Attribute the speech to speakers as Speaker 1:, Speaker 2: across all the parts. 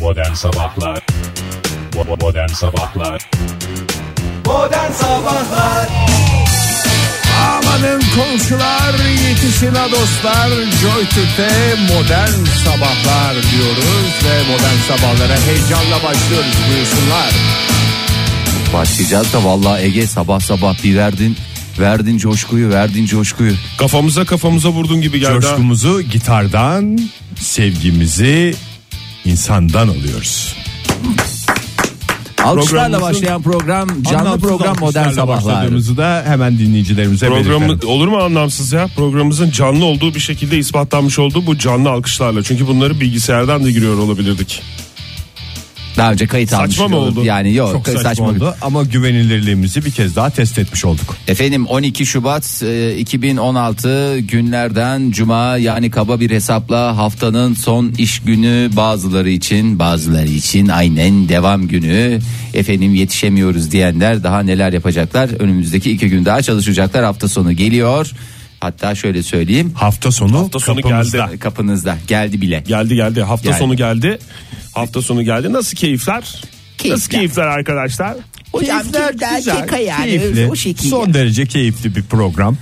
Speaker 1: Modern Sabahlar Bo- Modern Sabahlar
Speaker 2: Modern Sabahlar
Speaker 3: Amanın komşular yetişin ha dostlar Joy Türk'te modern sabahlar diyoruz ve modern sabahlara heyecanla başlıyoruz buyursunlar.
Speaker 4: Başlayacağız da vallahi Ege sabah sabah bir verdin verdin coşkuyu verdin coşkuyu.
Speaker 5: Kafamıza kafamıza vurdun gibi geldi.
Speaker 6: Coşkumuzu gitardan, sevgimizi insandan alıyoruz.
Speaker 4: Alkışlarla
Speaker 5: Programımızın
Speaker 4: başlayan program canlı
Speaker 6: Anlamsız
Speaker 4: program modern
Speaker 6: alkışlarla
Speaker 4: sabahlar.
Speaker 6: Başladığımızı da hemen dinleyicilerimize
Speaker 5: Programı
Speaker 6: belirtelim.
Speaker 5: olur mu anlamsız ya? Programımızın canlı olduğu bir şekilde ispatlanmış oldu bu canlı alkışlarla. Çünkü bunları bilgisayardan da giriyor olabilirdik.
Speaker 4: Daha önce kayıt almış.
Speaker 5: Saçma mı oldu?
Speaker 4: Yani yok
Speaker 6: Çok saçma,
Speaker 4: saçma.
Speaker 6: oldu ama güvenilirliğimizi bir kez daha test etmiş olduk.
Speaker 4: Efendim 12 Şubat e, 2016 günlerden cuma yani kaba bir hesapla haftanın son iş günü bazıları için bazıları için aynen devam günü. Efendim yetişemiyoruz diyenler daha neler yapacaklar önümüzdeki iki gün daha çalışacaklar hafta sonu geliyor. Hatta şöyle söyleyeyim
Speaker 6: Hafta sonu,
Speaker 5: Hafta sonu
Speaker 6: kapımızda.
Speaker 5: geldi.
Speaker 4: kapınızda geldi bile.
Speaker 5: Geldi geldi. Hafta
Speaker 4: Geldi.
Speaker 5: sonu geldi. Hafta sonu geldi. Nasıl keyifler? Nasıl keyifler arkadaşlar?
Speaker 4: Keyifler güzel,
Speaker 6: Keyifli, son derece keyifli bir program.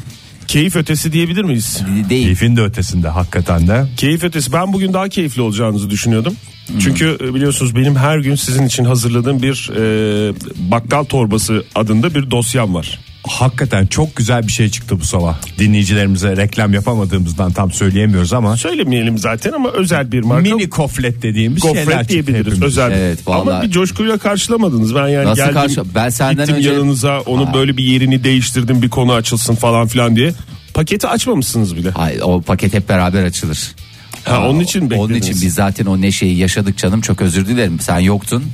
Speaker 5: Keyif ötesi diyebilir miyiz?
Speaker 4: Ee, Değil.
Speaker 6: Keyfin de ötesinde hakikaten de.
Speaker 5: Keyif ötesi. Ben bugün daha keyifli olacağınızı düşünüyordum. Çünkü e, biliyorsunuz benim her gün sizin için hazırladığım bir e, bakkal torbası adında bir dosyam var.
Speaker 6: Hakikaten çok güzel bir şey çıktı bu sabah. Dinleyicilerimize reklam yapamadığımızdan tam söyleyemiyoruz ama
Speaker 5: Söylemeyelim zaten ama özel bir marka.
Speaker 6: mini koflet dediğimiz şeyler
Speaker 5: Gofret
Speaker 6: çıktı
Speaker 5: diyebiliriz
Speaker 6: hepimize.
Speaker 5: özel.
Speaker 4: Evet,
Speaker 5: Ama
Speaker 4: vallahi.
Speaker 5: bir coşkuyla karşılamadınız. Ben yani
Speaker 4: Nasıl
Speaker 5: geldim.
Speaker 4: karşı- Ben senden
Speaker 5: gittim
Speaker 4: önce-
Speaker 5: yanınıza onu böyle bir yerini değiştirdim bir konu açılsın falan filan diye. Ee, Paketi açmamışsınız bile.
Speaker 4: Ay, o paket hep beraber açılır.
Speaker 5: Ha, onun için beklediniz.
Speaker 4: Onun için biz zaten o neşeyi yaşadık canım çok özür dilerim sen yoktun.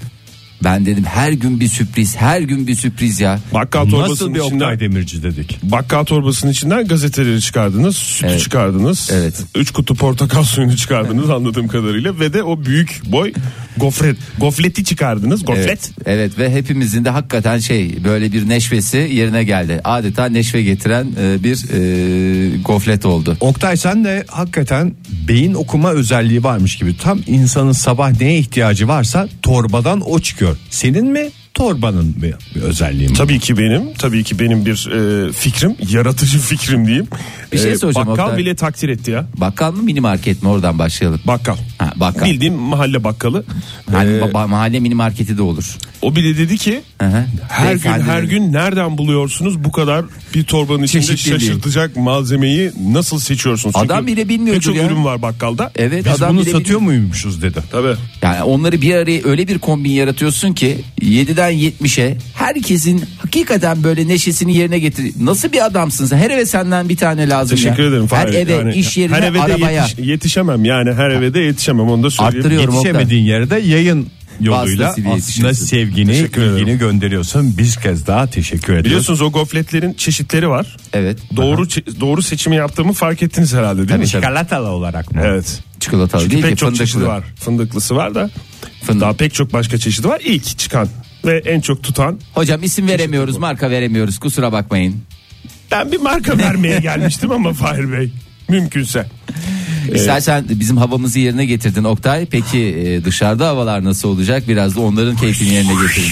Speaker 4: Ben dedim her gün bir sürpriz her gün bir sürpriz ya.
Speaker 5: Bakkal
Speaker 6: Nasıl
Speaker 5: torbasının
Speaker 6: bir Oktay
Speaker 5: içinden
Speaker 6: Demirci dedik.
Speaker 5: bakkal torbasının içinden gazeteleri çıkardınız, sütü
Speaker 4: Evet.
Speaker 5: çıkardınız.
Speaker 4: Evet.
Speaker 5: Üç kutu portakal suyunu çıkardınız anladığım kadarıyla ve de o büyük boy gofret, gofleti çıkardınız. Goflet.
Speaker 4: Evet, evet ve hepimizin de hakikaten şey böyle bir neşvesi yerine geldi. Adeta neşve getiren e, bir e, goflet oldu.
Speaker 6: Oktay sen de hakikaten beyin okuma özelliği varmış gibi. Tam insanın sabah neye ihtiyacı varsa torbadan o çıkıyor. Senin mi torbanın bir, bir özelliği mi?
Speaker 5: Tabii ki benim, tabii ki benim bir e, fikrim, yaratıcı fikrim diyeyim. Ee,
Speaker 4: Bir şey soracağım
Speaker 5: Bakkal
Speaker 4: Oktay.
Speaker 5: bile takdir etti ya.
Speaker 4: Bakkal mı mini market mi oradan başlayalım.
Speaker 5: Bakkal.
Speaker 4: Ha, bakkal.
Speaker 5: Bildiğim mahalle bakkalı.
Speaker 4: Hani
Speaker 5: Ee,
Speaker 4: baba- mahalle mini marketi de olur.
Speaker 5: o bile dedi ki
Speaker 4: Hı hı.
Speaker 5: her gün
Speaker 4: Beyefendi
Speaker 5: her
Speaker 4: dedi.
Speaker 5: gün nereden buluyorsunuz bu kadar bir torbanın içinde
Speaker 4: Çeşitliliği.
Speaker 5: şaşırtacak malzemeyi nasıl seçiyorsunuz?
Speaker 4: Adam bile bilmiyordur
Speaker 5: birçok
Speaker 4: ya.
Speaker 5: ürün var bakkalda.
Speaker 4: Evet
Speaker 6: Biz
Speaker 4: adam
Speaker 6: bunu
Speaker 4: bile
Speaker 6: satıyor muymuşuz dedi.
Speaker 5: Tabii.
Speaker 4: Yani onları bir araya öyle bir kombin yaratıyorsun ki 7'den 70'e herkesin hakikaten böyle neşesini yerine getir. Nasıl bir adamsın sen? Her eve senden bir tane lazım
Speaker 5: Teşekkür
Speaker 4: ya.
Speaker 5: ederim.
Speaker 4: Her
Speaker 5: Fahri.
Speaker 4: eve,
Speaker 5: Yani
Speaker 4: iş yerine,
Speaker 5: her eve de
Speaker 4: arabaya.
Speaker 5: yetiş- yetişemem yani her eve de yetişemem onu da söyleyeyim.
Speaker 4: Arttırıyorum. Oktay.
Speaker 6: Yetişemediğin yere de yayın yoluyla
Speaker 4: Vasıtasıyla
Speaker 6: aslında
Speaker 4: yetişirsin.
Speaker 6: sevgini,
Speaker 5: Teşekkür ederim.
Speaker 6: ilgini gönderiyorsun. Biz kez daha teşekkür ediyoruz.
Speaker 5: Biliyorsunuz o gofletlerin çeşitleri var.
Speaker 4: Evet.
Speaker 5: Doğru çe- doğru seçimi yaptığımı fark ettiniz herhalde değil mi?
Speaker 4: Tabii.
Speaker 6: Çikolatalı olarak mı?
Speaker 5: Evet.
Speaker 4: Çikolatalı
Speaker 5: Çünkü
Speaker 4: değil
Speaker 5: pek
Speaker 4: ki
Speaker 5: çok çeşidi
Speaker 4: fındıklı.
Speaker 5: var. Fındıklısı var da
Speaker 4: Fındık.
Speaker 5: daha pek çok başka çeşidi var. İlk çıkan ve en çok tutan.
Speaker 4: Hocam isim veremiyoruz, marka veremiyoruz. Kusura bakmayın.
Speaker 5: Ben bir marka vermeye gelmiştim ama Fahir Bey mümkünse.
Speaker 4: Ee, İstersen bizim havamızı yerine getirdin Oktay. Peki e, dışarıda havalar nasıl olacak? Biraz da onların keyfini yerine getirin.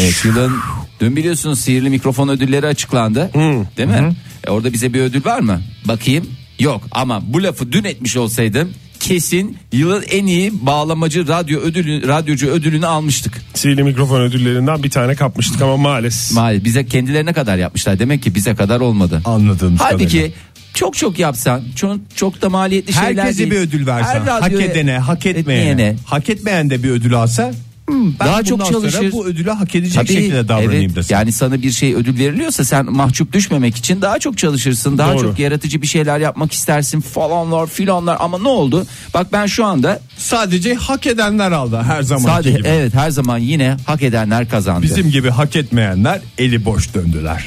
Speaker 4: Evet yılın dün biliyorsunuz sihirli mikrofon ödülleri açıklandı. Değil mi? E, orada bize bir ödül var mı? Bakayım. Yok ama bu lafı dün etmiş olsaydım kesin yılın en iyi bağlamacı radyo ödülü radyocu ödülünü almıştık.
Speaker 5: Sihirli mikrofon ödüllerinden bir tane kapmıştık ama maalesef.
Speaker 4: Maalesef bize kendilerine kadar yapmışlar. Demek ki bize kadar olmadı.
Speaker 6: Anladığımız kadarıyla.
Speaker 4: Halbuki çok çok yapsan çok çok da maliyetli şeyler
Speaker 6: Herkese
Speaker 4: değil.
Speaker 6: bir ödül versen.
Speaker 4: Her
Speaker 6: Hak
Speaker 4: radyoya-
Speaker 6: edene, hak etmeyene.
Speaker 4: etmeyene.
Speaker 6: Hak etmeyen de bir ödül alsa "Hmm, ben
Speaker 4: Daha çok
Speaker 6: bundan sonra
Speaker 4: çalışır.
Speaker 6: bu ödülü hak edecek
Speaker 4: Tabii,
Speaker 6: şekilde davranayım
Speaker 4: evet.
Speaker 6: desin.
Speaker 4: Yani sana bir şey ödül veriliyorsa sen mahcup düşmemek için daha çok çalışırsın. Daha
Speaker 5: Doğru.
Speaker 4: çok yaratıcı bir şeyler yapmak istersin falanlar filanlar ama ne oldu? Bak ben şu anda
Speaker 6: Sadece hak edenler aldı her zaman
Speaker 4: sadece
Speaker 6: gibi.
Speaker 4: evet her zaman yine hak edenler kazandı.
Speaker 6: Bizim gibi hak etmeyenler eli boş döndüler.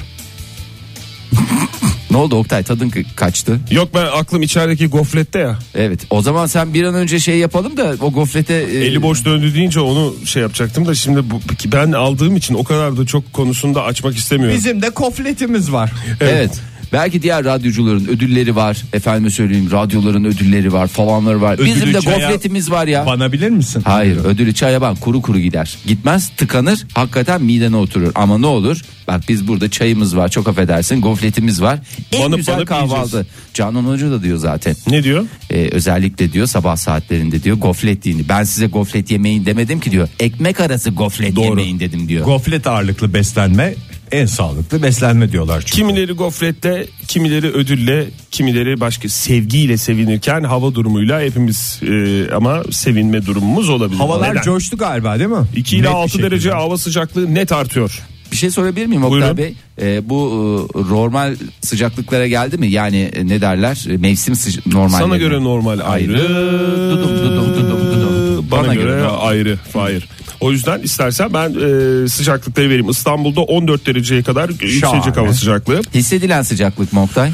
Speaker 4: Ne oldu Oktay tadın kı- kaçtı.
Speaker 5: Yok ben aklım içerideki goflette ya.
Speaker 4: Evet o zaman sen bir an önce şey yapalım da o gofrete e,
Speaker 5: Eli boş döndü deyince onu şey yapacaktım da şimdi bu, ben aldığım için o kadar da çok konusunda açmak istemiyorum.
Speaker 6: Bizim de kofletimiz var.
Speaker 4: Evet. Belki diğer radyocuların ödülleri var. Efendime söyleyeyim radyoların ödülleri var falanları var. Bizim
Speaker 6: Ödülü
Speaker 4: de
Speaker 6: çaya-
Speaker 4: gofretimiz var ya.
Speaker 6: Banabilir misin?
Speaker 4: Hayır ödülü çaya ban kuru kuru gider. Gitmez tıkanır hakikaten midene oturur. Ama ne olur bak biz burada çayımız var çok affedersin gofretimiz var. En
Speaker 5: Banıp
Speaker 4: güzel
Speaker 5: banıp
Speaker 4: kahvaltı.
Speaker 5: yiyeceğiz.
Speaker 4: Canan Hoca da diyor zaten.
Speaker 5: Ne diyor?
Speaker 4: Ee, özellikle diyor sabah saatlerinde diyor gofret yiyin. Ben size gofret yemeyin demedim ki diyor. Ekmek arası gofret
Speaker 6: Doğru.
Speaker 4: yemeyin dedim diyor.
Speaker 6: Goflet ağırlıklı beslenme en sağlıklı beslenme diyorlar çünkü.
Speaker 5: Kimileri gofretle, kimileri ödülle, kimileri başka sevgiyle sevinirken hava durumuyla hepimiz e, ama sevinme durumumuz olabilir.
Speaker 6: Havalar
Speaker 5: Neden?
Speaker 6: coştu galiba değil mi?
Speaker 5: 2 ile
Speaker 6: Net bir
Speaker 5: 6
Speaker 6: şekilde.
Speaker 5: derece hava sıcaklığı net artıyor.
Speaker 4: Bir şey sorabilir miyim Oktay
Speaker 5: Buyurun.
Speaker 4: Bey? Ee, bu e, normal sıcaklıklara geldi mi? Yani e, ne derler? E, Mevsim sıca- normal.
Speaker 5: Sana
Speaker 4: mi?
Speaker 5: göre normal ayrı.
Speaker 4: Dudum dudum dudum dudum.
Speaker 5: Bana,
Speaker 4: Bana
Speaker 5: göre,
Speaker 4: göre
Speaker 5: ayrı. Hayır. O yüzden istersen ben e, sıcaklıkları vereyim. İstanbul'da 14 dereceye kadar yükselecek hava sıcaklığı.
Speaker 4: Hissedilen sıcaklık mı Oktay?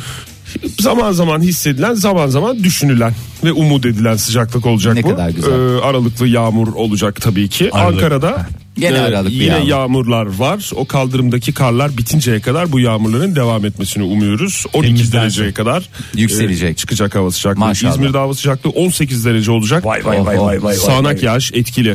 Speaker 5: zaman zaman hissedilen zaman zaman düşünülen ve umut edilen sıcaklık olacak
Speaker 4: Ne
Speaker 5: bu.
Speaker 4: kadar güzel.
Speaker 5: Ee, aralıklı yağmur olacak tabii ki.
Speaker 6: Aralık.
Speaker 5: Ankara'da
Speaker 4: Gene
Speaker 5: e,
Speaker 4: aralıklı
Speaker 5: yine
Speaker 4: yağmur.
Speaker 5: yağmurlar var. O kaldırımdaki karlar bitinceye kadar bu yağmurların devam etmesini umuyoruz. 12
Speaker 6: Temizlensin.
Speaker 5: dereceye kadar
Speaker 4: Yükselecek.
Speaker 5: e, çıkacak hava sıcaklığı.
Speaker 4: Maşallah. Oh,
Speaker 5: İzmir'de hava sıcaklığı 18 derece olacak.
Speaker 4: vay, vay, vay, vay,
Speaker 5: Sağanak yağış etkili.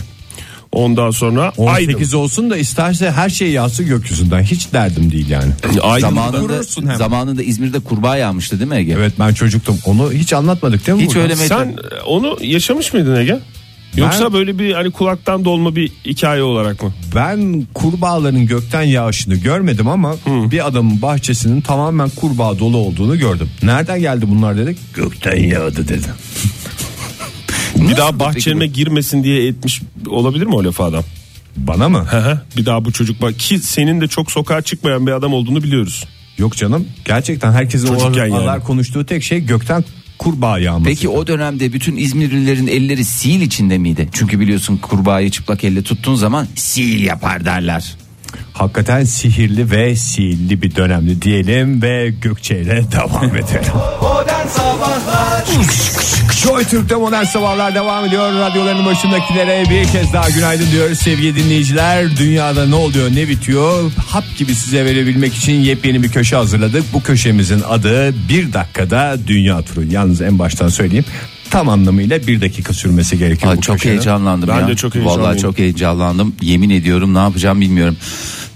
Speaker 5: Ondan sonra Aydın.
Speaker 6: 18 olsun da isterse her şey yağsın gökyüzünden hiç derdim değil yani.
Speaker 5: Aydın.
Speaker 4: Zamanında,
Speaker 6: kurursun hemen.
Speaker 4: zamanında İzmir'de kurbağa yağmıştı değil mi Ege?
Speaker 6: Evet ben çocuktum onu hiç anlatmadık değil mi?
Speaker 4: Hiç
Speaker 6: burada?
Speaker 4: öyle mi-
Speaker 5: Sen e, onu yaşamış mıydın Ege? Yoksa
Speaker 6: Ben-
Speaker 5: böyle bir hani kulaktan dolma bir hikaye olarak mı?
Speaker 6: Ben kurbağaların gökten yağışını görmedim ama bir adamın bahçesinin tamamen kurbağa dolu olduğunu gördüm. Nereden geldi bunlar dedik? Gökten yağdı dedi.
Speaker 5: Bir daha bahçeme girmesin diye etmiş olabilir mi o lafı adam?
Speaker 6: Bana mı?
Speaker 5: Hı hı. bir daha bu çocuk bak ki senin de çok sokağa çıkmayan bir adam olduğunu biliyoruz.
Speaker 6: Yok canım gerçekten herkesin o
Speaker 5: Çocukken yani.
Speaker 6: aralar konuştuğu tek şey gökten kurbağa yağması.
Speaker 4: Peki o dönemde bütün İzmirlilerin elleri sil içinde miydi? Çünkü biliyorsun kurbağayı çıplak elle tuttuğun zaman sil yapar derler.
Speaker 6: Hakikaten sihirli ve sihirli bir dönemdi diyelim ve Gökçe ile devam edelim.
Speaker 2: Modern Sabahlar
Speaker 6: Joy Türk'te modern sabahlar devam ediyor. Radyoların başındakilere bir kez daha günaydın diyoruz sevgili dinleyiciler. Dünyada ne oluyor ne bitiyor hap gibi size verebilmek için yepyeni bir köşe hazırladık. Bu köşemizin adı bir dakikada dünya turu. Yalnız en baştan söyleyeyim tam anlamıyla bir dakika sürmesi gerekiyor.
Speaker 4: Aa,
Speaker 6: bu
Speaker 4: çok
Speaker 6: köşenin.
Speaker 4: heyecanlandım
Speaker 5: Ben
Speaker 4: ya.
Speaker 5: de çok
Speaker 4: Vallahi
Speaker 5: heyecanlıyım.
Speaker 4: çok heyecanlandım. Yemin ediyorum ne yapacağım bilmiyorum.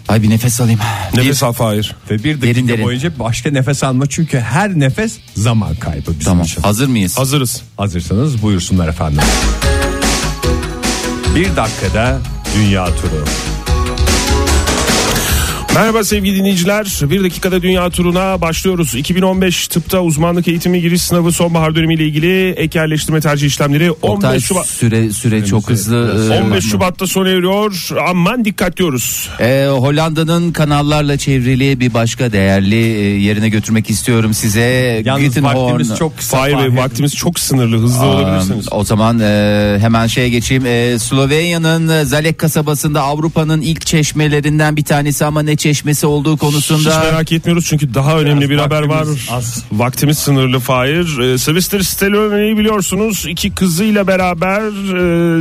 Speaker 4: Ay bir nefes alayım.
Speaker 5: Nefes al Fahir.
Speaker 6: Ve bir dakika
Speaker 4: Derin derin.
Speaker 6: boyunca başka nefes alma çünkü her nefes zaman kaybı bizim
Speaker 4: Tamam.
Speaker 6: için.
Speaker 4: Hazır mıyız?
Speaker 5: Hazırız.
Speaker 6: Hazırsanız buyursunlar efendim. Bir dakikada dünya turu.
Speaker 5: Merhaba sevgili dinleyiciler. Bir dakikada dünya turuna başlıyoruz. 2015 tıpta uzmanlık eğitimi giriş sınavı sonbahar dönemiyle ilgili ek yerleştirme tercih işlemleri 15
Speaker 4: Oktay
Speaker 5: Şubat.
Speaker 4: süre süre çok hızlı. e,
Speaker 5: 15 Şubat'ta sona eriyor. Aman dikkat diyoruz.
Speaker 4: Ee, Hollanda'nın kanallarla çevrili bir başka değerli e, yerine götürmek istiyorum size.
Speaker 6: Yalnız
Speaker 4: Gittenhorn.
Speaker 6: vaktimiz çok kısa.
Speaker 5: Fahir Bey vaktimiz çok sınırlı. Hızlı olabilirsiniz.
Speaker 4: Aa, O zaman e, hemen şeye geçeyim. E, Slovenya'nın e, Zalek kasabasında Avrupa'nın ilk çeşmelerinden bir tanesi ama ne çeşmesi olduğu
Speaker 5: Hiç
Speaker 4: konusunda
Speaker 5: merak etmiyoruz çünkü daha önemli bir haber var.
Speaker 6: vaktimiz az.
Speaker 5: Vaktimiz sınırlı Fahir. Ee, Sylvester Stallone'yi biliyorsunuz iki kızıyla beraber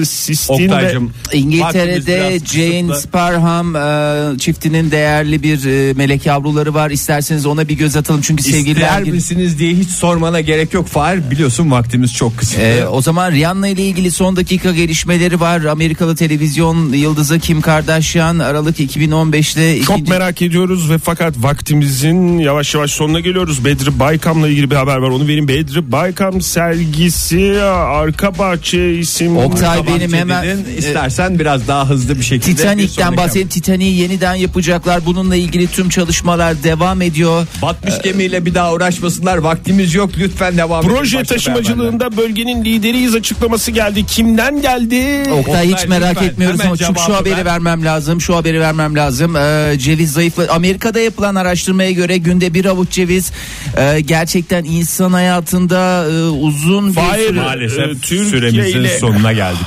Speaker 5: e, Sistine ve
Speaker 6: Oktay'cım
Speaker 4: İngiltere'de
Speaker 6: vaktimiz biraz
Speaker 4: Jane
Speaker 6: kısıtlı.
Speaker 4: Sparham e, çiftinin değerli bir e, melek yavruları var. İsterseniz ona bir göz atalım çünkü sevgililer
Speaker 6: İster
Speaker 4: günü-
Speaker 6: misiniz diye hiç sormana gerek yok Fahir biliyorsun vaktimiz çok kısıtlı.
Speaker 4: Ee, o zaman Rihanna ile ilgili son dakika gelişmeleri var. Amerikalı televizyon yıldızı Kim Kardashian Aralık 2015'te
Speaker 5: çok
Speaker 4: ikinci-
Speaker 5: merak ediyoruz ve fakat vaktimizin yavaş yavaş sonuna geliyoruz. Bedri Baykam'la ilgili bir haber var. Onu vereyim. Bedri Baykam sergisi e, Arka Bahçe isimli.
Speaker 4: Oktay
Speaker 6: Tabanca
Speaker 4: benim hemen
Speaker 6: dedin,
Speaker 4: e,
Speaker 6: istersen biraz daha hızlı bir şekilde. bir
Speaker 4: Titanic'ten
Speaker 6: sonraki-
Speaker 4: bahsedeyim. Titanic'i yeniden yapacaklar. Bununla ilgili tüm çalışmalar devam ediyor.
Speaker 6: Batmış gemiyle bir daha uğraşmasınlar vaktimiz yok lütfen devam edin.
Speaker 5: Proje
Speaker 6: Başka
Speaker 5: taşımacılığında bölgenin lideriyiz açıklaması geldi. Kimden geldi?
Speaker 4: Oktay hiç
Speaker 6: Oktay,
Speaker 4: merak
Speaker 6: lütfen,
Speaker 4: etmiyoruz
Speaker 6: hemen
Speaker 4: ama çünkü şu
Speaker 6: cevabı
Speaker 4: haberi
Speaker 6: ver.
Speaker 4: vermem lazım. Şu haberi vermem lazım. Ee, ceviz zayıfla. Amerika'da yapılan araştırmaya göre günde bir avuç ceviz e, gerçekten insan hayatında e, uzun bir
Speaker 5: Hayır,
Speaker 6: haberler.
Speaker 4: süre-
Speaker 6: Maalesef
Speaker 5: e, Türkiye
Speaker 6: süremizin
Speaker 5: ile-
Speaker 6: sonuna geldik.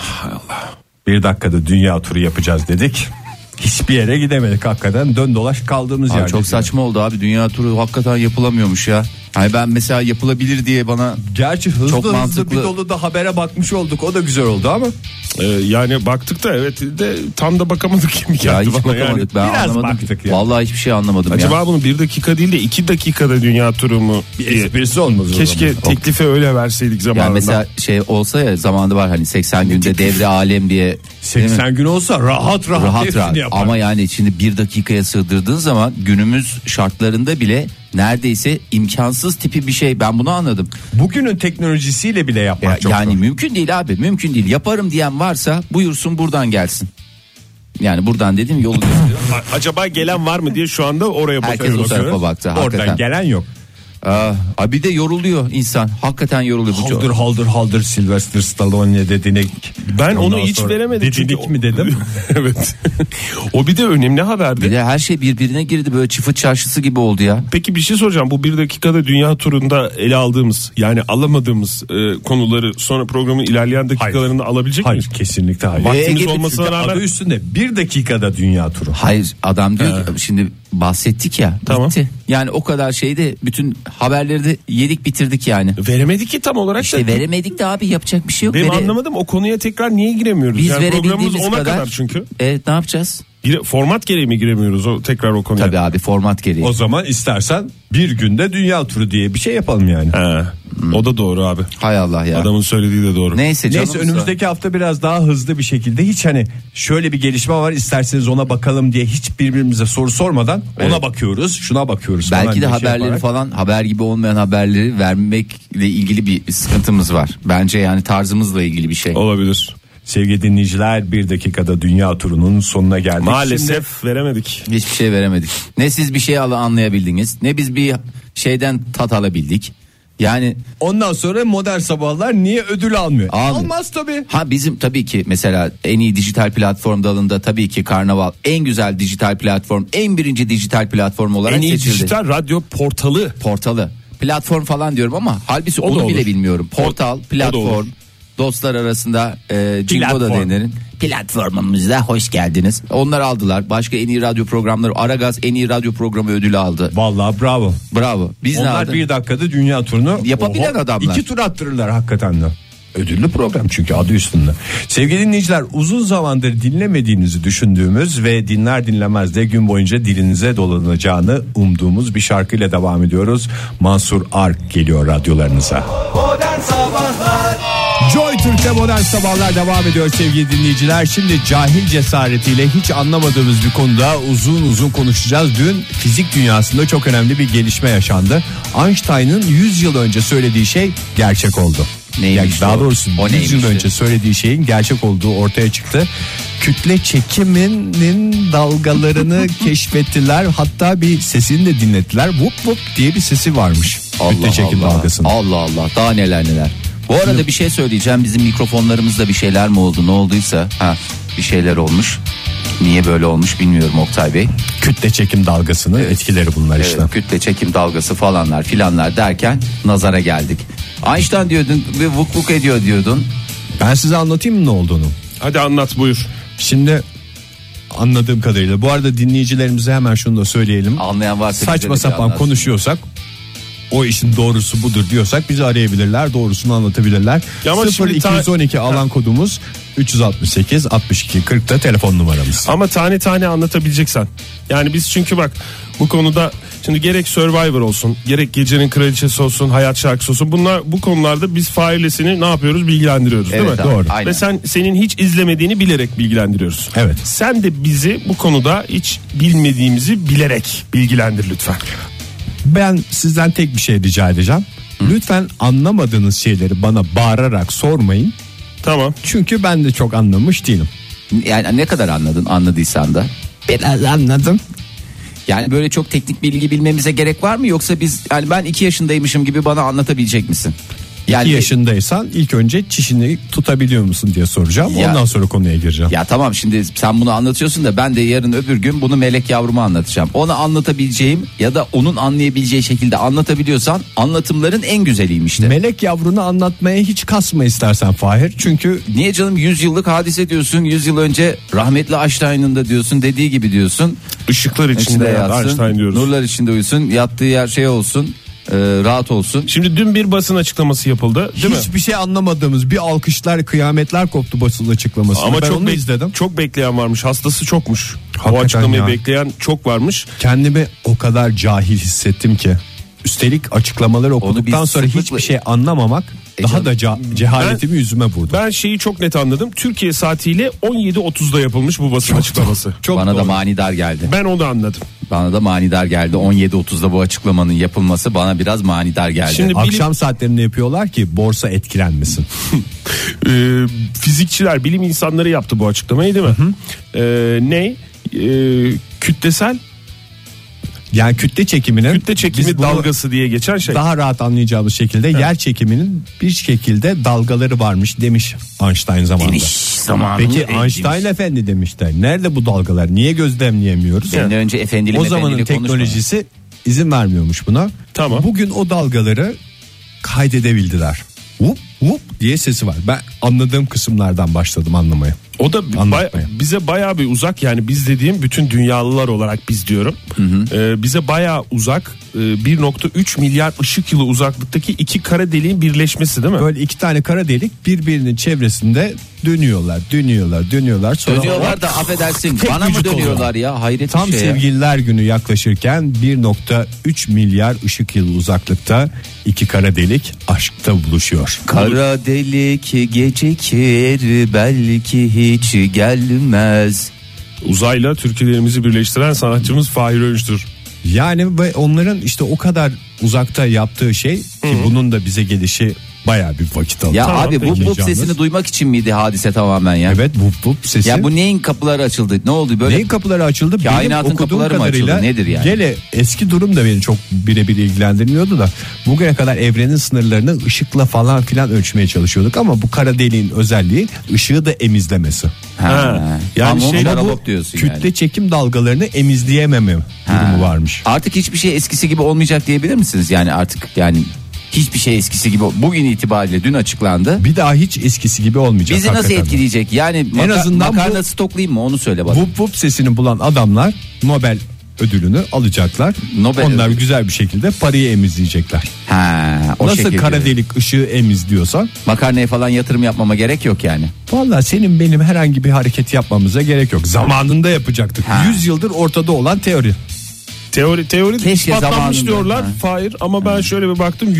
Speaker 6: Bir dakikada dünya turu yapacağız dedik. Hiçbir yere gidemedik hakikaten dön dolaş kaldığımız
Speaker 4: Aa,
Speaker 6: yerde.
Speaker 4: çok saçma oldu abi dünya turu hakikaten yapılamıyormuş ya. Hayır ben mesela yapılabilir diye bana
Speaker 6: Gerçi hızlı
Speaker 4: Çok
Speaker 6: hızlı
Speaker 4: mantıklı.
Speaker 6: bir dolu da habere bakmış olduk. O da güzel oldu ama.
Speaker 5: Ee, yani baktık da evet de tam da bakamadık gibi
Speaker 4: ya
Speaker 5: geldi
Speaker 4: hiç
Speaker 5: bana yani.
Speaker 4: bakamadık ben
Speaker 6: Biraz
Speaker 4: anlamadım.
Speaker 6: baktık ya.
Speaker 4: Vallahi hiçbir şey anlamadım
Speaker 5: Acaba
Speaker 4: ya.
Speaker 5: bunu bir dakika değil de iki dakikada dünya turu mu? diye.
Speaker 6: Esprisi olmaz o
Speaker 5: Keşke teklifi öyle verseydik zamanında.
Speaker 4: Yani mesela şey olsa ya zamanında var hani 80 günde devre alem diye değil mi?
Speaker 6: zaman. 80 gün olsa rahat rahat,
Speaker 4: rahat
Speaker 6: hepsini
Speaker 4: rahat
Speaker 6: yapar.
Speaker 4: ama yani şimdi bir dakikaya sığdırdığın zaman günümüz şartlarında bile neredeyse imkansız tipi bir şey ben bunu anladım.
Speaker 6: Bugünün teknolojisiyle bile yapmak
Speaker 4: Ya-
Speaker 6: çok
Speaker 4: yani
Speaker 6: zor.
Speaker 4: mümkün değil abi mümkün değil yaparım diyen varsa buyursun buradan gelsin. Yani buradan dedim yolu gösteriyorum.
Speaker 5: A- Acaba gelen var mı diye şu anda oraya
Speaker 4: Herkes
Speaker 5: bakıyorum.
Speaker 4: o tarafa baktı
Speaker 6: Oradan
Speaker 4: hakikaten.
Speaker 6: gelen yok.
Speaker 4: Aa, ha bir de yoruluyor insan hakikaten yoruluyor. Bu çok-
Speaker 6: Haldır haldır haldır Sylvester Stallone dedinek.
Speaker 5: Ben onu
Speaker 6: Ondan
Speaker 5: hiç
Speaker 6: sonra
Speaker 5: veremedim çünkü
Speaker 6: Dedinek mi dedim?
Speaker 5: evet. o bir de önemli haberdi.
Speaker 4: Bir de her şey birbirine girdi böyle çıfıt çarşısı gibi oldu ya.
Speaker 5: Peki bir şey soracağım. Bu bir dakikada dünya turunda ele aldığımız yani alamadığımız e, konuları sonra programın ilerleyen dakikalarında alabilecek
Speaker 6: Hayır
Speaker 5: miyiz?
Speaker 6: kesinlikle hayır.
Speaker 4: Vay-
Speaker 5: Vaktimiz
Speaker 4: Ege-
Speaker 5: olmasına
Speaker 6: Çünkü
Speaker 5: rağmen
Speaker 6: adı üstünde bir dakikada dünya turu.
Speaker 4: Hayır adam diyor ki şimdi bahsettik ya
Speaker 5: Tamam.
Speaker 4: bitti. Yani o kadar şeyde bütün haberleri de yedik bitirdik yani.
Speaker 5: veremedi ki tam olarak da.
Speaker 4: İşte veremedik de abi yapacak bir şey yok.
Speaker 5: Benim
Speaker 4: Vere-
Speaker 5: anlamadım o konuya tekrar niye giremiyoruz?
Speaker 4: Biz
Speaker 5: yani programımız
Speaker 4: verebildiğimiz
Speaker 5: ona
Speaker 4: kadar,
Speaker 5: kadar, çünkü.
Speaker 4: Evet E, ne yapacağız?
Speaker 5: Gire- format gereği mi giremiyoruz o tekrar o konuya?
Speaker 4: Tabii abi format gereği.
Speaker 6: O zaman istersen bir günde dünya turu diye bir şey yapalım yani.
Speaker 5: He, o da doğru abi.
Speaker 4: Hay Allah ya.
Speaker 5: Adamın söylediği de doğru.
Speaker 4: Neyse canımız
Speaker 6: Neyse önümüzdeki hafta biraz daha hızlı bir şekilde hiç hani şöyle bir gelişme var isterseniz ona bakalım diye hiç birbirimize soru sormadan ona bakıyoruz şuna bakıyoruz. falan
Speaker 4: Belki de
Speaker 6: diye şey
Speaker 4: haberleri
Speaker 6: yaparak.
Speaker 4: falan haber gibi olmayan haberleri vermekle ilgili bir sıkıntımız var. Bence yani tarzımızla ilgili bir şey.
Speaker 5: Olabilir.
Speaker 6: Sevgili dinleyiciler bir dakikada dünya turunun sonuna geldik.
Speaker 5: Maalesef veremedik.
Speaker 4: Hiçbir şey veremedik. Ne siz bir şey al- anlayabildiniz ne biz bir şeyden tat alabildik. Yani
Speaker 6: Ondan sonra modern sabahlar niye ödül almıyor?
Speaker 4: Almıyor.
Speaker 6: Almaz tabii.
Speaker 4: ha bizim tabii ki mesela en iyi dijital platform dalında tabii ki Karnaval en güzel dijital platform, en birinci dijital platform olarak
Speaker 5: En iyi
Speaker 4: seçildi.
Speaker 5: dijital radyo portalı.
Speaker 4: Portalı. Platform falan diyorum ama halbuki
Speaker 5: da
Speaker 4: onu
Speaker 5: olur.
Speaker 4: bile bilmiyorum. Portal,
Speaker 5: olur.
Speaker 4: platform, dostlar arasında e, Cingo da
Speaker 5: Platform.
Speaker 4: denilen platformumuza hoş geldiniz. Onlar aldılar. Başka en iyi radyo programları Aragaz en iyi radyo programı ödülü aldı.
Speaker 6: Vallahi bravo.
Speaker 4: Bravo. Biz ne
Speaker 6: Onlar
Speaker 4: aldık?
Speaker 6: bir dakikada dünya turunu
Speaker 4: Yapabilen adamlar.
Speaker 6: İki tur attırırlar hakikaten de. Ödüllü program çünkü adı üstünde. Sevgili dinleyiciler uzun zamandır dinlemediğinizi düşündüğümüz ve dinler dinlemez de gün boyunca dilinize dolanacağını umduğumuz bir şarkıyla devam ediyoruz. Mansur Ark geliyor radyolarınıza.
Speaker 2: Modern Sabahlar
Speaker 6: Joy Türk'te modern sabahlar devam ediyor sevgili dinleyiciler. Şimdi cahil cesaretiyle hiç anlamadığımız bir konuda uzun uzun konuşacağız. Dün fizik dünyasında çok önemli bir gelişme yaşandı. Einstein'ın 100 yıl önce söylediği şey gerçek oldu.
Speaker 4: Neymiş
Speaker 6: Yani daha
Speaker 4: o?
Speaker 6: doğrusu
Speaker 4: O
Speaker 6: 100 yıl
Speaker 4: neymişti?
Speaker 6: önce söylediği şeyin gerçek olduğu ortaya çıktı. Kütle çekiminin dalgalarını keşfettiler. Hatta bir sesini de dinlettiler. Vup vup diye bir sesi varmış. kütle çekim
Speaker 4: Allah.
Speaker 6: dalgasının.
Speaker 4: Allah Allah daha neler neler. Bu arada bir şey söyleyeceğim. Bizim mikrofonlarımızda bir şeyler mi oldu? Ne olduysa ha bir şeyler olmuş. Niye böyle olmuş bilmiyorum Oktay Bey.
Speaker 6: Kütle çekim dalgasının etkileri bunlar işte.
Speaker 4: Evet, kütle çekim dalgası falanlar filanlar derken nazara geldik. Einstein diyordun ve vuk vuk ediyor diyordun.
Speaker 6: Ben size anlatayım mı ne olduğunu?
Speaker 5: Hadi anlat buyur.
Speaker 6: Şimdi anladığım kadarıyla bu arada dinleyicilerimize hemen şunu da söyleyelim.
Speaker 4: Anlayan varsa bize de
Speaker 6: Saçma
Speaker 4: bir şey
Speaker 6: sapan
Speaker 4: anlatsın.
Speaker 6: konuşuyorsak o işin doğrusu budur diyorsak bizi arayabilirler doğrusunu anlatabilirler.
Speaker 5: Ya ama şimdi
Speaker 6: 0212 alan kodumuz 368 62 40 da telefon numaramız.
Speaker 5: Ama tane tane anlatabileceksen. Yani biz çünkü bak bu konuda şimdi gerek Survivor olsun, gerek Gecenin Kraliçesi olsun, Hayat Şarkısı olsun. Bunlar bu konularda biz failesini ne yapıyoruz? Bilgilendiriyoruz değil
Speaker 4: Evet
Speaker 5: mi?
Speaker 4: abi, Doğru. aynen.
Speaker 5: Ve sen senin hiç izlemediğini bilerek bilgilendiriyoruz.
Speaker 6: Evet.
Speaker 5: Sen de bizi bu konuda hiç bilmediğimizi bilerek bilgilendir lütfen.
Speaker 6: Ben sizden tek bir şey rica edeceğim. Lütfen anlamadığınız şeyleri bana bağırarak sormayın.
Speaker 5: Tamam.
Speaker 6: Çünkü ben de çok anlamış değilim.
Speaker 4: Yani ne kadar anladın anladıysan da.
Speaker 6: Biraz anladım.
Speaker 4: Yani böyle çok teknik bilgi bilmemize gerek var mı yoksa biz yani ben 2 yaşındaymışım gibi bana anlatabilecek misin? Yani
Speaker 6: 2 yaşındaysan ilk önce çişini tutabiliyor musun diye soracağım.
Speaker 4: Ya.
Speaker 6: Ondan sonra konuya gireceğim.
Speaker 4: Ya tamam şimdi sen bunu anlatıyorsun da ben de yarın öbür gün bunu melek yavruma anlatacağım. Ona anlatabileceğim ya da onun anlayabileceği şekilde anlatabiliyorsan anlatımların en güzeliymiş de.
Speaker 6: Melek yavrunu anlatmaya hiç kasma istersen Fahir. Çünkü
Speaker 4: Niye canım 100 yıllık hadise diyorsun 100 yıl önce rahmetli Einstein'ın da diyorsun dediği gibi diyorsun.
Speaker 5: Işıklar içinde
Speaker 4: İçinde
Speaker 5: ya,
Speaker 4: yatsın
Speaker 5: Einstein diyoruz.
Speaker 4: nurlar içinde uyusun yattığı yer şey olsun e, rahat olsun.
Speaker 5: Şimdi dün bir basın açıklaması yapıldı değil mi?
Speaker 6: Hiçbir şey anlamadığımız bir alkışlar kıyametler koptu basın açıklaması.
Speaker 5: Ama
Speaker 6: ben
Speaker 5: çok
Speaker 6: onu
Speaker 5: bek-
Speaker 6: izledim.
Speaker 5: Çok bekleyen varmış. Hastası çokmuş. o
Speaker 6: Hakikaten
Speaker 5: açıklamayı
Speaker 6: ya.
Speaker 5: bekleyen çok varmış.
Speaker 6: Kendimi o kadar cahil hissettim ki. Üstelik açıklamaları okuduktan
Speaker 4: biz
Speaker 6: sonra
Speaker 4: sıklıkla- E
Speaker 6: hiçbir şey anlamamak daha da ca- cehaletimi yüzüme vurdu.
Speaker 5: Ben şeyi çok net anladım. Türkiye saatiyle 17.30'da yapılmış bu basın açıklaması.
Speaker 6: Çok
Speaker 4: Bana da
Speaker 6: doğru.
Speaker 4: manidar geldi.
Speaker 5: Ben onu anladım.
Speaker 4: Bana da manidar geldi. 17.30'da bu açıklamanın yapılması bana biraz manidar geldi.
Speaker 5: Şimdi bilim-
Speaker 6: Akşam saatlerinde yapıyorlar ki borsa etkilenmesin.
Speaker 5: Ee, fizikçiler, bilim insanları yaptı bu açıklamayı değil mi? Ee, ne? Ee, kütlesel
Speaker 6: Yani kütle çekiminin
Speaker 5: kütle çekimi
Speaker 6: biz bunu
Speaker 5: dalgası diye geçen şey.
Speaker 6: daha rahat anlayacağımız şekilde yer çekiminin bir şekilde dalgaları varmış demiş Einstein zamanında. Peki Einstein efendi demişler. Nerede bu dalgalar? Niye gözlemleyemiyoruz?
Speaker 4: Senin önce efendili
Speaker 6: o zamanın teknolojisi izin vermiyormuş buna.
Speaker 5: Tamam.
Speaker 6: Bugün o dalgaları kaydedebildiler. Vup vup diye sesi var. Ben anladığım kısımlardan başladım anlamaya.
Speaker 5: O da bi-
Speaker 6: Anlatmaya.
Speaker 5: bay- bize bayağı bir uzak yani biz dediğim bütün dünyalılar olarak biz diyorum. Ee, bize bayağı uzak e, 1.3 milyar ışık yılı uzaklıktaki iki kara deliğin birleşmesi değil mi?
Speaker 6: Böyle iki tane kara delik birbirinin çevresinde dönüyorlar, dönüyorlar, dönüyorlar. Sonra
Speaker 4: Dönüyorlar da affedersin
Speaker 6: Tek
Speaker 4: bana mı
Speaker 6: vücut
Speaker 4: dönüyorlar
Speaker 6: olarak.
Speaker 4: ya hayret
Speaker 6: Tam
Speaker 4: bir şey ya.
Speaker 6: sevgililer günü yaklaşırken 1.3 milyar ışık yılı uzaklıkta iki kara delik aşkta buluşuyor.
Speaker 4: Kara delik gecikir belki hiç gelmez.
Speaker 5: Uzayla türkülerimizi birleştiren sanatçımız Fahir Önç'tür.
Speaker 6: Yani ve onların işte o kadar uzakta yaptığı şey ki bunun da bize gelişi baya bir vakit aldı.
Speaker 4: Ya
Speaker 5: Tamam,
Speaker 4: abi bu
Speaker 6: peki.
Speaker 4: bu sesini duymak için miydi hadise tamamen ya?
Speaker 6: Evet vup vup sesi.
Speaker 4: Ya bu neyin kapıları açıldı? Ne oldu böyle?
Speaker 6: Neyin kapıları açıldı? Benim
Speaker 4: Kainatın
Speaker 6: okuduğum
Speaker 4: kapıları mı açıldı?
Speaker 6: kadarıyla
Speaker 4: Nedir yani?
Speaker 6: Gene eski durum da beni çok birebir ilgilendirmiyordu da bugüne kadar evrenin sınırlarını ışıkla falan filan ölçmeye çalışıyorduk ama bu kara deliğin özelliği ışığı da emizlemesi.
Speaker 4: Ha.
Speaker 5: Ha.
Speaker 4: Yani
Speaker 5: Yani
Speaker 4: şey
Speaker 5: şey-
Speaker 4: bu, diyorsun
Speaker 6: Kütle
Speaker 4: yani.
Speaker 6: çekim dalgalarını emizleyememe durumu varmış.
Speaker 4: Artık hiçbir şey eskisi gibi olmayacak diyebilir misiniz? Yani artık yani hiçbir şey eskisi gibi bugün itibariyle dün açıklandı.
Speaker 6: Bir daha hiç eskisi gibi olmayacak.
Speaker 4: Bizi nasıl
Speaker 6: hakikaten.
Speaker 4: etkileyecek? Yani maka-
Speaker 6: azından bu-
Speaker 4: makarna stoklayayım mı onu söyle bana.
Speaker 6: Vup vup sesini bulan adamlar Nobel ödülünü alacaklar.
Speaker 4: Nobel
Speaker 6: Onlar
Speaker 4: ödülü.
Speaker 6: güzel bir şekilde parayı emizleyecekler.
Speaker 4: Ha, o
Speaker 6: Nasıl
Speaker 4: şekilde.
Speaker 6: kara delik ışığı emizliyorsa
Speaker 4: Makarnaya falan yatırım yapmama gerek yok yani.
Speaker 6: Valla senin benim herhangi bir hareket yapmamıza gerek yok. Zamanında yapacaktık.
Speaker 4: Ha.
Speaker 6: 100 yıldır ortada olan teori.
Speaker 5: Teori teori
Speaker 4: Keşke
Speaker 5: ispatlanmış
Speaker 4: zamanında.
Speaker 5: diyorlar
Speaker 4: Ha.
Speaker 5: Fahir ama ben şöyle bir baktım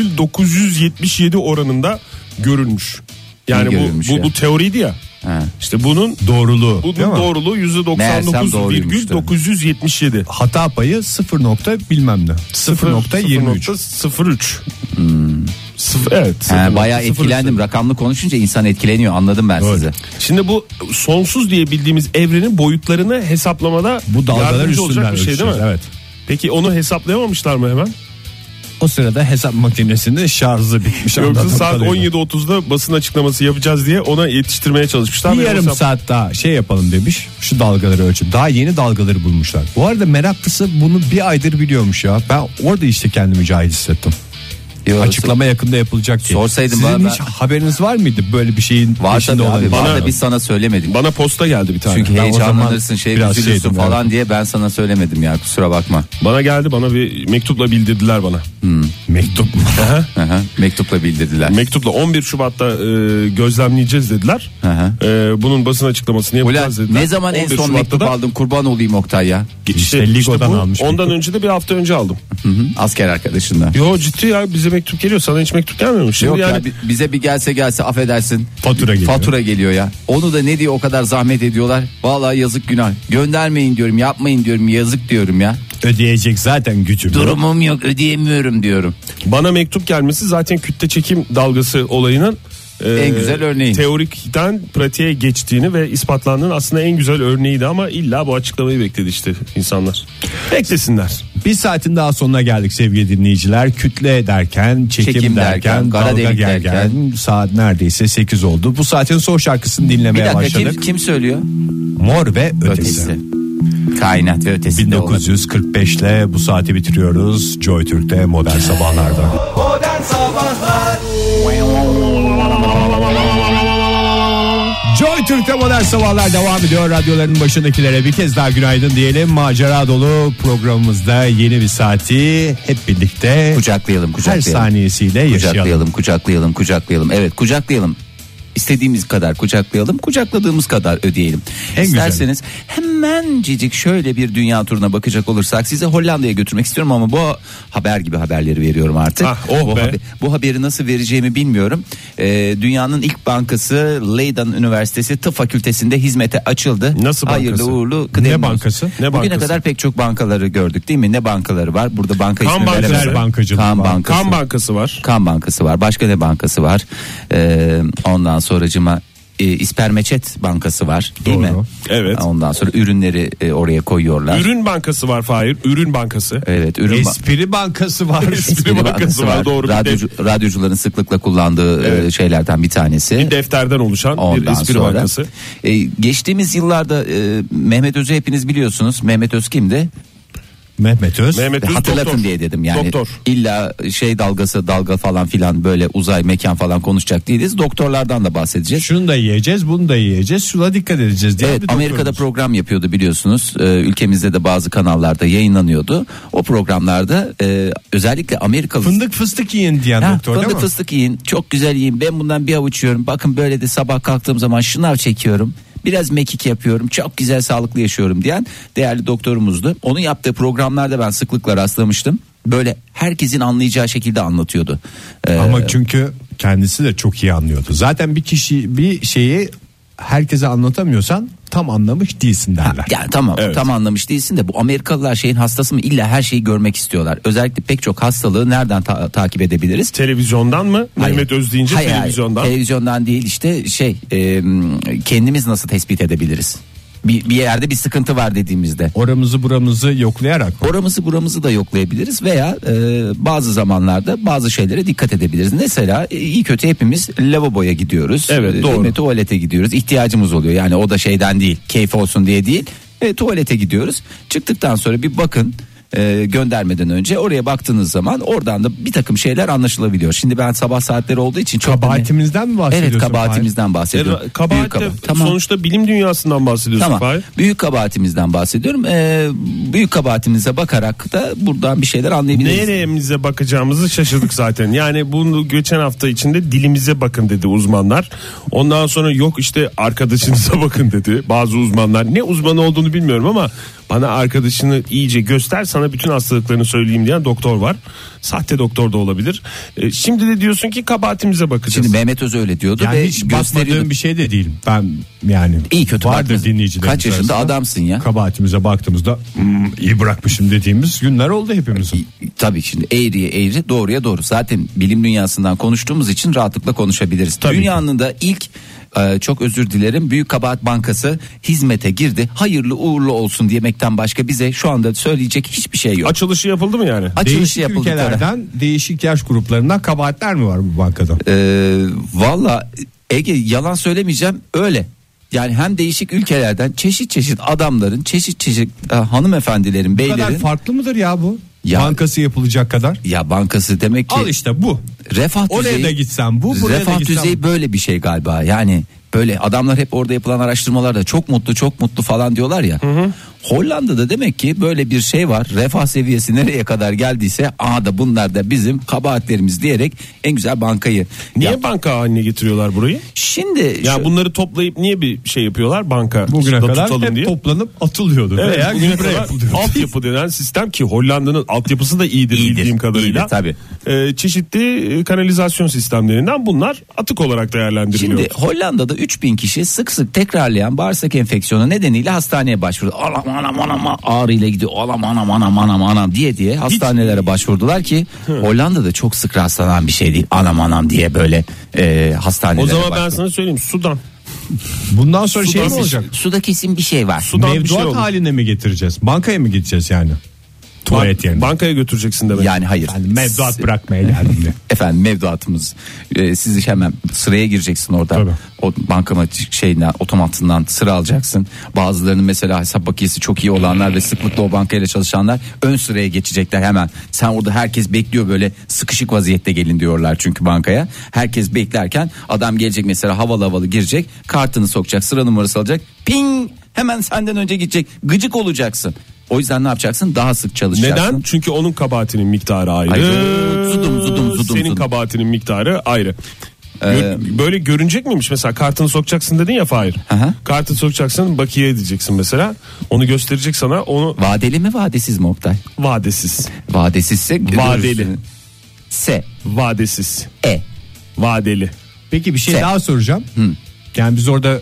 Speaker 5: %99,977 oranında görülmüş. Yani
Speaker 4: İyi
Speaker 5: bu
Speaker 4: görülmüş
Speaker 5: bu,
Speaker 4: ya.
Speaker 5: bu teoriydi ya.
Speaker 4: Ha.
Speaker 5: İşte bunun
Speaker 6: Doğruluğu. değil mi?
Speaker 5: Bunun doğruluğu
Speaker 4: Meğersem doğruymuş da.
Speaker 5: %99,977.
Speaker 6: Hata payı 0 nokta bilmem ne. 0.23.
Speaker 5: 0.03. Sıf- evet.
Speaker 4: Ha,
Speaker 5: 0.03.
Speaker 4: bayağı etkilendim. Rakamlı konuşunca insan etkileniyor anladım ben sizi.
Speaker 5: Şimdi bu sonsuz diye bildiğimiz evrenin boyutlarını hesaplamada
Speaker 6: Bu dalgalar
Speaker 5: yardımcı
Speaker 6: üstünden
Speaker 5: olacak bir şey değil mi?
Speaker 6: ölçüyoruz, Evet.
Speaker 5: Peki onu hesaplayamamışlar mı hemen?
Speaker 6: O sırada hesap makinesinin şarjı bitmiş.
Speaker 5: Yoksa
Speaker 6: anladığım
Speaker 5: saat
Speaker 6: kadarıyla.
Speaker 5: 17.30'da basın açıklaması yapacağız diye ona yetiştirmeye çalışmışlar.
Speaker 6: Bir
Speaker 5: ve
Speaker 6: yarım
Speaker 5: hesap-
Speaker 6: saat daha şey yapalım demiş. Şu dalgaları ölçüp. Daha yeni dalgaları bulmuşlar. Bu arada meraklısı bunu bir aydır biliyormuş ya. Ben orada işte kendimi cahil hissettim.
Speaker 4: Yo,
Speaker 6: Açıklama yakında yapılacak diye.
Speaker 4: Sorsaydın
Speaker 6: Sizin
Speaker 4: bana
Speaker 6: hiç
Speaker 4: ben-
Speaker 6: haberiniz var mıydı böyle bir şeyin
Speaker 4: Var
Speaker 6: peşinde
Speaker 4: tabii
Speaker 6: olan?
Speaker 4: abi. Var
Speaker 5: Bana-
Speaker 4: da biz sana söylemedik.
Speaker 5: Bana posta geldi bir tane.
Speaker 4: Çünkü
Speaker 6: ben o
Speaker 4: heyecanlanırsın
Speaker 6: zaman
Speaker 4: şey
Speaker 6: biraz
Speaker 4: üzülürsün
Speaker 6: şeydim,
Speaker 4: falan diye ben sana söylemedim ya kusura bakma.
Speaker 5: Bana geldi bana bir mektupla bildirdiler bana.
Speaker 4: Hmm.
Speaker 6: Mektup mu?
Speaker 4: Hı hı, Mektupla bildirdiler.
Speaker 5: Mektupla 11 Şubat'ta e, gözlemleyeceğiz dediler.
Speaker 4: Hı hı.
Speaker 5: E, bunun basın açıklamasını yapacağız
Speaker 4: Ulan,
Speaker 5: dediler.
Speaker 4: ne zaman en son
Speaker 5: 11 Şubat'ta
Speaker 4: mektup
Speaker 5: da-
Speaker 4: aldın kurban olayım Oktay ya.
Speaker 5: İşte,
Speaker 6: İşte
Speaker 5: işte
Speaker 6: Ligo'dan
Speaker 5: bu,
Speaker 6: almış
Speaker 5: Ondan
Speaker 6: mektup.
Speaker 5: önce de bir hafta önce aldım.
Speaker 4: Hı, Asker arkadaşından.
Speaker 5: Yo ciddi ya bize mektup geliyor. Sana hiç mektup gelmiyor mu? Şimdi
Speaker 4: Yok
Speaker 5: yani
Speaker 4: ya bi- bize bir gelse gelse affedersin.
Speaker 6: Fatura geliyor.
Speaker 4: Fatura geliyor ya. Onu da ne diye o kadar zahmet ediyorlar. Vallahi yazık günah. Göndermeyin diyorum yapmayın diyorum yazık diyorum ya.
Speaker 6: Ödeyecek zaten gücüm. yok.
Speaker 4: Durumum yok ödeyemiyorum diyorum.
Speaker 5: bana mektup gelmesi zaten kütle çekim dalgası olayının e,
Speaker 4: En güzel örneği.
Speaker 5: Teorikten pratiğe geçtiğini ve ispatlandığının aslında en güzel örneğiydi ama illa bu açıklamayı bekledi işte insanlar. Beklesinler.
Speaker 6: Bir saatin daha sonuna geldik sevgili dinleyiciler. Kütle derken, çekim,
Speaker 4: Çekim
Speaker 6: derken,
Speaker 4: derken, kara
Speaker 6: dalga
Speaker 4: delik
Speaker 6: gergen
Speaker 4: derken.
Speaker 6: saat neredeyse 8 oldu. Bu saatin son şarkısını
Speaker 4: Bir
Speaker 6: dinlemeye
Speaker 4: dakika
Speaker 6: başladık.
Speaker 4: kim, kim söylüyor?
Speaker 6: Mor ve ötesi.
Speaker 4: Ötesi. Kainat ve ötesi.
Speaker 6: 1945 ile bu saati bitiriyoruz. Joy Türk'te modern sabahlarda.
Speaker 2: Modern Sabahlar
Speaker 6: Joy Türk'te modern sabahlar devam ediyor. Radyoların başındakilere bir kez daha günaydın diyelim. Macera dolu programımızda yeni bir saati hep birlikte
Speaker 4: Kucaklayalım
Speaker 6: her
Speaker 4: kucaklayalım.
Speaker 6: saniyesiyle yaşayalım.
Speaker 4: Kucaklayalım, kucaklayalım, kucaklayalım. Evet, kucaklayalım. İstediğimiz kadar kucaklayalım, kucakladığımız kadar ödeyelim.
Speaker 6: En güzeli.
Speaker 4: İsterseniz hemencecik şöyle bir dünya turuna bakacak olursak sizi Hollanda'ya götürmek istiyorum ama bu haber gibi haberleri veriyorum artık.
Speaker 5: Ah, oh
Speaker 4: bu,
Speaker 5: be.
Speaker 4: bu haberi nasıl vereceğimi bilmiyorum. Ee, dünyanın ilk bankası Leiden Üniversitesi Tıp Fakültesi'nde hizmete açıldı.
Speaker 5: Nasıl bankası?
Speaker 4: Hayırlı uğurlu.
Speaker 6: Ne bankası? Ne
Speaker 4: Ne Bugüne
Speaker 5: bankası?
Speaker 4: kadar pek çok bankaları gördük değil mi? Ne bankaları var? Burada banka
Speaker 5: Kan
Speaker 4: ismi
Speaker 5: bankası.
Speaker 4: veremem.
Speaker 6: Bankacılık
Speaker 4: Kan
Speaker 6: var.
Speaker 4: bankası.
Speaker 5: Kan bankası var.
Speaker 4: Kan bankası var. Başka ne bankası var? Ee, ondan sonracıma e, İspermeçet bankası var değil
Speaker 6: Doğru.
Speaker 4: mi?
Speaker 5: Evet.
Speaker 4: Ondan sonra ürünleri e, oraya koyuyorlar.
Speaker 5: Ürün bankası var Fahir. Ürün bankası.
Speaker 4: Evet ürün ba-
Speaker 6: Espri bankası var.
Speaker 5: Espri bankası var, doğru. Bir
Speaker 4: Radyocu- radyocuların sıklıkla kullandığı e, şeylerden bir tanesi.
Speaker 5: Bir defterden oluşan bir
Speaker 4: Ondan
Speaker 5: espri
Speaker 4: sonra
Speaker 5: bankası.
Speaker 4: e, geçtiğimiz yıllarda e, Mehmet Öz'ü hepiniz biliyorsunuz. Mehmet Öz kimdi?
Speaker 6: Mehmet Öz.
Speaker 5: Mehmet Öz
Speaker 4: Hatırlatın
Speaker 5: doktor.
Speaker 4: diye dedim yani.
Speaker 5: Doktor.
Speaker 4: İlla şey dalgası dalga falan filan böyle uzay mekan falan konuşacak değiliz. Doktorlardan da bahsedeceğiz.
Speaker 6: Şunu da yiyeceğiz, bunu da yiyeceğiz. Şuna dikkat edeceğiz diye.
Speaker 4: Evet
Speaker 6: bir
Speaker 4: Amerika'da
Speaker 6: doktorumuz.
Speaker 4: program yapıyordu biliyorsunuz. Ee, ülkemizde de bazı kanallarda yayınlanıyordu. O programlarda e, özellikle Amerikalı
Speaker 6: fındık fıstık yiyin diyen
Speaker 4: Ha,
Speaker 6: doktor
Speaker 4: fındık
Speaker 6: değil mi?
Speaker 4: fıstık yiyin çok güzel yiyin ben bundan bir avuç yiyorum bakın böyle de sabah kalktığım zaman şınav çekiyorum biraz mekik yapıyorum çok güzel sağlıklı yaşıyorum diyen değerli doktorumuzdu onun yaptığı programlarda ben sıklıkla rastlamıştım böyle herkesin anlayacağı şekilde anlatıyordu Ee,
Speaker 6: Ama çünkü kendisi de çok iyi anlıyordu. Zaten bir kişi bir şeyi herkese anlatamıyorsan tam anlamış değilsin derler.
Speaker 4: Yani tamam
Speaker 5: Evet.
Speaker 4: tam anlamış değilsin de bu Amerikalılar şeyin hastası mı illa her şeyi görmek istiyorlar. Özellikle pek çok hastalığı nereden ta- takip edebiliriz?
Speaker 5: Televizyondan mı?
Speaker 4: Hayır.
Speaker 5: Mehmet Öz deyince
Speaker 4: Hayır, hayır.
Speaker 5: televizyondan.
Speaker 4: Televizyondan değil işte şey e, kendimiz nasıl tespit edebiliriz? Bir, bir yerde bir sıkıntı var dediğimizde.
Speaker 6: Oramızı buramızı yoklayarak
Speaker 4: Oramızı buramızı da yoklayabiliriz veya e, bazı zamanlarda bazı şeylere dikkat edebiliriz. Mesela e, iyi kötü hepimiz lavaboya gidiyoruz.
Speaker 5: Evet,
Speaker 4: E, değil
Speaker 5: doğru.
Speaker 4: mi? Tuvalete gidiyoruz. İhtiyacımız oluyor. Yani o da şeyden değil. Keyif olsun diye değil. E, tuvalete gidiyoruz. Çıktıktan sonra bir bakın e, göndermeden önce oraya baktığınız zaman oradan da bir takım şeyler anlaşılabiliyor. Şimdi ben sabah saatleri olduğu için çok hani-
Speaker 6: kabahatimizden mi bahsediyorsun?
Speaker 4: Evet kabahatimizden bahsediyorum.
Speaker 5: E, kabahat
Speaker 4: Büyük
Speaker 5: de-
Speaker 4: kabahat. Tamam.
Speaker 5: sonuçta bilim dünyasından bahsediyorsun
Speaker 4: Tamam.
Speaker 5: Fahir.
Speaker 4: Büyük kabahatimizden bahsediyorum. Ee, büyük kabahatimize bakarak da buradan bir şeyler anlayabiliriz.
Speaker 5: Neremize bakacağımızı şaşırdık zaten. Yani bunu geçen hafta içinde dilimize bakın dedi uzmanlar. Ondan sonra yok işte arkadaşınıza bakın dedi bazı uzmanlar. Ne uzmanı olduğunu bilmiyorum ama bana arkadaşını iyice göster sana bütün hastalıklarını söyleyeyim diyen doktor var. Sahte doktor da olabilir. E, şimdi de diyorsun ki kabahatimize bakacağız.
Speaker 4: Şimdi Mehmet Öz öyle diyordu
Speaker 6: Yani
Speaker 4: ve
Speaker 6: hiç
Speaker 4: gösteriyordu.
Speaker 6: bakmadığım bir şey de değil. Ben yani
Speaker 4: İyi kötü
Speaker 6: vardır
Speaker 4: bakmasın.
Speaker 6: dinleyicilerimiz
Speaker 4: Kaç yaşında
Speaker 6: arasında.
Speaker 4: adamsın ya.
Speaker 6: Kabahatimize baktığımızda "Hmm, iyi bırakmışım dediğimiz günler oldu hepimizin.
Speaker 4: Tabii şimdi eğriye eğri doğruya doğru. Zaten bilim dünyasından konuştuğumuz için rahatlıkla konuşabiliriz. Dünyanın da ilk e, çok özür dilerim Büyük Kabahat Bankası hizmete girdi. Hayırlı uğurlu olsun diyemekten başka bize şu anda söyleyecek hiçbir şey yok.
Speaker 5: Açılışı yapıldı mı yani?
Speaker 4: Açılışı
Speaker 6: Değişik
Speaker 4: yapıldı. tabii.
Speaker 6: ülkelerden değişik yaş gruplarından kabahatler mi var bu bankada?
Speaker 4: Ee, Valla Ege yalan söylemeyeceğim öyle. Yani hem değişik ülkelerden çeşit çeşit adamların, çeşit çeşit e, hanımefendilerin,
Speaker 6: Bu kadar
Speaker 4: beylerin
Speaker 6: farklı mıdır ya bu?
Speaker 4: Ya-
Speaker 6: Bankası yapılacak kadar.
Speaker 4: ya bankası demek ki
Speaker 6: Al işte bu.
Speaker 4: refah
Speaker 6: Oraya
Speaker 4: düzeyi
Speaker 6: da gitsen bu, buraya da
Speaker 4: refah
Speaker 6: gitsen
Speaker 4: düzeyi
Speaker 6: bu.
Speaker 4: böyle bir şey galiba. Yani böyle adamlar hep orada yapılan araştırmalarda çok mutlu, çok mutlu falan diyorlar ya. Hollanda'da demek ki böyle bir şey var. Refah seviyesi nereye kadar geldiyse, aa da bunlar da bizim kabahatlerimiz diyerek en güzel bankayı.
Speaker 5: Niye
Speaker 4: Ya
Speaker 5: banka haline getiriyorlar burayı?
Speaker 4: şimdi
Speaker 5: Ya
Speaker 4: şu-
Speaker 5: bunları toplayıp niye bir şey yapıyorlar banka?
Speaker 6: Bugüne
Speaker 5: da
Speaker 6: kadar
Speaker 5: tutalım
Speaker 6: hep
Speaker 5: diye?
Speaker 6: toplanıp atılıyordu.
Speaker 5: Evet,
Speaker 6: Veya
Speaker 5: bugüne
Speaker 6: gübre
Speaker 5: kadar
Speaker 6: yapılıyordu.
Speaker 5: altyapı denen sistem ki Hollanda'nın altyapısı da iyidir,
Speaker 4: İyidir,
Speaker 5: bildiğim kadarıyla.
Speaker 4: iyidir, tabii.
Speaker 5: Ee, çeşitli e, kanalizasyon sistemlerinden bunlar atık olarak değerlendiriliyor.
Speaker 4: Şimdi Hollanda'da 3000 kişi sık sık tekrarlayan bağırsak enfeksiyonu nedeniyle hastaneye başvurdu. Alam anam anam ağrıyla gidiyor. Alam anam anam anam anam diye diye hastanelere başvurdular ki Hollanda'da çok sık rastlanan bir şey değil. Anam anam diye böyle e, hastanelere
Speaker 5: o zaman ben
Speaker 4: başvurdu.
Speaker 5: sana söyleyeyim Sudan.
Speaker 6: Bundan sonra şey mi
Speaker 5: Sudan-
Speaker 6: olacak?
Speaker 4: Suda kesin bir şey var.
Speaker 5: Sudan bir
Speaker 6: Mevduat
Speaker 5: şey oldu.
Speaker 6: haline mi getireceğiz? Bankaya mı gideceğiz yani? Tuvalet yerine.
Speaker 5: Bankaya götüreceksin demek.
Speaker 4: Yani hayır.
Speaker 6: Yani mevduat bırakmaya geldim diye.
Speaker 4: Efendim mevduatımız. Ee, siz iş hemen sıraya gireceksin orada.
Speaker 5: Tabii.
Speaker 4: O bankamatik şeyinden otomatından sıra alacaksın. Bazılarının mesela hesap bakiyesi çok iyi olanlar ve sıklıkla o bankayla çalışanlar ön sıraya geçecekler hemen. Sen orada herkes bekliyor böyle sıkışık vaziyette gelin diyorlar çünkü bankaya. Herkes beklerken adam gelecek mesela havalı havalı girecek. Kartını sokacak sıra numarası alacak. Ping hemen senden önce gidecek. Gıcık olacaksın. O yüzden ne yapacaksın? Daha sık çalışacaksın.
Speaker 5: Neden? Çünkü onun kabahatinin miktarı ayrı.
Speaker 4: Ayrı. Zudum, zudum, zudum,
Speaker 5: Senin
Speaker 4: zudum.
Speaker 5: kabahatinin miktarı ayrı.
Speaker 4: Ee,
Speaker 5: Gör- Böyle görünecek miymiş mesela kartını sokacaksın dedin ya Fahir.
Speaker 4: Aha.
Speaker 5: Kartını sokacaksın bakiye edeceksin mesela. Onu gösterecek sana onu
Speaker 4: Vadeli mi vadesiz mi Oktay?
Speaker 5: vadesiz.
Speaker 4: Vadesizse
Speaker 5: Vadeli.
Speaker 4: görürsün. S
Speaker 5: Vadesiz.
Speaker 4: E
Speaker 5: Vadeli.
Speaker 6: Peki bir şey
Speaker 4: Sen-
Speaker 6: daha soracağım. Yani biz orada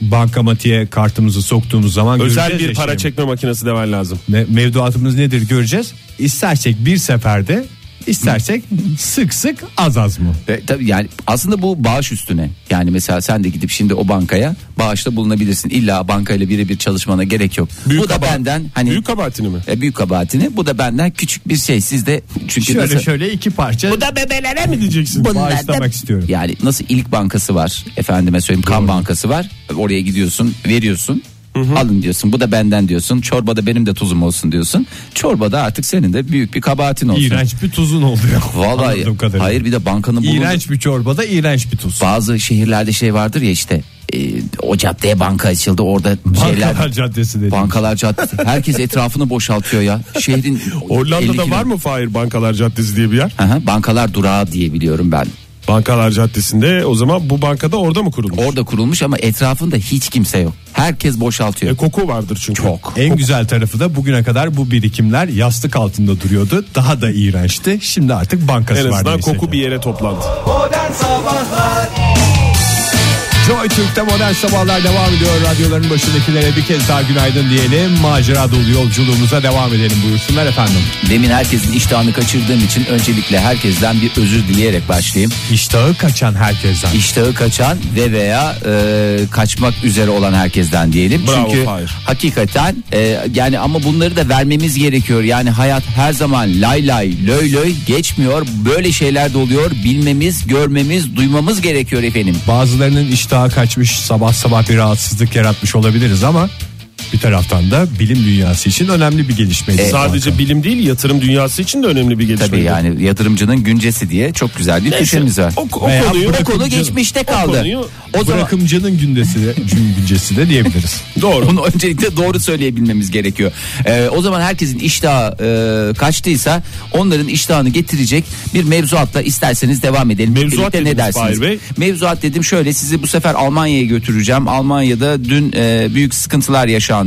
Speaker 6: bankamatiğe kartımızı soktuğumuz zaman
Speaker 5: Özel
Speaker 6: göreceğiz
Speaker 5: bir
Speaker 6: ya
Speaker 5: para
Speaker 6: şimdi.
Speaker 5: çekme makinesi demen lazım.
Speaker 6: Me- mevduatımız nedir göreceğiz. İstersek bir seferde E, istersek sık sık az az mı?
Speaker 4: E, tabii yani aslında bu bağış üstüne. Yani mesela sen de gidip şimdi o bankaya bağışta bulunabilirsin. İlla bankayla birebir çalışmana gerek yok.
Speaker 5: Büyük
Speaker 4: bu da
Speaker 5: kabahat.
Speaker 4: benden hani
Speaker 5: Büyük kabahatini mi?
Speaker 4: e, büyük kabahatini. Bu da benden küçük bir şey. Siz de çünkü
Speaker 6: Şöyle
Speaker 4: nasıl-
Speaker 6: şöyle iki parça.
Speaker 4: Bu da bebelere
Speaker 5: Ne diyeceksin?
Speaker 4: Bunlar da-
Speaker 6: Bağışlamak istiyorum.
Speaker 4: Yani nasıl ilk bankası var efendime söyleyeyim kan bankası var. Oraya gidiyorsun veriyorsun. Alın diyorsun bu da benden diyorsun çorbada benim de tuzum olsun diyorsun çorbada artık senin de büyük bir kabahatin olsun.
Speaker 6: İğrenç bir tuzun oluyor.
Speaker 4: Vallahi
Speaker 6: Anladığım kadarıyla.
Speaker 4: hayır bir de bankanın bulunduğu
Speaker 6: İğrenç bir çorbada iğrenç bir tuz.
Speaker 4: bazı şehirlerde şey vardır ya işte e, o caddeye banka açıldı orada şeyler
Speaker 6: Bankalar Caddesi dedi.
Speaker 4: bankalar caddesi herkes etrafını boşaltıyor ya şehrin 50
Speaker 5: Hollanda'da
Speaker 4: kilo-
Speaker 5: var mı Fahir Bankalar Caddesi diye bir yer?
Speaker 4: Aha, bankalar durağı diye biliyorum ben
Speaker 5: Bankalar Caddesi'nde o zaman bu bankada orada mı kurulmuş?
Speaker 4: orada kurulmuş ama etrafında hiç kimse yok herkes boşaltıyor
Speaker 5: E, koku vardır çünkü.
Speaker 4: Çok.
Speaker 6: En güzel tarafı da bugüne kadar bu birikimler yastık altında duruyordu. Daha da iğrençti. Şimdi artık bankası
Speaker 5: En
Speaker 6: var.
Speaker 5: azından
Speaker 6: neyse
Speaker 5: koku
Speaker 6: ki.
Speaker 5: bir yere toplandı.
Speaker 2: Modern Sabahlar
Speaker 6: Joy Türk'te modern sabahlar devam ediyor. Radyoların başındakilere bir kez daha günaydın diyelim. Macera dolu yolculuğumuza devam edelim buyursunlar efendim.
Speaker 4: demin herkesin iştahını kaçırdığım için öncelikle herkesten bir özür dileyerek başlayayım
Speaker 6: İştahı kaçan herkesten.
Speaker 4: iştahı kaçan ve veya e, kaçmak üzere olan herkesten diyelim.
Speaker 5: Bravo,
Speaker 4: Çünkü
Speaker 5: Fahir.
Speaker 4: hakikaten e, yani ama bunları da vermemiz gerekiyor. Yani hayat her zaman lay lay löy löy geçmiyor. Böyle şeyler de oluyor. Bilmemiz, görmemiz, duymamız gerekiyor efendim.
Speaker 6: Bazılarının iştahı kaçmış sabah sabah bir rahatsızlık yaratmış olabiliriz ama bir taraftan da bilim dünyası için önemli bir gelişmeydi.
Speaker 4: E,
Speaker 5: Sadece bilim değil yatırım dünyası için de önemli bir gelişme.
Speaker 4: Ee, Tabii yani yatırımcının güncesi diye çok güzel bir köşemiz var.
Speaker 5: O, o
Speaker 6: Veya
Speaker 5: konuyu,
Speaker 4: O konu
Speaker 5: Canım,
Speaker 4: geçmişte
Speaker 5: o
Speaker 4: kaldı.
Speaker 5: konuyu-
Speaker 4: O zaman
Speaker 6: Bırakımcının gündesi de, gün güncesi de diyebiliriz.
Speaker 5: doğru.
Speaker 4: Bunu öncelikle doğru söyleyebilmemiz gerekiyor. Ee, o zaman herkesin iştahı e, kaçtıysa onların iştahını getirecek bir mevzuatla isterseniz devam edelim.
Speaker 5: Mevzuat
Speaker 4: Birlikte ne
Speaker 5: dediniz
Speaker 4: dersiniz?
Speaker 5: Fahir Bey.
Speaker 4: Mevzuat dedim şöyle sizi bu sefer Almanya'ya götüreceğim. Almanya'da dün e, büyük sıkıntılar yaşandı.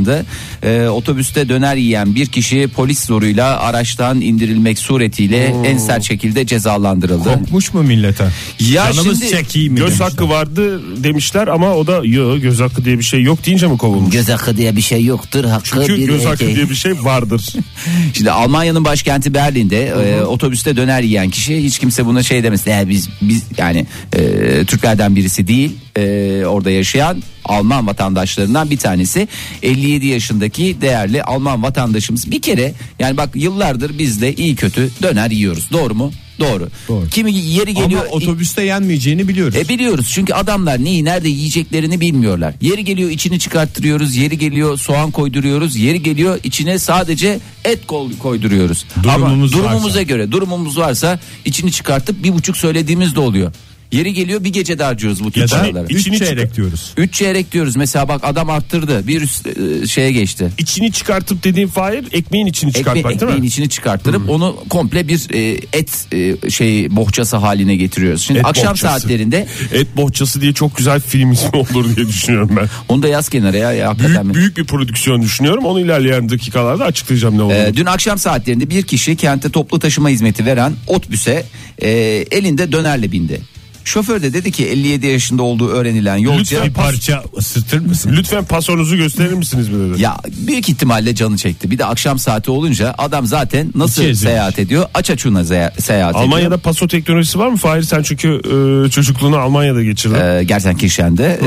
Speaker 4: E, otobüste döner yiyen bir kişi polis zoruyla araçtan indirilmek suretiyle en sert şekilde cezalandırıldı.
Speaker 6: Kopmuş mu millete?
Speaker 4: Ya
Speaker 6: Canımız
Speaker 4: şimdi-
Speaker 6: çekeyim mi
Speaker 5: Göz
Speaker 6: demişler.
Speaker 5: hakkı vardı demişler ama o da yo göz hakkı diye bir şey yok deyince mi kovulmuş?
Speaker 4: Göz hakkı diye bir şey yoktur. Hakkı
Speaker 5: Çünkü
Speaker 4: bir
Speaker 5: göz hakkı
Speaker 4: erkeğin.
Speaker 5: diye bir şey vardır.
Speaker 4: Şimdi Almanya'nın başkenti Berlin'de e, otobüste döner yiyen kişi hiç kimse buna şey demesin. "Ya biz biz yani e, Türklerden birisi değil e, orada yaşayan Alman vatandaşlarından bir tanesi 57 yaşındaki değerli Alman vatandaşımız bir kere yani bak yıllardır biz de iyi kötü döner yiyoruz doğru mu? Doğru.
Speaker 6: Doğru.
Speaker 4: Kimi yeri geliyor
Speaker 6: Ama otobüste yenmeyeceğini biliyoruz.
Speaker 4: e biliyoruz çünkü adamlar neyi nerede yiyeceklerini bilmiyorlar. Yeri geliyor içini çıkarttırıyoruz, yeri geliyor soğan koyduruyoruz, yeri geliyor içine sadece et kol koyduruyoruz.
Speaker 6: Durumumuz
Speaker 4: Ama durumumuza
Speaker 6: varsa.
Speaker 4: göre durumumuz varsa içini çıkartıp bir buçuk söylediğimiz de oluyor. Yeri geliyor bir gece de harcıyoruz bu tür
Speaker 6: ya da
Speaker 4: paraları.
Speaker 5: iç-
Speaker 6: üç
Speaker 5: İçini
Speaker 6: çeyrek
Speaker 5: çıkar-
Speaker 6: diyoruz.
Speaker 4: Üç çeyrek diyoruz mesela bak adam arttırdı bir üst e, şeye geçti.
Speaker 5: İçini çıkartıp dediğin Fahir ekmeğin içini
Speaker 4: Ekme-
Speaker 5: çıkartmak değil
Speaker 4: ekmeğin
Speaker 5: mi? Hmm.
Speaker 4: içini çıkarttırıp onu komple bir e, et e, şey bohçası haline getiriyoruz. Şimdi
Speaker 5: Et
Speaker 4: akşam
Speaker 5: bohçası.
Speaker 4: saatlerinde
Speaker 5: Et bohçası diye çok güzel film ismi olur diye düşünüyorum ben.
Speaker 4: onu da yaz kenara ya, ya hakikaten.
Speaker 5: Büyük, büyük bir prodüksiyon düşünüyorum. Onu ilerleyen dakikalarda açıklayacağım ne olduğunu.
Speaker 4: Ee, dün akşam saatlerinde bir kişi kente toplu taşıma hizmeti veren otbüse e, elinde dönerle bindi. Şoför de dedi ki 57 yaşında olduğu öğrenilen yolcu
Speaker 5: Lütfen
Speaker 6: Bir parça ısıtır mısın?
Speaker 5: Lütfen pasonuzu gösterir misiniz mi dedi.
Speaker 4: ya büyük ihtimalle canı çekti. Bir de akşam saati olunca adam zaten nasıl
Speaker 6: İçi ezilmiş.
Speaker 4: seyahat ediyor? Aç açuna ze- seyahat
Speaker 5: Almanya'da
Speaker 4: ediyor.
Speaker 5: paso teknolojisi var mı Fahir? Sen çünkü e, çocukluğunu Almanya'da geçirdin.
Speaker 4: e, Ee, Gerzenkirchen'de.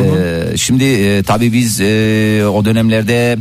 Speaker 4: Ee, şimdi e, tabii biz e, o e, dönemlerde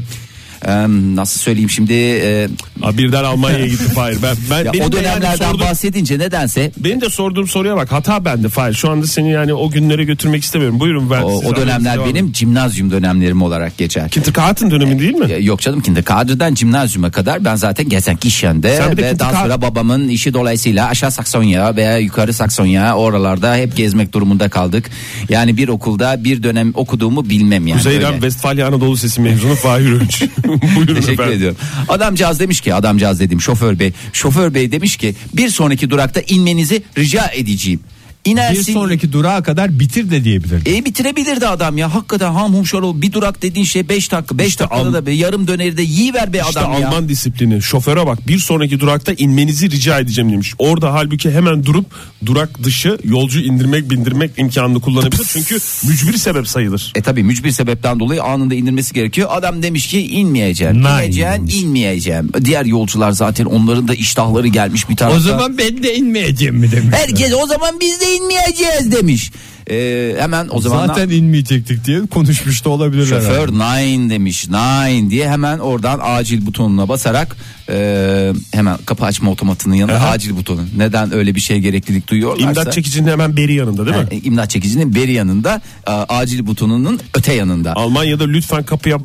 Speaker 4: e, nasıl söyleyeyim şimdi e,
Speaker 5: Aa, birden Almanya'ya gitti Fahir. Ben, ben,
Speaker 4: ya
Speaker 5: benim
Speaker 4: o
Speaker 5: de yani
Speaker 4: dönemlerden
Speaker 5: sorduğum-
Speaker 4: bahsedince nedense
Speaker 5: Benim de sorduğum soruya bak hata bende Fahir. Şu anda seni yani o günlere götürmek istemiyorum. Buyurun ben
Speaker 4: o,
Speaker 5: siz
Speaker 4: o dönemler
Speaker 5: aranızda
Speaker 4: benim cimnazyum dönemlerim olarak geçer.
Speaker 5: Kindergarten dönemi değil mi?
Speaker 4: Ya Yok canım kindergarten'dan cimnazyuma kadar ben zaten
Speaker 5: Sen
Speaker 4: Gelsenkirchen'de
Speaker 5: bir de
Speaker 4: ve daha
Speaker 5: kindergarten-
Speaker 4: sonra babamın işi dolayısıyla aşağı Saksonya veya yukarı Saksonya oralarda hep gezmek durumunda kaldık. Yani bir okulda bir dönem okuduğumu bilmem yani.
Speaker 5: Kuzeyden
Speaker 4: öyle.
Speaker 5: Westfalia Anadolu Sesi mezunu Fahir Önç. Buyurun
Speaker 4: Teşekkür
Speaker 5: efendim.
Speaker 4: ediyorum. Adamcağız demiş ki adamcağız dedim şoför bey. Şoför bey demiş ki bir sonraki durakta inmenizi rica edeceğim.
Speaker 6: Bir
Speaker 4: İnersin.
Speaker 6: sonraki durağa kadar bitir de diyebilir.
Speaker 4: E bitirebilirdi adam ya. Hakikaten ham hum şarol bir durak dediğin şey 5 dakika. 5 dakikada
Speaker 5: Al-
Speaker 4: da be, yarım döneri de yiyiver be
Speaker 5: İşte
Speaker 4: adam ya.
Speaker 5: Alman disiplini. Şoföre bak bir sonraki durakta inmenizi rica edeceğim demiş. Orada halbuki hemen durup durak dışı yolcu indirmek bindirmek imkanını kullanabilir. Çünkü mücbir sebep sayılır.
Speaker 4: E tabi mücbir sebepten dolayı anında indirmesi gerekiyor. Adam demiş ki inmeyeceğim.
Speaker 6: Nein
Speaker 4: İneceğim,
Speaker 6: demiş.
Speaker 4: inmeyeceğim. Diğer yolcular zaten onların da iştahları gelmiş bir tarafta.
Speaker 6: O zaman ben de inmeyeceğim mi demiş.
Speaker 4: herkes o zaman biz de inmeyeceğiz demiş. E, hemen o zaman
Speaker 6: Zaten inmeyecektik diye konuşmuş da olabilirler.
Speaker 4: şoför nine demiş nine diye hemen oradan acil butonuna basarak e, hemen kapı açma otomatının yanında
Speaker 5: Aha.
Speaker 4: acil butonu. Neden öyle bir şey gereklilik duyuyorlarsa.
Speaker 5: İmdat çekicinin hemen beri yanında değil mi?
Speaker 4: E, imdat çekicinin beri yanında e, acil butonunun öte yanında.
Speaker 5: Almanya'da lütfen kapıya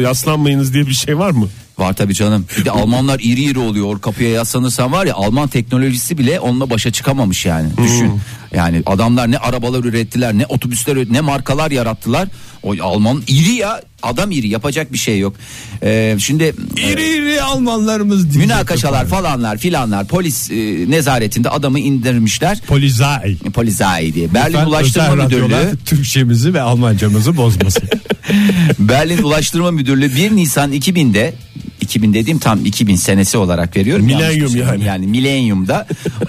Speaker 5: yaslanmayınız diye bir şey var mı?
Speaker 4: Var tabii canım. Bir de Almanlar iri iri oluyor. Kapıya yaslanırsan var ya Alman teknolojisi bile onunla başa çıkamamış yani.
Speaker 5: Hmm.
Speaker 4: Düşün. Yani adamlar ne arabalar ürettiler, ne otobüsler üret- ne markalar yarattılar. O Alman iri ya. Adam iri yapacak bir şey yok. Ee, şimdi
Speaker 6: İri iri Almanlarımız diyecek.
Speaker 4: münakaşalar falanlar filanlar polis e, nezaretinde adamı indirmişler.
Speaker 6: Polizei.
Speaker 4: Polizai diye. Berlin
Speaker 6: Lütfen
Speaker 4: Ulaştırma
Speaker 6: özel
Speaker 4: Müdürlüğü.
Speaker 6: radyolar Türkçemizi ve Almancamızı bozmasın.
Speaker 4: Berlin Ulaştırma Müdürlüğü 1 Nisan 2000'de 2000 dediğim tam 2000 senesi olarak veriyorum.
Speaker 5: Milenyum
Speaker 4: Yanlış düşünüyorum.
Speaker 5: yani.
Speaker 4: Yani milenyumda e,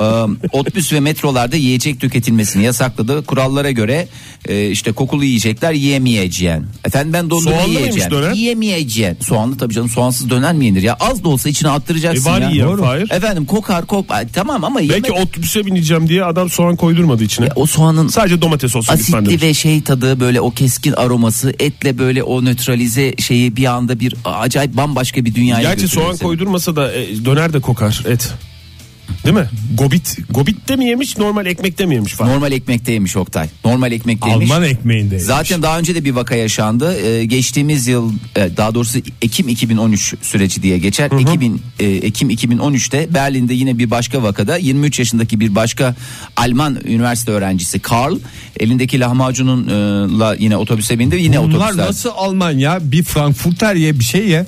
Speaker 4: otobüs ve metrolarda yiyecek tüketilmesini yasakladı. Kurallara göre e, işte kokulu yiyecekler yiyemeyeceğin. Efendim ben dondurma
Speaker 5: Soğanlı mıymış
Speaker 4: yiyeceğim.
Speaker 5: döner?
Speaker 4: Yiyemeyeceğin. Soğanlı tabii canım soğansız döner mi yenir ya? Az da olsa içine attıracaksın
Speaker 5: E, var
Speaker 4: ya.
Speaker 5: yiyen, hayır.
Speaker 4: Efendim kokar kokar tamam ama yeme-
Speaker 5: Belki otobüse bineceğim diye adam soğan koydurmadı içine.
Speaker 4: E, o soğanın
Speaker 5: Sadece domates olsun lütfen
Speaker 4: Asitli
Speaker 5: demiş.
Speaker 4: ve şey tadı böyle o keskin aroması etle böyle o nötralize şeyi bir anda bir acayip bambaşka bir dünyaya
Speaker 5: Gerçi
Speaker 4: götürüyor
Speaker 5: soğan
Speaker 4: seni.
Speaker 5: koydurmasa da e, döner de kokar et. Değil mi? Gobit. Gobitte mi yemiş normal ekmekte mi yemiş falan.
Speaker 4: Normal ekmekteymiş Oktay. Normal ekmekteymiş.
Speaker 6: Alman ekmeğinde.
Speaker 4: Zaten daha önce de bir vaka yaşandı. Ee, geçtiğimiz yıl e, daha doğrusu Ekim 2013 süreci diye geçer. 2000 e, Ekim 2013'te Berlin'de yine bir başka vakada 23 yaşındaki bir başka Alman üniversite öğrencisi Karl elindeki lahmacununla yine otobüse bindi. Yine
Speaker 6: Bunlar
Speaker 4: otobüsler.
Speaker 6: nasıl Almanya? Bir Frankfurter ye bir şey ye.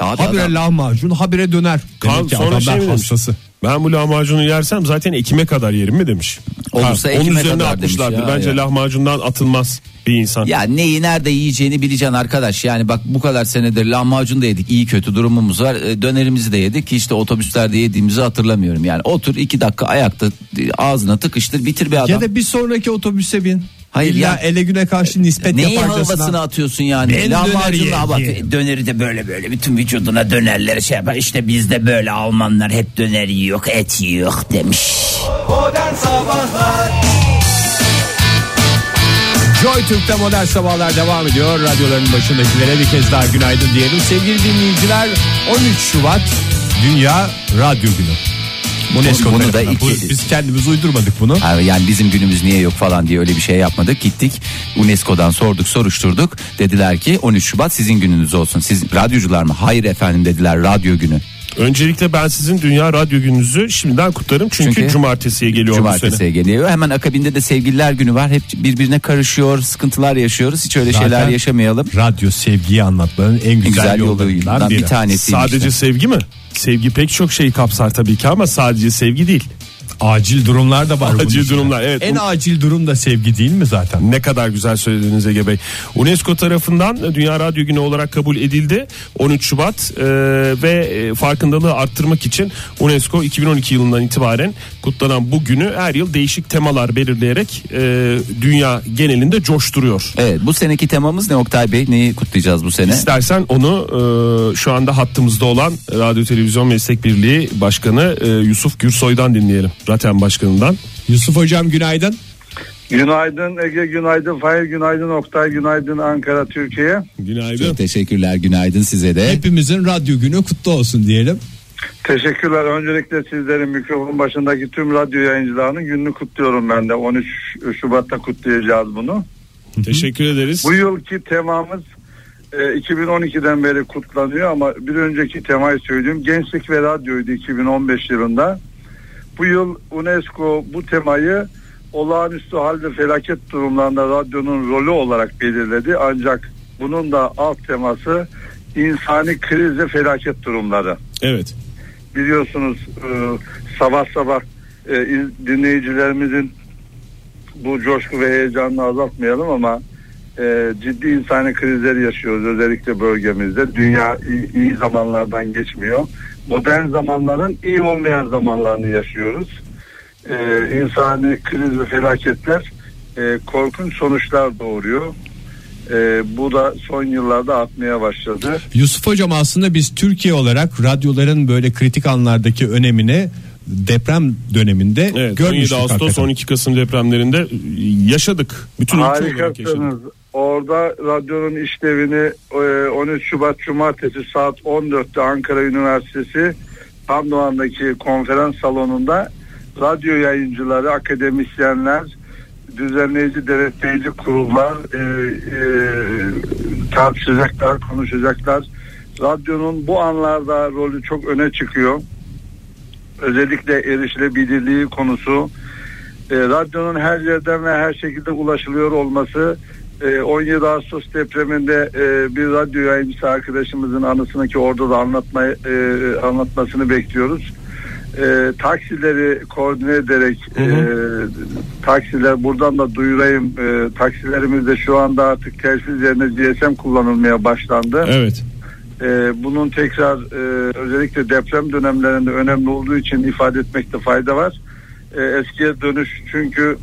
Speaker 4: Abi
Speaker 6: habire
Speaker 4: adam-
Speaker 6: lahmacun habire döner.
Speaker 5: Kan
Speaker 6: Demek ki
Speaker 5: sonra
Speaker 6: adamlar
Speaker 5: şey mi demiş?
Speaker 6: hastası.
Speaker 5: Ben bu lahmacunu yersem zaten ekime kadar yerim mi demiş.
Speaker 4: Olursa
Speaker 5: Ha,
Speaker 4: ekime
Speaker 5: Onun üzerine
Speaker 4: kadar demiş
Speaker 5: atmışlardır.
Speaker 4: ya,
Speaker 5: Bence
Speaker 4: ya.
Speaker 5: lahmacundan atılmaz bir insan.
Speaker 4: Ya neyi nerede yiyeceğini bileceksin arkadaş. Yani bak bu kadar senedir lahmacun da yedik. iyi kötü durumumuz var. E, Dönerimizi de yedik. Hiç de otobüslerde yediğimizi hatırlamıyorum. Yani otur iki dakika ayakta e, ağzına tıkıştır bitir bir adam.
Speaker 6: Ya da bir sonraki otobüse bin.
Speaker 4: Hayır
Speaker 6: Hayır İlla
Speaker 4: ya.
Speaker 6: ele güne karşı nispet
Speaker 4: Neyi
Speaker 6: yaparcasına.
Speaker 4: havasını atıyorsun yani?
Speaker 6: Ben döneri
Speaker 4: Lahmacun da bak,
Speaker 6: yiyeyim.
Speaker 4: döneri de böyle böyle bütün vücuduna dönerleri şey yapar. İşte bizde böyle Almanlar hep döner yiyor, et yiyor demiş.
Speaker 2: Modern Sabahlar
Speaker 6: Joy Türk'te modern sabahlar devam ediyor. Radyoların başındakilere bir kez daha günaydın diyelim. Sevgili dinleyiciler 13 Şubat Dünya Radyo Günü. UNESCO
Speaker 4: bunu da
Speaker 6: tarafından.
Speaker 4: iki-
Speaker 6: Bu- Biz kendimiz uydurmadık bunu.
Speaker 4: Abi yani bizim günümüz niye yok falan diye öyle bir şey yapmadık. Gittik UNESCO'dan sorduk soruşturduk. Dediler ki 13 Şubat sizin gününüz olsun. Siz radyocular mı? Hayır efendim dediler radyo günü.
Speaker 5: Öncelikle ben sizin Dünya Radyo Gününüzü şimdiden kutlarım. Çünkü,
Speaker 4: Çünkü
Speaker 5: cumartesiye geliyor bu sene.
Speaker 4: Cumartesiye geliyor. Hemen akabinde de sevgililer günü var. Hep birbirine karışıyor, sıkıntılar yaşıyoruz. Hiç öyle
Speaker 6: Zaten
Speaker 4: şeyler yaşamayalım.
Speaker 6: Radyo sevgiyi anlatmanın en güzel,
Speaker 4: Güzel yollarından
Speaker 6: yollarından
Speaker 4: bir
Speaker 6: biri.
Speaker 4: tanesi.
Speaker 5: Sadece sevgi mi? Sevgi pek çok şeyi kapsar tabii ki ama sadece sevgi değil.
Speaker 6: Acil durumlar da var. bunun
Speaker 5: Acil
Speaker 6: içinde.
Speaker 5: durumlar evet.
Speaker 6: En acil durum da sevgi değil mi zaten?
Speaker 5: Ne kadar güzel söylediniz Ege Bey. UNESCO tarafından Dünya Radyo Günü olarak kabul edildi. 13 Şubat e, ve e, farkındalığı arttırmak için UNESCO 2012 yılından itibaren kutlanan bu günü her yıl değişik temalar belirleyerek e, dünya genelinde coşturuyor.
Speaker 4: Evet bu seneki temamız ne Oktay Bey? Neyi kutlayacağız bu sene?
Speaker 5: İstersen onu e, şu anda hattımızda olan Radyo Televizyon Meslek Birliği Başkanı e, Yusuf Gürsoy'dan dinleyelim. Raten Başkanı'ndan.
Speaker 6: Yusuf Hocam günaydın.
Speaker 7: Günaydın Ege, günaydın Fahir, günaydın Oktay, günaydın Ankara, Türkiye.
Speaker 5: Günaydın.
Speaker 4: Teşekkürler günaydın size de.
Speaker 6: Hepimizin radyo günü kutlu olsun diyelim.
Speaker 7: Teşekkürler. Öncelikle sizlerin mikrofon başındaki tüm radyo yayıncılarının gününü kutluyorum ben de. 13 Şubat'ta kutlayacağız bunu.
Speaker 5: Teşekkür ederiz.
Speaker 7: Bu yılki temamız e, 2012'den beri kutlanıyor ama bir önceki temayı söyleyeyim. Gençlik ve radyoydu 2015 yılında. Bu yıl UNESCO bu temayı olağanüstü hal ve felaket durumlarında radyonun rolü olarak belirledi. Ancak bunun da alt teması insani kriz ve felaket durumları
Speaker 5: Evet.
Speaker 7: biliyorsunuz e, sabah sabah e, iz- dinleyicilerimizin bu coşku ve heyecanını azaltmayalım ama e, ciddi insani krizler yaşıyoruz özellikle bölgemizde. Dünya iyi, iyi zamanlardan geçmiyor. Modern zamanların iyi olmayan zamanlarını yaşıyoruz. E, insani kriz ve felaketler e, korkunç sonuçlar doğuruyor. E, bu da son yıllarda artmaya başladı.
Speaker 6: Yusuf hocam aslında biz Türkiye olarak radyoların böyle kritik anlardaki önemini deprem döneminde
Speaker 5: Evet,
Speaker 6: görmüştük.
Speaker 5: 17 Ağustos
Speaker 6: hakikaten.
Speaker 5: 12 Kasım depremlerinde e, yaşadık. Bütün ülke olarak yaşadık.
Speaker 7: Harikasınız. Orada radyonun işlevini e, 13 Şubat Cumartesi saat 14'te Ankara Üniversitesi Tam Doğan'daki konferans salonunda radyo yayıncıları, akademisyenler, düzenleyici, denetleyici kurullar e, e, tartışacaklar, konuşacaklar. Radyonun bu anlarda rolü çok öne çıkıyor. Özellikle erişilebilirliği konusu, e, radyonun her yerden ve her şekilde ulaşılıyor olması e, 17 Ağustos depreminde e, bir radyo yayıncısı arkadaşımızın anısını ki orada da anlatma, e, anlatmasını bekliyoruz. E, taksileri koordine ederek e, taksiler buradan da duyurayım e, taksilerimizde şu anda artık telsiz yerine GSM kullanılmaya başlandı.
Speaker 5: Evet.
Speaker 7: E, bunun tekrar e, özellikle deprem dönemlerinde önemli olduğu için ifade etmekte fayda var. E, eskiye dönüş çünkü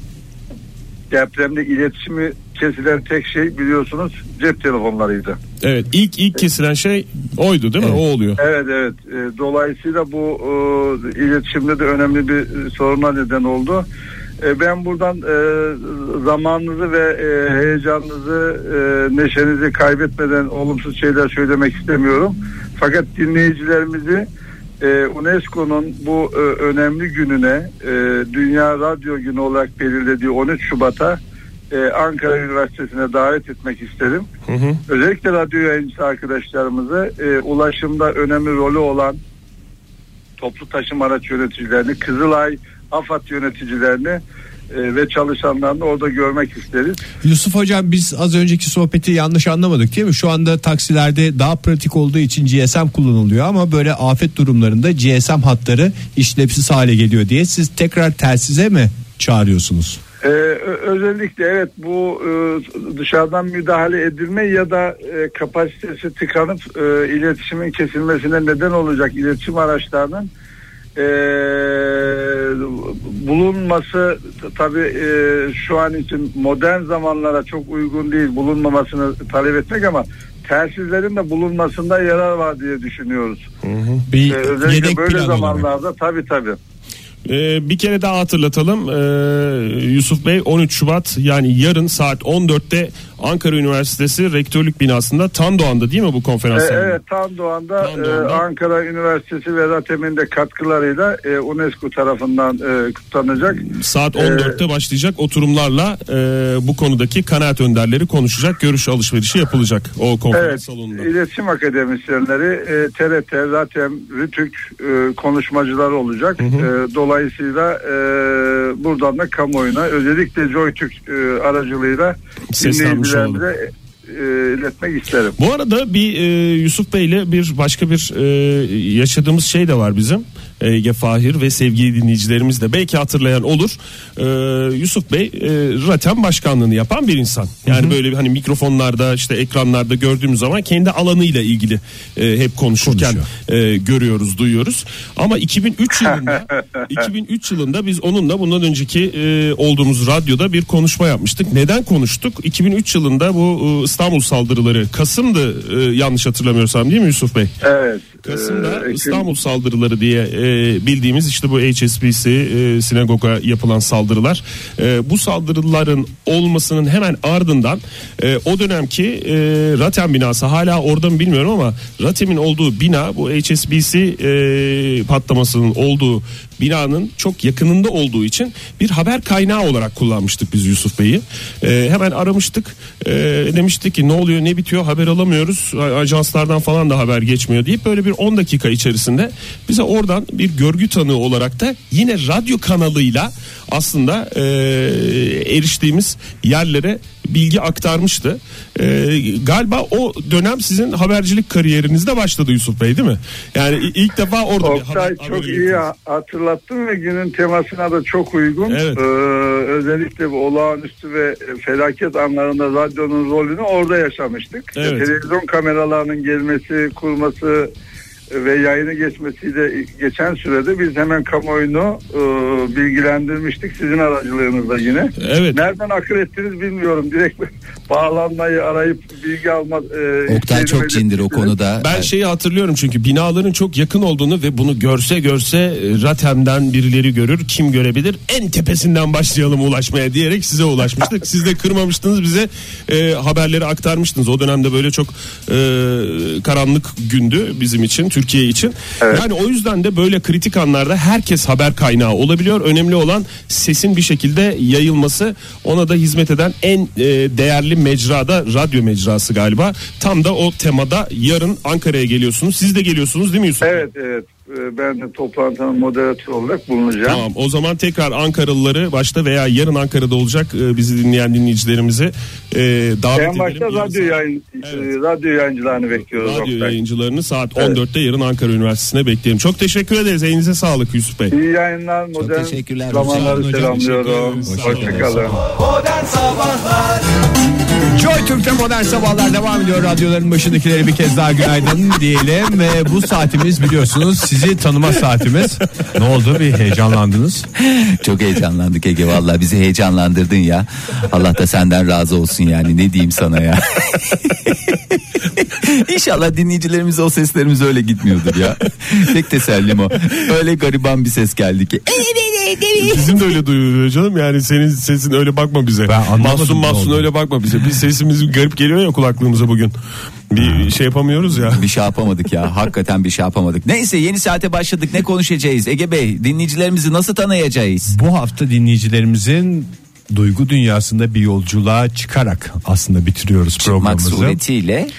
Speaker 7: depremde iletişimi kesilen tek şey biliyorsunuz cep telefonlarıydı.
Speaker 5: Evet. İlk ilk kesilen şey oydu değil mi? O oluyor.
Speaker 7: Evet evet. E, dolayısıyla bu e, iletişimde de önemli bir e, soruna neden oldu. E, ben buradan e, zamanınızı ve e, heyecanınızı, e, neşenizi kaybetmeden olumsuz şeyler söylemek istemiyorum. Fakat dinleyicilerimizi e, UNESCO'nun bu e, önemli gününe, e, Dünya Radyo Günü olarak belirlediği 13 Şubat'a e, Ankara Üniversitesi'ne davet etmek isterim. Özellikle radyo yayıncısı arkadaşlarımızı e, ulaşımda önemli rolü olan toplu taşıma araç yöneticilerini, Kızılay, AFAD yöneticilerini e, ve çalışanlarını orada görmek isteriz.
Speaker 6: Yusuf hocam biz az önceki sohbeti yanlış anlamadık değil mi? Şu anda taksilerde daha pratik olduğu için GSM kullanılıyor ama böyle afet durumlarında GSM hatları işlevsiz hale geliyor diye siz tekrar telsize mi çağırıyorsunuz?
Speaker 7: Ee, ö- özellikle evet bu e, dışarıdan müdahale edilme ya da e, kapasitesi tıkanıp e, iletişimin kesilmesine neden olacak iletişim araçlarının e, bulunması tabi şu an için modern zamanlara çok uygun değil bulunmamasını talep etmek ama telsizlerin de bulunmasında yarar var diye düşünüyoruz.
Speaker 6: Bir
Speaker 7: Ee, özellikle
Speaker 6: yedek
Speaker 7: böyle
Speaker 6: plan olarak.
Speaker 7: zamanlarda tabi tabi.
Speaker 5: Ee, bir kere daha hatırlatalım. Ee, Yusuf Bey 13 Şubat yani yarın saat 14'te Ankara Üniversitesi Rektörlük Binası'nda Tandoğan'da değil mi bu konferans?
Speaker 7: Ee,
Speaker 5: salonu?
Speaker 7: evet tam Doğan'da
Speaker 5: Tam Doğan'da.
Speaker 7: e, Ankara Üniversitesi Vedat Emin de katkılarıyla e, UNESCO tarafından e, kutlanacak.
Speaker 5: Saat 14'te başlayacak oturumlarla e, bu konudaki kanaat önderleri konuşacak. Görüş alışverişi yapılacak o konferans
Speaker 7: Evet,
Speaker 5: salonunda.
Speaker 7: iletişim akademisyenleri e, TRT, RATEM, RÜTÜK e, konuşmacılar olacak. E, dolayısıyla e, buradan da kamuoyuna özellikle JoyTürk e, aracılığıyla
Speaker 5: Seslenmiş olalım.
Speaker 7: dinleyicilerimize e, iletmek isterim.
Speaker 5: Bu arada bir e, Yusuf Bey ile bir başka bir e, yaşadığımız şey de var bizim. Ege Fahir ve sevgili dinleyicilerimiz de belki hatırlayan olur. E, Yusuf Bey e, Ratem başkanlığını yapan bir insan. Yani böyle bir hani mikrofonlarda işte ekranlarda gördüğümüz zaman kendi alanıyla ilgili e, hep konuşurken e, görüyoruz, duyuyoruz. Ama 2003 yılında 2003 yılında biz onunla bundan önceki e, olduğumuz radyoda bir konuşma yapmıştık. Neden konuştuk? 2003 yılında bu e, İstanbul saldırıları Kasım'dı e, yanlış hatırlamıyorsam değil mi Yusuf Bey?
Speaker 7: Evet.
Speaker 5: Kasım'da
Speaker 7: Ekim-
Speaker 5: İstanbul saldırıları diye e, bildiğimiz işte bu HSBC e, sinagoga yapılan saldırılar. E, bu saldırıların olmasının hemen ardından e, o dönemki e, Ratem binası hala orada mı bilmiyorum ama Ratem'in olduğu bina bu HSBC e, patlamasının olduğu binanın çok yakınında olduğu için bir haber kaynağı olarak kullanmıştık biz Yusuf Bey'i. E, hemen aramıştık. E, demiştik ki ne oluyor ne bitiyor haber alamıyoruz. A- Ajanslardan falan da haber geçmiyor deyip böyle bir 10 dakika içerisinde bize oradan bir görgü tanığı olarak da yine radyo kanalıyla aslında e, eriştiğimiz yerlere bilgi aktarmıştı. E, galiba o dönem sizin habercilik kariyerinizde başladı Yusuf Bey değil mi? Yani i- ilk defa orada bir haber-
Speaker 7: Oktay çok
Speaker 5: haberi
Speaker 7: iyi
Speaker 5: getirdiniz.
Speaker 7: ha- hatırlattın ve günün temasına da çok uygun.
Speaker 5: Evet.
Speaker 7: Ee, özellikle bu olağanüstü ve felaket anlarında radyonun rolünü orada yaşamıştık.
Speaker 5: Evet.
Speaker 7: Televizyon kameralarının gelmesi, kurması e, ve yayını geçmesiyle geçen sürede biz hemen kamuoyunu e, bilgilendirmiştik sizin aracılığınızla yine.
Speaker 5: Evet.
Speaker 7: Nereden akıl ettiniz bilmiyorum. Direkt bağlanmayı arayıp bilgi alma... e,
Speaker 4: Oktay çok
Speaker 7: şeyini
Speaker 4: cindir o
Speaker 7: belirtmiştiniz.
Speaker 4: konuda.
Speaker 5: Ben şeyi hatırlıyorum çünkü binaların çok yakın olduğunu ve bunu görse görse e, Ratem'den birileri görür. Kim görebilir? En tepesinden başlayalım ulaşmaya diyerek size ulaşmıştık. Siz de kırmamıştınız bize e, haberleri aktarmıştınız. O dönemde böyle çok e, karanlık gündü bizim için, Türkiye için. Yani o yüzden de böyle kritik anlarda herkes haber kaynağı olabiliyor. Önemli olan sesin bir şekilde yayılması. Ona da hizmet eden en e, değerli mecrada radyo mecrası galiba. Tam da o temada yarın Ankara'ya geliyorsunuz. Siz de geliyorsunuz değil mi Yusuf?
Speaker 7: Evet evet. Ee, Ben de toplantının moderatörü olarak bulunacağım.
Speaker 5: Tamam o zaman tekrar Ankaralıları başta veya yarın Ankara'da olacak e, bizi dinleyen dinleyicilerimizi e, davet
Speaker 7: En
Speaker 5: edelim.
Speaker 7: başta
Speaker 5: Yarın
Speaker 7: radyo,
Speaker 5: saat-
Speaker 7: yayın, e, radyo yayıncılarını bekliyoruz.
Speaker 5: radyo
Speaker 7: Oktay.
Speaker 5: yayıncılarını saat 14'te yarın Ankara Üniversitesi'ne bekleyelim. Çok teşekkür ederiz. Elinize sağlık Yusuf Bey.
Speaker 7: İyi yayınlar modern
Speaker 4: teşekkürler.
Speaker 7: zamanları
Speaker 5: Hocam,
Speaker 7: selamlıyorum.
Speaker 5: teşekkür ederiz.
Speaker 7: Hoşçakalın.
Speaker 2: Modern Sabahlar
Speaker 6: Joy Türk'te modern sabahlar devam ediyor. Radyoların başındakileri bir kez daha günaydın diyelim. Ve bu saatimiz biliyorsunuz sizi tanıma saatimiz. Ne oldu bir heyecanlandınız?
Speaker 4: Çok heyecanlandık Ege valla bizi heyecanlandırdın ya. Allah da senden razı olsun yani ne diyeyim sana ya. İnşallah dinleyicilerimiz o seslerimiz öyle gitmiyordur ya. Tek tesellim o. Öyle gariban bir ses geldi ki.
Speaker 5: Bizim de öyle duyuluyor canım yani senin sesin öyle bakma bize.
Speaker 6: Ben anlamadım
Speaker 5: Mahsun
Speaker 6: ne
Speaker 5: mahsun
Speaker 6: oldu.
Speaker 5: öyle bakma bize. Biz sesimiz garip geliyor ya kulaklığımıza bugün. Bir şey yapamıyoruz ya.
Speaker 4: Bir şey yapamadık ya. Hakikaten bir şey yapamadık. Neyse yeni saate başladık. Ne konuşacağız Ege Bey? Dinleyicilerimizi nasıl tanıyacağız?
Speaker 6: Bu hafta dinleyicilerimizin duygu dünyasında bir yolculuğa çıkarak aslında bitiriyoruz
Speaker 4: Çıkmak
Speaker 6: programımızı.
Speaker 4: suretiyle.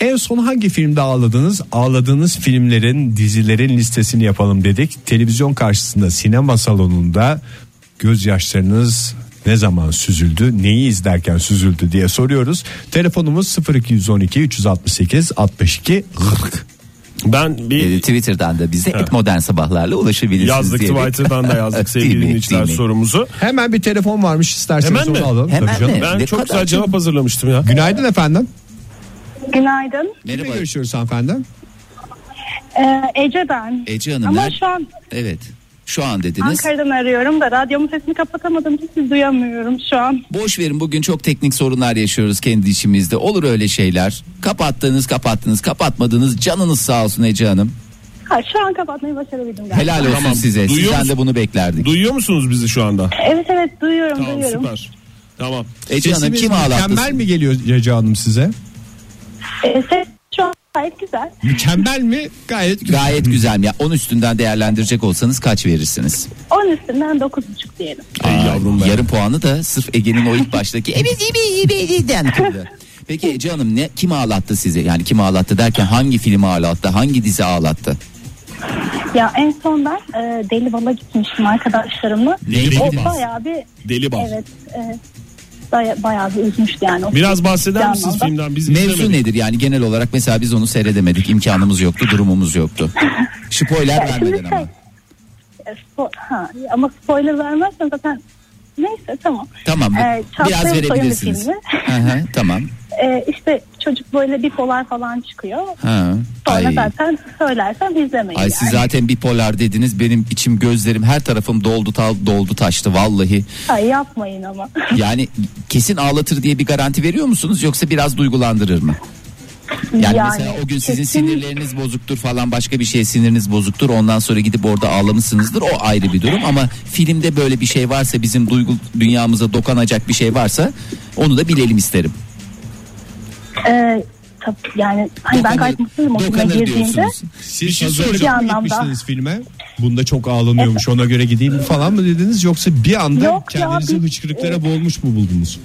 Speaker 6: En son hangi filmde ağladınız? Ağladığınız filmlerin, dizilerin listesini yapalım dedik. Televizyon karşısında sinema salonunda gözyaşlarınız ne zaman süzüldü, neyi izlerken süzüldü diye soruyoruz. Telefonumuz 0212 368 62 40.
Speaker 5: Ben bir
Speaker 4: e, Twitter'dan da bize et modern sabahlarla ulaşabilirsiniz.
Speaker 5: yazdık
Speaker 4: diyerek.
Speaker 5: Twitter'dan da yazdık
Speaker 4: Değil
Speaker 5: sevgili
Speaker 4: mi?
Speaker 5: dinleyiciler
Speaker 4: Değil mi?
Speaker 5: sorumuzu.
Speaker 6: Hemen bir telefon varmış isterseniz
Speaker 5: Hemen
Speaker 6: onu
Speaker 5: mi?
Speaker 6: alalım.
Speaker 4: Hemen
Speaker 6: Tabii canım.
Speaker 4: mi?
Speaker 5: Ben
Speaker 4: Ne
Speaker 5: çok
Speaker 4: kadar
Speaker 5: güzel cevap hazırlamıştım ya.
Speaker 6: Günaydın efendim.
Speaker 8: Günaydın.
Speaker 6: Kimle
Speaker 4: Merhaba
Speaker 6: görüşüyoruz hanımefendi?
Speaker 8: Ee, Ece ben.
Speaker 4: Ece Hanım.
Speaker 8: Ama
Speaker 4: ner-
Speaker 8: şu an
Speaker 4: Evet. Şu an dediniz.
Speaker 8: Ankara'dan arıyorum da radyomun sesini kapatamadım için sizi duyamıyorum şu an.
Speaker 4: Boş verin bugün çok teknik sorunlar yaşıyoruz kendi işimizde. Olur öyle şeyler. Kapattınız, kapattınız, kapatmadınız. Canınız sağ olsun Ece Hanım.
Speaker 8: Ha, şu an kapatmayı başarabildim galiba.
Speaker 4: Helal olsun
Speaker 5: Tamam,
Speaker 4: size.
Speaker 5: duyuyor
Speaker 4: Sizden de
Speaker 5: musun?
Speaker 4: bunu beklerdik.
Speaker 5: Duyuyor musunuz bizi şu anda?
Speaker 8: Evet evet duyuyorum
Speaker 5: Tamam
Speaker 8: duyuyorum.
Speaker 5: süper. Tamam.
Speaker 4: Ece Hanım
Speaker 6: Sesimiz
Speaker 4: kim ağlattı?
Speaker 6: Mükemmel mi geliyor Ece Hanım size?
Speaker 8: Ee, ses şu an gayet güzel.
Speaker 6: Mükemmel mi? Gayet güzel.
Speaker 4: Gayet güzel. Ya 10 üstünden değerlendirecek olsanız kaç verirsiniz?
Speaker 8: 10 üstünden 9,5 diyelim.
Speaker 4: Aa, yarım puanı da sırf Ege'nin o ilk baştaki evet evet evet den kırdı. Peki Ece Hanım ne kim ağlattı sizi? Yani kim ağlattı derken hangi film ağlattı? Hangi dizi ağlattı?
Speaker 8: Ya en son ben e, Deli Bal'a gitmiştim arkadaşlarımla.
Speaker 5: Deli
Speaker 8: o
Speaker 5: Bal.
Speaker 8: bayağı bir
Speaker 5: Deli bal.
Speaker 8: evet e, baya- bayağı bir üzmüştü yani. O
Speaker 5: Biraz bahseder
Speaker 8: Canlı
Speaker 5: misiniz
Speaker 8: da.
Speaker 5: filmden? Biz
Speaker 4: Mevzu
Speaker 5: izlemedik.
Speaker 4: nedir? Yani genel olarak mesela biz onu seyredemedik. imkanımız yoktu, durumumuz yoktu. Spoiler
Speaker 8: Ya şimdi
Speaker 4: vermeden ama.
Speaker 8: şey, e, spo- ha, ama spoiler vermezsen zaten neyse tamam.
Speaker 4: Tamam. bu-
Speaker 8: Ee, Çağatay
Speaker 4: biraz
Speaker 8: Ulusoy'un bir
Speaker 4: verebilirsiniz.
Speaker 8: filmi.
Speaker 4: Hı hı, tamam.
Speaker 8: Ee, işte çocuk böyle bipolar falan çıkıyor.
Speaker 4: Ha.
Speaker 8: Sonra
Speaker 4: Ay.
Speaker 8: zaten söylersem izlemeyin.
Speaker 4: Ay
Speaker 8: yani.
Speaker 4: siz zaten bipolar dediniz. Benim içim, gözlerim, her tarafım doldu, ta- doldu taştı vallahi.
Speaker 8: Ay yapmayın ama.
Speaker 4: Yani kesin ağlatır diye bir garanti veriyor musunuz yoksa biraz duygulandırır mı? Yani,
Speaker 8: Yani
Speaker 4: mesela o gün sizin
Speaker 8: kesin-
Speaker 4: sinirleriniz bozuktur falan başka bir şey siniriniz bozuktur. Ondan sonra gidip orada ağlamışsınızdır. O ayrı bir durum ama filmde böyle bir şey varsa bizim duygu dünyamıza dokanacak bir şey varsa onu da bilelim isterim.
Speaker 8: Ee, tab- yani hani ben gayet mutluyum o filme
Speaker 4: dokanır
Speaker 8: girdiğimde.
Speaker 4: diyorsunuz.
Speaker 6: Siz
Speaker 8: şey
Speaker 6: az önce
Speaker 8: soracağım.
Speaker 6: mi
Speaker 8: Bir anlamda.
Speaker 6: gitmiştiniz filme. Bunda çok ağlanıyormuş ona göre gideyim mi falan mı dediniz yoksa bir anda
Speaker 8: Yok ya,
Speaker 6: kendinizi
Speaker 8: biz-
Speaker 6: hıçkırıklara boğulmuş mu buldunuz?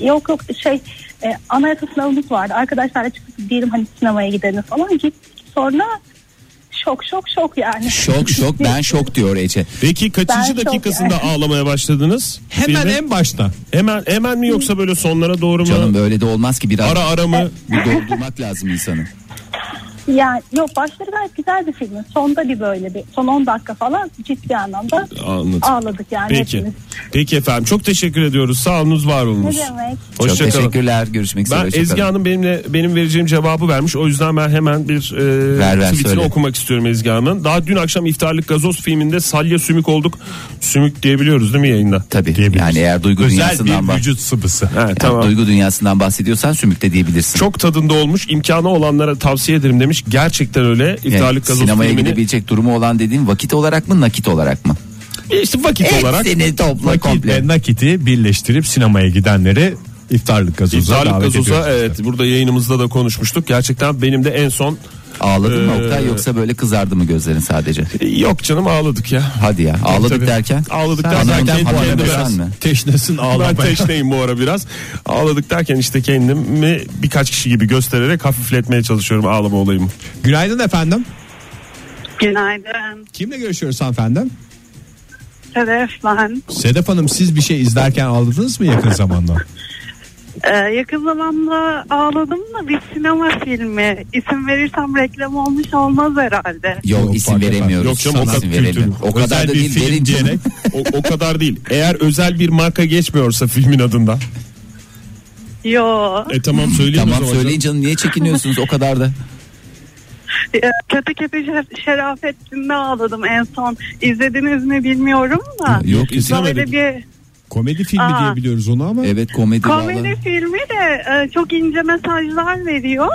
Speaker 8: Yok yok şey e, anayasa sınavımız vardı. Arkadaşlarla çıkıp diyelim hani sinemaya gidelim falan. Gittik sonra şok şok şok yani.
Speaker 4: Şok şok ben şok diyor Ece.
Speaker 5: Peki kaçıncı
Speaker 8: Ben çok-
Speaker 5: dakikasında ağlamaya başladınız?
Speaker 6: Hemen
Speaker 5: Filmin?
Speaker 6: en başta.
Speaker 5: hemen hemen mi yoksa böyle sonlara doğru mu?
Speaker 4: Canım böyle de olmaz ki biraz
Speaker 5: Ara ara mı?
Speaker 4: bir doldurmak lazım insanı.
Speaker 8: Yani yok başları gayet güzel bir filmin. Sonda bir böyle bir son 10 dakika falan ciddi anlamda
Speaker 5: Anladım.
Speaker 8: ağladık yani
Speaker 5: Peki.
Speaker 8: hepimiz.
Speaker 5: Peki efendim çok teşekkür ediyoruz. Sağ olunuz var
Speaker 8: Ne
Speaker 5: olunuz.
Speaker 8: demek?
Speaker 4: Çok
Speaker 5: Hoşça kalın.
Speaker 4: teşekkürler. Görüşmek üzere.
Speaker 5: Ben
Speaker 4: hoşça
Speaker 5: Ezgi
Speaker 4: kalın.
Speaker 5: Hanım benimle benim vereceğim cevabı vermiş. O yüzden ben hemen bir e,
Speaker 4: Ver, ver,
Speaker 5: tweetini
Speaker 4: söyle.
Speaker 5: okumak istiyorum Ezgi Hanım'ın. Daha dün akşam iftarlık gazoz filminde salya sümük olduk. Sümük diyebiliyoruz değil mi yayında?
Speaker 4: Tabii. Yani eğer duygu
Speaker 6: Özel
Speaker 4: dünyasından
Speaker 6: bir
Speaker 4: bah-
Speaker 6: vücut sıvısı.
Speaker 5: Ha,
Speaker 4: yani
Speaker 5: tamam.
Speaker 4: duygu dünyasından bahsediyorsan sümükte diyebilirsin.
Speaker 5: Çok tadında olmuş. İmkanı olanlara tavsiye ederim demiş. Gerçekten öyle.
Speaker 4: Yani
Speaker 5: İftarlık gazoz
Speaker 4: sinemaya
Speaker 5: filmini
Speaker 4: gidebilecek durumu olan dediğin vakit olarak mı nakit olarak mı?
Speaker 5: E işte vakit olarak
Speaker 4: Hepsini topla
Speaker 6: Nakit
Speaker 4: komple.
Speaker 6: ve nakiti birleştirip sinemaya gidenleri iftarlık gazoza
Speaker 5: İftarlık
Speaker 6: davet
Speaker 5: gazoza
Speaker 6: ediyoruz.
Speaker 5: evet burada yayınımızda da konuşmuştuk. Gerçekten benim de en son
Speaker 4: Ağladın mı
Speaker 5: Ee,
Speaker 4: Oktay yoksa böyle kızardı mı gözlerin sadece?
Speaker 5: E, yok canım ağladık ya.
Speaker 4: Hadi ya ağladık
Speaker 5: tabii.
Speaker 4: derken.
Speaker 5: Ağladık
Speaker 4: Sen
Speaker 5: derken
Speaker 4: anamdan
Speaker 5: kendi
Speaker 4: falan
Speaker 5: kendime
Speaker 4: desen
Speaker 5: biraz-
Speaker 4: mi?
Speaker 6: Teşnesin
Speaker 5: Ben
Speaker 6: ağlamaya.
Speaker 5: teşneyim bu ara biraz. Ağladık derken işte kendimi birkaç kişi gibi göstererek hafifletmeye çalışıyorum ağlama olayımı.
Speaker 6: Günaydın efendim.
Speaker 9: Günaydın.
Speaker 6: Kimle görüşüyoruz hanımefendi?
Speaker 9: Sedef ben.
Speaker 6: Sedef Hanım siz bir şey izlerken ağladınız mı yakın zamanda?
Speaker 9: Ee, yakın zamanda ağladım da bir sinema filmi. İsim verirsem reklam olmuş olmaz herhalde.
Speaker 4: Yok,
Speaker 6: Yok,
Speaker 4: isim
Speaker 6: fark etmez.
Speaker 4: veremiyoruz.
Speaker 5: Yok canım, o
Speaker 4: İsim
Speaker 5: kadar
Speaker 4: veremiyorum.
Speaker 5: kültürlü.
Speaker 4: O kadar
Speaker 6: Özel
Speaker 4: da
Speaker 6: bir
Speaker 4: değil.
Speaker 6: film
Speaker 4: Verin canım.
Speaker 6: diyerek
Speaker 5: O, o kadar değil. Eğer özel bir marka geçmiyorsa filmin adında.
Speaker 9: Yo.
Speaker 5: E tamam söyleyin o
Speaker 4: Tamam
Speaker 5: zaman
Speaker 4: söyleyin canım niye çekiniyorsunuz o kadar da?
Speaker 9: Ee, Kötü Kötü Şer- Şerafettin'de ağladım en son. İzlediniz mi bilmiyorum da.
Speaker 4: Yok
Speaker 9: Böyle bir
Speaker 6: Komedi filmi
Speaker 9: Aa.
Speaker 6: diye biliyoruz onu ama
Speaker 4: Evet komedi,
Speaker 9: komedi
Speaker 4: valla.
Speaker 9: filmi de e, çok ince mesajlar veriyor.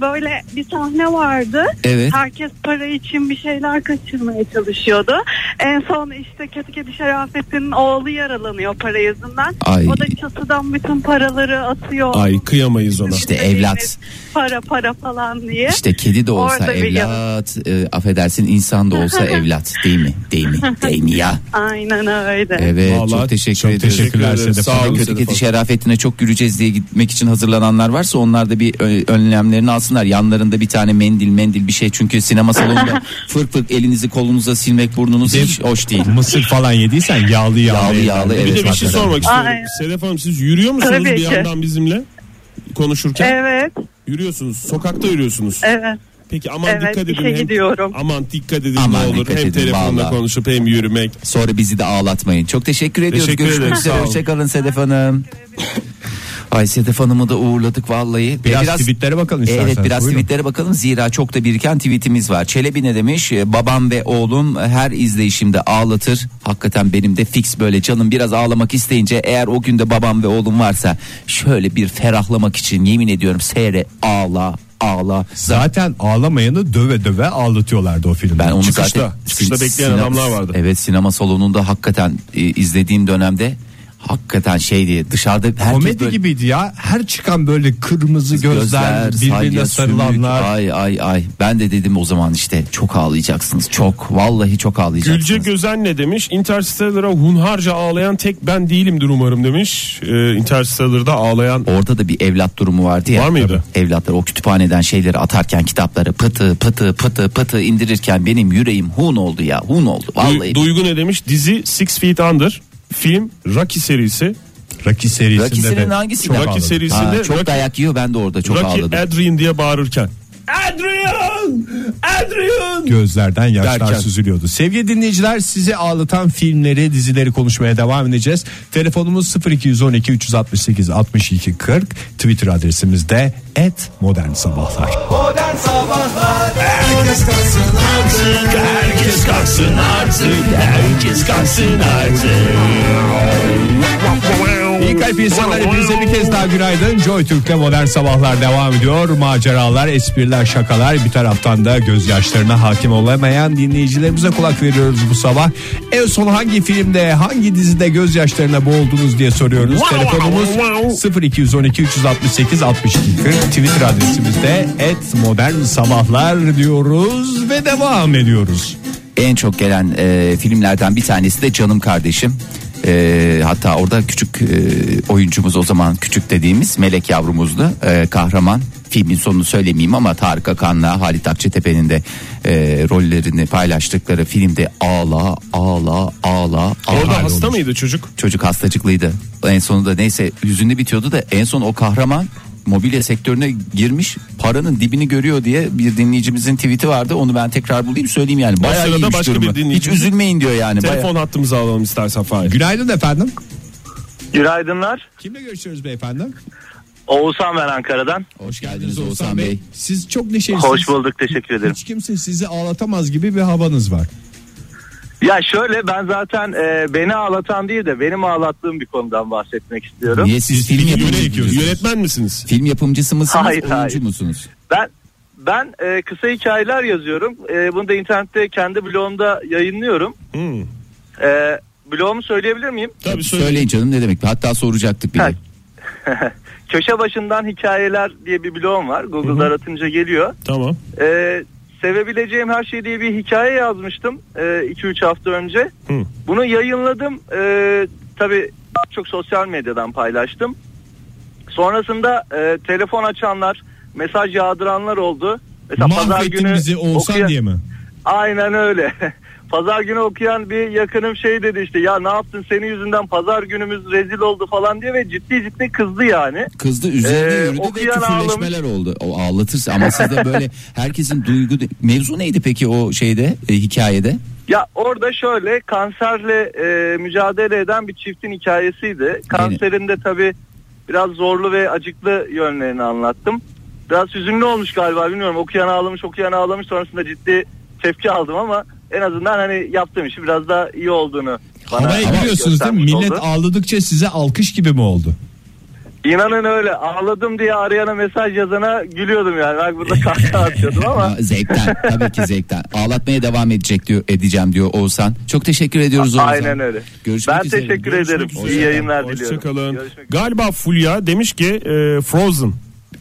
Speaker 9: Böyle bir sahne vardı.
Speaker 4: Evet.
Speaker 9: Herkes para için bir şeyler kaçırmaya çalışıyordu. En son işte kötü kedi Şerafettin'in oğlu yaralanıyor para yüzünden.
Speaker 4: Ay.
Speaker 9: O da çatıdan bütün paraları atıyor.
Speaker 5: Ay kıyamayız ona.
Speaker 4: İşte evlat.
Speaker 9: Para para falan diye.
Speaker 4: İşte kedi de olsa
Speaker 9: Orada bir
Speaker 4: evlat, e, affedersin insan da olsa evlat değil mi? Değil mi? Değil mi ya?
Speaker 9: Aynen öyle.
Speaker 4: Evet
Speaker 5: Vallahi
Speaker 4: çok teşekkür
Speaker 6: çok
Speaker 4: ediyoruz.
Speaker 6: teşekkürler
Speaker 5: Teşekkür ederim.
Speaker 6: Sedef
Speaker 5: Sağ
Speaker 6: Hanım.
Speaker 5: olun.
Speaker 4: Kötü kedi şerafetine çok güleceğiz diye gitmek için hazırlananlar varsa onlar da bir ö- önlemlerini alsınlar. Yanlarında bir tane mendil mendil bir şey çünkü sinema salonunda fırk fırk elinizi kolunuza silmek burnunuz hiç hoş değil.
Speaker 6: Mısır falan yediysen yağlı yağlı.
Speaker 4: Yağlı yağlı
Speaker 5: Bir
Speaker 4: evet.
Speaker 5: de bir şey
Speaker 4: hakikaten.
Speaker 5: sormak istiyorum.
Speaker 9: Ay.
Speaker 5: Sedef Hanım siz yürüyor musunuz
Speaker 9: Tabii
Speaker 5: bir
Speaker 9: ki.
Speaker 5: yandan bizimle? Konuşurken
Speaker 9: Evet,
Speaker 5: yürüyorsunuz. Sokakta yürüyorsunuz.
Speaker 9: evet.
Speaker 5: Peki aman
Speaker 9: Evet,
Speaker 5: dikkat edin.
Speaker 9: işe
Speaker 5: hem-
Speaker 9: gidiyorum.
Speaker 5: Aman dikkat edin
Speaker 4: Aman
Speaker 5: ne olur.
Speaker 4: dikkat
Speaker 5: Hem
Speaker 4: edin,
Speaker 5: telefonla
Speaker 4: vallahi.
Speaker 5: konuşup hem yürümek.
Speaker 4: Sonra bizi de ağlatmayın. Çok teşekkür ediyoruz.
Speaker 5: Teşekkür
Speaker 4: Görüşmek
Speaker 5: ederim, sağ
Speaker 4: üzere.
Speaker 5: olun.
Speaker 4: Hoşçakalın Sedef Hanım. Ay Sedef Hanım'ı da uğurladık vallahi.
Speaker 6: Biraz tweetlere bakalım isterseniz.
Speaker 4: Evet biraz
Speaker 6: Buyurun.
Speaker 4: tweetlere bakalım zira çok da biriken tweetimiz var. Çelebi ne demiş? E, Babam ve oğlum her izleyişimde ağlatır. Hakikaten benim de fix böyle canım biraz ağlamak isteyince eğer o günde babam ve oğlum varsa şöyle bir ferahlamak için yemin ediyorum seyre ağla ağla.
Speaker 6: Zaten ağlamayanı döve döve ağlatıyorlardı o filmde.
Speaker 4: Ben onu
Speaker 5: Çıkışta,
Speaker 4: zaten
Speaker 5: çıkışta
Speaker 4: sin-
Speaker 5: bekleyen
Speaker 4: sinema-
Speaker 5: adamlar vardı.
Speaker 4: Evet sinema salonunda hakikaten e, izlediğim dönemde hakikaten şeydi dışarıda herkes
Speaker 6: Komedi
Speaker 4: böyle-
Speaker 6: gibiydi ya. Her çıkan böyle kırmızı gözler, birbirine
Speaker 4: salya,
Speaker 6: sarılanlar.
Speaker 4: sümük. ay ay ay. Ben de dedim o zaman işte çok ağlayacaksınız. Çok vallahi çok ağlayacaksınız.
Speaker 5: Gülce Gözen ne demiş? Interstellar'a hunharca ağlayan tek ben değilimdir umarım demiş. Ee, Interstellar'da ağlayan
Speaker 4: Orada da bir evlat durumu vardı ya.
Speaker 5: Var mıydı?
Speaker 4: Tabii. Evlatlar o kütüphaneden şeyleri atarken kitapları pıtı pıtı pıtı pıtı indirirken benim yüreğim hun oldu ya. Hun oldu vallahi.
Speaker 5: Du- Duygu ne demiş? Dizi Six Feet Under. Film Rocky serisi.
Speaker 6: Rocky serisinde
Speaker 4: Rakisinin
Speaker 6: de.
Speaker 4: hangisinde?
Speaker 6: çok
Speaker 5: Rocky
Speaker 6: ağladım.
Speaker 5: serisi-
Speaker 4: Ha,
Speaker 5: dizisinde
Speaker 4: çok
Speaker 5: Rocky-
Speaker 4: dayak yiyor ben de orada çok
Speaker 5: Rocky
Speaker 4: ağladım.
Speaker 5: Adrian diye bağırırken. Adrian! Adrian!
Speaker 6: Gözlerden yaşlar
Speaker 5: Derken.
Speaker 6: süzülüyordu. Sevgili dinleyiciler sizi ağlatan filmleri, dizileri konuşmaya devam edeceğiz. Telefonumuz 0212 368 62 40. Twitter adresimiz de et modern sabahlar.
Speaker 2: Modern Sabahlar Herkes kalsın artık Herkes kalsın artık Herkes kalsın artık
Speaker 6: İyi kalp insanlar hepinize bir kez daha günaydın. Joy Türk'te modern sabahlar devam ediyor. Maceralar, espriler, şakalar bir taraftan da gözyaşlarına hakim olamayan dinleyicilerimize kulak veriyoruz bu sabah. En son hangi filmde, hangi dizide gözyaşlarına boğuldunuz diye soruyoruz.
Speaker 5: Wow,
Speaker 6: Telefonumuz
Speaker 5: wow, wow.
Speaker 6: 0212 368 62 40 Twitter adresimizde et modern sabahlar diyoruz ve devam ediyoruz.
Speaker 4: En çok gelen e, filmlerden bir tanesi de Canım Kardeşim. E, hatta orada küçük e, oyuncumuz o zaman küçük dediğimiz Melek Yavrumuzlu e, kahraman. Filmin sonunu söylemeyeyim ama Tarık Akan'la Halit Akçetepe'nin de e, rollerini paylaştıkları filmde ağla ağla ağla.
Speaker 5: Orada
Speaker 4: ağla
Speaker 5: hasta
Speaker 4: olmuş.
Speaker 5: mıydı çocuk?
Speaker 4: Çocuk hastacıklıydı. En sonunda neyse hüzünlü bitiyordu da en son o kahraman mobilya sektörüne girmiş paranın dibini görüyor diye bir dinleyicimizin tweet'i vardı. Onu ben tekrar bulayım söyleyeyim yani. Bayağı
Speaker 5: sırada
Speaker 4: iyiymiş
Speaker 5: başka
Speaker 4: durumu.
Speaker 5: bir dinleyicimiz-
Speaker 4: Hiç üzülmeyin diyor yani. Bayağı-
Speaker 5: Telefon hattımızı alalım istersen Fahir.
Speaker 6: Günaydın efendim.
Speaker 10: Günaydınlar.
Speaker 6: Kimle görüşüyoruz beyefendi?
Speaker 10: Oğuzhan ben Ankara'dan.
Speaker 4: Hoş geldiniz Oğuzhan Bey.
Speaker 6: Siz çok neşelisiniz.
Speaker 10: Hoş bulduk teşekkür ederim.
Speaker 6: Hiç kimse sizi ağlatamaz gibi bir havanız var.
Speaker 10: Ya şöyle ben zaten e, beni ağlatan değil de benim ağlattığım bir konudan bahsetmek istiyorum.
Speaker 4: Niye siz film yapımcısı
Speaker 5: Yönet-
Speaker 4: mısınız?
Speaker 5: Yönetmen misiniz?
Speaker 4: Film yapımcısı mısınız,
Speaker 10: Hayır,
Speaker 4: oyuncu
Speaker 10: hayır.
Speaker 4: musunuz?
Speaker 10: Ben ben e, kısa hikayeler yazıyorum. E, bunu da internette kendi blogumda yayınlıyorum.
Speaker 5: Hmm.
Speaker 10: E, blogumu söyleyebilir miyim?
Speaker 5: Tabii söyle.
Speaker 4: Söyleyin canım ne demek. Hatta soracaktık bile.
Speaker 10: Ha. Köşe başından hikayeler diye bir blogum var. Google'da aratınca geliyor.
Speaker 5: Tamam.
Speaker 10: Ee, sevebileceğim her şey diye bir hikaye yazmıştım 2-3 hafta önce.
Speaker 5: Hı.
Speaker 10: Bunu yayınladım. Ee, tabii çok sosyal medyadan paylaştım. Sonrasında e, telefon açanlar, mesaj yağdıranlar oldu. Mesela pazar günü
Speaker 6: Mahvettin bizi Oğuzhan
Speaker 10: okuyan-
Speaker 6: diye mi?
Speaker 10: Aynen öyle. Pazar günü okuyan bir yakınım şey dedi işte ya ne yaptın senin yüzünden pazar günümüz rezil oldu falan diye ve ciddi ciddi kızdı yani.
Speaker 4: Kızdı üzerine
Speaker 10: Ee,
Speaker 4: yürüdü ve
Speaker 10: okuyan
Speaker 4: küfürleşmeler oldu. O ağlatırsa ama sizde böyle herkesin duygu... Mevzu neydi peki o şeyde e, hikayede?
Speaker 10: Ya orada şöyle kanserle e, mücadele eden bir çiftin hikayesiydi. Kanserinde tabii biraz zorlu ve acıklı yönlerini anlattım. Biraz hüzünlü olmuş galiba bilmiyorum. Okuyan ağlamış okuyan ağlamış sonrasında ciddi tepki aldım ama en azından hani yaptığım işi biraz daha iyi olduğunu bana
Speaker 6: Havaya giriyorsunuz değil mi?
Speaker 10: göstermiş
Speaker 6: Millet
Speaker 10: oldu.
Speaker 6: ağladıkça size alkış gibi mi oldu?
Speaker 10: İnanın öyle ağladım diye arayana mesaj yazana gülüyordum yani. Ben burada kahkaha atıyordum ama
Speaker 4: Aa, Zevkten tabii ki zevkten. Ağlatmaya devam edecek diyor edeceğim diyor Oğuzhan. Çok teşekkür ediyoruz Oğuzhan.
Speaker 10: aynen öyle.
Speaker 4: Görüşmek
Speaker 10: ben
Speaker 4: üzere.
Speaker 10: teşekkür
Speaker 4: Görüşmek
Speaker 10: ederim.
Speaker 4: üzere.
Speaker 10: İyi yayınlar diliyorum.
Speaker 5: Hoşçakalın.
Speaker 10: Görüşmek üzere.
Speaker 5: Galiba Fulya demiş ki e, Frozen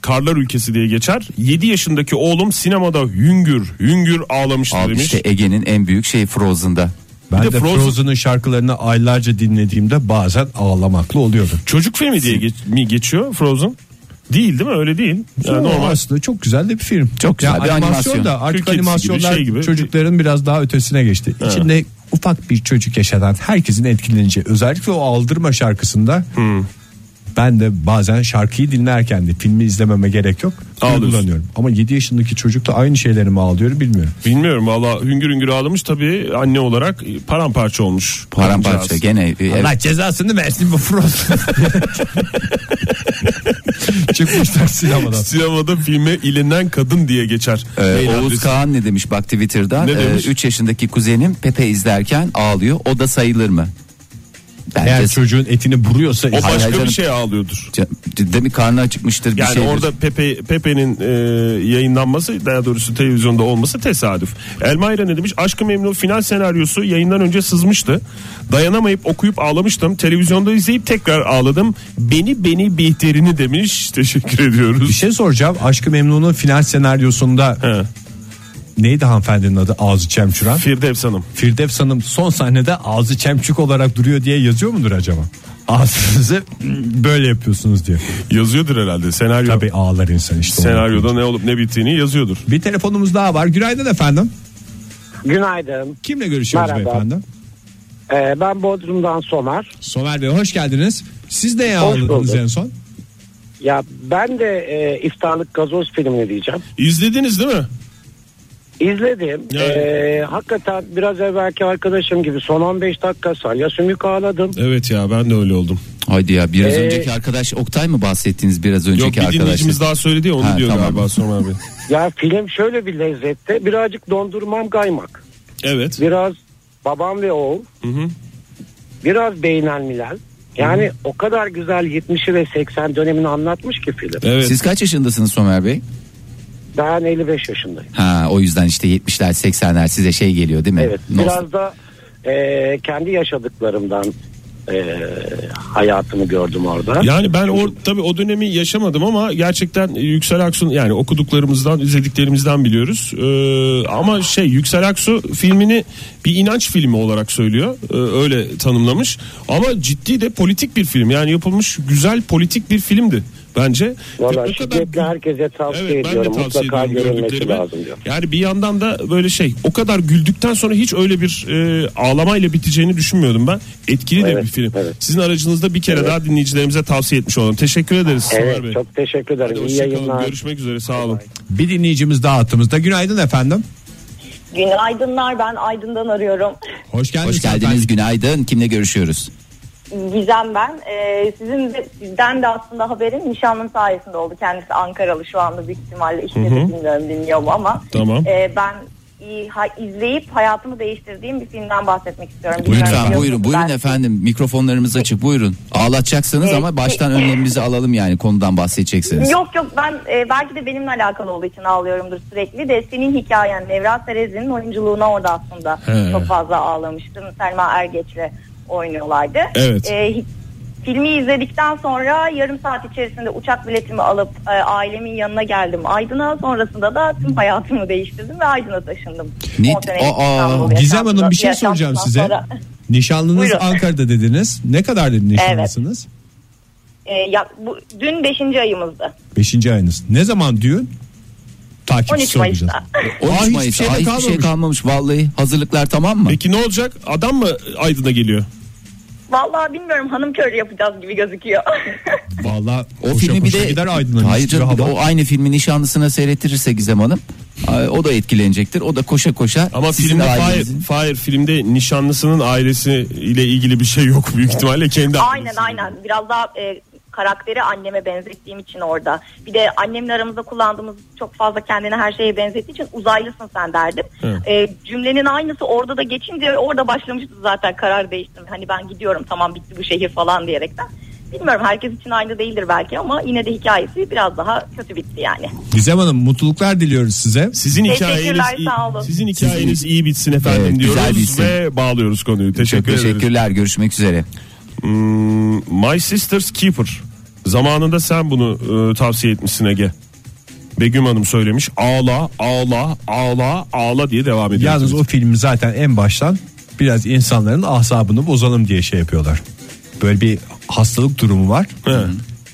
Speaker 5: Karlar Ülkesi diye geçer. 7 yaşındaki oğlum sinemada hüngür hüngür ağlamıştı
Speaker 4: Al
Speaker 5: demiş.
Speaker 4: işte Ege'nin en büyük şeyi Frozen'da.
Speaker 6: Ben
Speaker 5: de
Speaker 6: de,
Speaker 5: Frozen-
Speaker 6: Frozen'ın şarkılarını aylarca dinlediğimde bazen ağlamaklı oluyordum.
Speaker 5: Çocuk filmi diye geç- mi geçiyor Frozen? Değil değil mi? Öyle değil. Yani
Speaker 6: Ama
Speaker 5: normal.
Speaker 6: aslında çok güzel de bir film.
Speaker 4: Çok güzel bir animasyon.
Speaker 6: da artık
Speaker 5: Türk kedisi
Speaker 6: animasyonlar
Speaker 5: gibi, şey gibi.
Speaker 6: çocukların biraz daha ötesine geçti. İçinde ufak bir çocuk yaşanan herkesin etkileneceği özellikle o aldırma şarkısında
Speaker 5: Hmm.
Speaker 6: ben de bazen şarkıyı dinlerken de filmi izlememe gerek yok.
Speaker 5: Ağlıyorsun.
Speaker 6: Duygulanıyorum. Ama 7 yaşındaki çocuk da aynı şeyleri mi ağlıyor bilmiyorum.
Speaker 5: Bilmiyorum valla hüngür hüngür ağlamış tabii anne olarak e, paramparça olmuş.
Speaker 4: Paramparça
Speaker 5: Kadıncağız.
Speaker 4: gene. e, evet.
Speaker 6: cezasını versin bu Frozen. Çıkmışlar sinemadan.
Speaker 5: Sinemada filme ilinen kadın diye geçer.
Speaker 4: Ee,
Speaker 5: Mail
Speaker 4: Oğuz
Speaker 5: adresi.
Speaker 4: Kağan ne demiş bak Twitter'dan.
Speaker 5: Ne demiş?
Speaker 4: 3 yaşındaki kuzenim Pepe izlerken ağlıyor. O da sayılır mı? Bence
Speaker 6: Eğer çocuğun etini buruyorsa
Speaker 5: O başka
Speaker 4: canım.
Speaker 5: bir şey ağlıyordur.
Speaker 4: Ca- ciddi mi karnı acıkmıştır bir
Speaker 5: Yani
Speaker 4: şeydir.
Speaker 5: orada Pepe Pepe'nin e, yayınlanması daha doğrusu televizyonda olması tesadüf. Elmayra ne demiş? Aşkı Memnu final senaryosu yayından önce sızmıştı. Dayanamayıp okuyup ağlamıştım. Televizyonda izleyip tekrar ağladım. Beni beni bihterini demiş. Teşekkür
Speaker 6: Bir
Speaker 5: ediyoruz.
Speaker 6: şey soracağım. Aşkı Memnun'un final senaryosunda
Speaker 5: He.
Speaker 6: neydi hanımefendinin adı ağzı çemçüren?
Speaker 5: Firdevs Hanım.
Speaker 6: Firdevs Hanım son sahnede ağzı çemçük olarak duruyor diye yazıyor mudur acaba? Ağzınızı böyle yapıyorsunuz diye.
Speaker 5: Yazıyordur herhalde senaryo.
Speaker 6: Tabii ağlar insan işte. onu.
Speaker 5: Senaryoda ne olup ne bittiğini yazıyordur.
Speaker 6: Bir telefonumuz daha var. Günaydın efendim.
Speaker 11: Günaydın.
Speaker 6: Kimle görüşüyoruz
Speaker 11: Merhaba.
Speaker 6: beyefendi?
Speaker 11: Ee, ben Bodrum'dan Somer.
Speaker 6: Somer Bey hoş geldiniz. Siz neye
Speaker 11: Hoş
Speaker 6: ağladınız
Speaker 11: bulduk.
Speaker 6: en son?
Speaker 11: Ya ben de e, iftarlık gazoz filmini diyeceğim.
Speaker 5: İzlediniz değil mi?
Speaker 11: İzledim.
Speaker 5: Evet.
Speaker 11: Ee, hakikaten biraz evvelki arkadaşım gibi son 15 dakika salya sümük ağladım.
Speaker 5: Evet ya ben de öyle oldum.
Speaker 4: Haydi ya biraz
Speaker 11: Ee,
Speaker 4: önceki arkadaş Oktay mı bahsettiğiniz biraz önceki
Speaker 5: Yok bir
Speaker 4: arkadaş?
Speaker 5: dinleyicimiz daha söyledi ya onu
Speaker 4: Ha,
Speaker 5: diyor
Speaker 4: tamam.
Speaker 5: galiba Somer Bey.
Speaker 11: Ya film şöyle bir lezzette birazcık dondurmam kaymak.
Speaker 5: Evet.
Speaker 11: Biraz babam ve oğul.
Speaker 5: Hı hı.
Speaker 11: Biraz beynelmiler. Yani o kadar güzel 70'i ve 80 dönemini anlatmış ki film.
Speaker 4: Siz kaç yaşındasınız Somer Bey?
Speaker 11: Ben 55 yaşındayım.
Speaker 4: Ha o yüzden işte 70'ler 80'ler size şey geliyor değil mi?
Speaker 11: Evet.
Speaker 4: Nos-
Speaker 11: Biraz da e, kendi yaşadıklarımdan e, hayatımı gördüm orada.
Speaker 5: Yani ben o tabii o dönemi yaşamadım ama gerçekten Yüksel Aksu'nun yani okuduklarımızdan izlediklerimizden biliyoruz. Ee, ama şey Yüksel Aksu filmini bir inanç filmi olarak söylüyor. Ee, öyle tanımlamış. Ama ciddi de politik bir film. Yani yapılmış güzel politik bir filmdi bence. Ve o
Speaker 11: Valla
Speaker 5: kadar
Speaker 11: şiddetle herkese tavsiye
Speaker 5: Evet, ben de
Speaker 11: ediyorum.
Speaker 5: tavsiye
Speaker 11: Mutlaka
Speaker 5: ediyorum
Speaker 11: görülmesi
Speaker 5: gördüklerimi.
Speaker 11: lazım diyor.
Speaker 5: Yani bir yandan da böyle şey o kadar güldükten sonra hiç öyle bir e, ağlamayla biteceğini düşünmüyordum ben. Etkili de bir film. Sizin aracınızda bir kere daha dinleyicilerimize tavsiye etmiş olalım. Teşekkür ederiz. Soner Bey.
Speaker 11: Evet çok teşekkür ederim.
Speaker 5: Hadi
Speaker 11: İyi
Speaker 5: hoşça kalın.
Speaker 11: yayınlar.
Speaker 5: Görüşmek üzere sağ olun.
Speaker 6: Bir dinleyicimiz daha hattımızda. Günaydın efendim.
Speaker 12: Günaydınlar ben Aydın'dan arıyorum.
Speaker 6: Hoş geldiniz.
Speaker 4: Hoş geldiniz günaydın. Kimle görüşüyoruz?
Speaker 12: Gizem ben. Ee, sizin de, sizden de aslında haberim nişanlım sayesinde oldu. Kendisi Ankaralı şu anda büyük ihtimalle işte de
Speaker 4: Hı hı.
Speaker 12: bilmiyorum dinliyor mu ama.
Speaker 4: Tamam.
Speaker 12: e, ben iyi- ha- izleyip hayatımı değiştirdiğim bir filmden bahsetmek istiyorum.
Speaker 4: Lütfen
Speaker 12: Bilmiyorum,
Speaker 4: buyurun buyurun efendim mikrofonlarımız açık buyurun. Ağlatacaksınız
Speaker 12: Evet,
Speaker 4: ama baştan
Speaker 12: e-
Speaker 4: önlemimizi alalım yani konudan bahsedeceksiniz.
Speaker 12: Yok yok ben e, belki de benimle alakalı olduğu için ağlıyorumdur sürekli de senin hikayen Nevra Serez'in oyunculuğuna orada aslında
Speaker 4: He.
Speaker 12: çok fazla ağlamıştım. Selma Ergeç'le oynuyorlardı.
Speaker 2: Evet.
Speaker 12: E, hi- filmi izledikten sonra yarım saat içerisinde uçak biletimi alıp e, ailemin yanına geldim Aydın'a. Sonrasında da tüm hayatımı değiştirdim ve Aydın'a taşındım.
Speaker 6: Ne-
Speaker 12: On senelik
Speaker 6: Aa,
Speaker 12: İstanbul
Speaker 6: Gizem Hanım bir şey
Speaker 12: yaşamdan
Speaker 6: soracağım size.
Speaker 12: sonra-
Speaker 6: Nişanlınız
Speaker 12: Buyurun.
Speaker 6: Ankara'da dediniz. Ne kadardır nişanlısınız?
Speaker 12: E, ya, bu, dün 5. ayımızdı.
Speaker 6: Beşinci ayınız. Ne zaman düğün?
Speaker 12: 13
Speaker 6: Takipçisi olacağız.
Speaker 12: Mayıs'ta.
Speaker 4: 13 Mayıs'ta Aa, hiçbir şey kalmamış vallahi. Hazırlıklar tamam mı?
Speaker 5: Peki ne olacak? Adam mı Aydın'a geliyor?
Speaker 12: Vallahi bilmiyorum hanım körü yapacağız gibi gözüküyor.
Speaker 6: Vallahi
Speaker 4: o filmi bir de Hayır canım, bir de o aynı filmi nişanlısına seyrettirirse Gizem Hanım e, o da etkilenecektir. O da koşa koşa
Speaker 5: Ama
Speaker 4: sizin
Speaker 5: filmde Fahir,
Speaker 4: ailenizin-
Speaker 5: Fahir filmde nişanlısının ailesiyle ilgili bir şey yok büyük ihtimalle kendi
Speaker 12: aynen aynen biraz daha e, karakteri anneme benzettiğim için orada. Bir de annemle aramızda kullandığımız çok fazla kendini her şeye benzettiği için uzaylısın sen derdim.
Speaker 2: Hı.
Speaker 12: E, cümlenin aynısı orada da geçince orada başlamıştı zaten karar değiştim. Hani ben gidiyorum tamam bitti bu şehir falan diyerekten. Bilmiyorum herkes için aynı değildir belki ama yine de hikayesi biraz daha kötü bitti yani.
Speaker 6: Gizem Hanım mutluluklar diliyoruz size.
Speaker 5: Sizin hikayeniz,
Speaker 12: Teşekkürler sağ olun.
Speaker 5: sizin hikayeniz iyi bitsin efendim
Speaker 4: Evet,
Speaker 5: diyoruz
Speaker 4: güzel bitsin.
Speaker 5: ve bağlıyoruz konuyu. Teşekkür Hmm,
Speaker 4: Çok teşekkürler, görüşmek üzere.
Speaker 5: My Sister's Keeper. Zamanında sen bunu e, tavsiye etmişsin Ege. Begüm Hanım söylemiş. Ağla, ağla, ağla, ağla diye devam ediyor.
Speaker 6: Yalnız o filmi zaten en baştan biraz insanların asabını bozalım diye şey yapıyorlar. Böyle bir hastalık durumu var.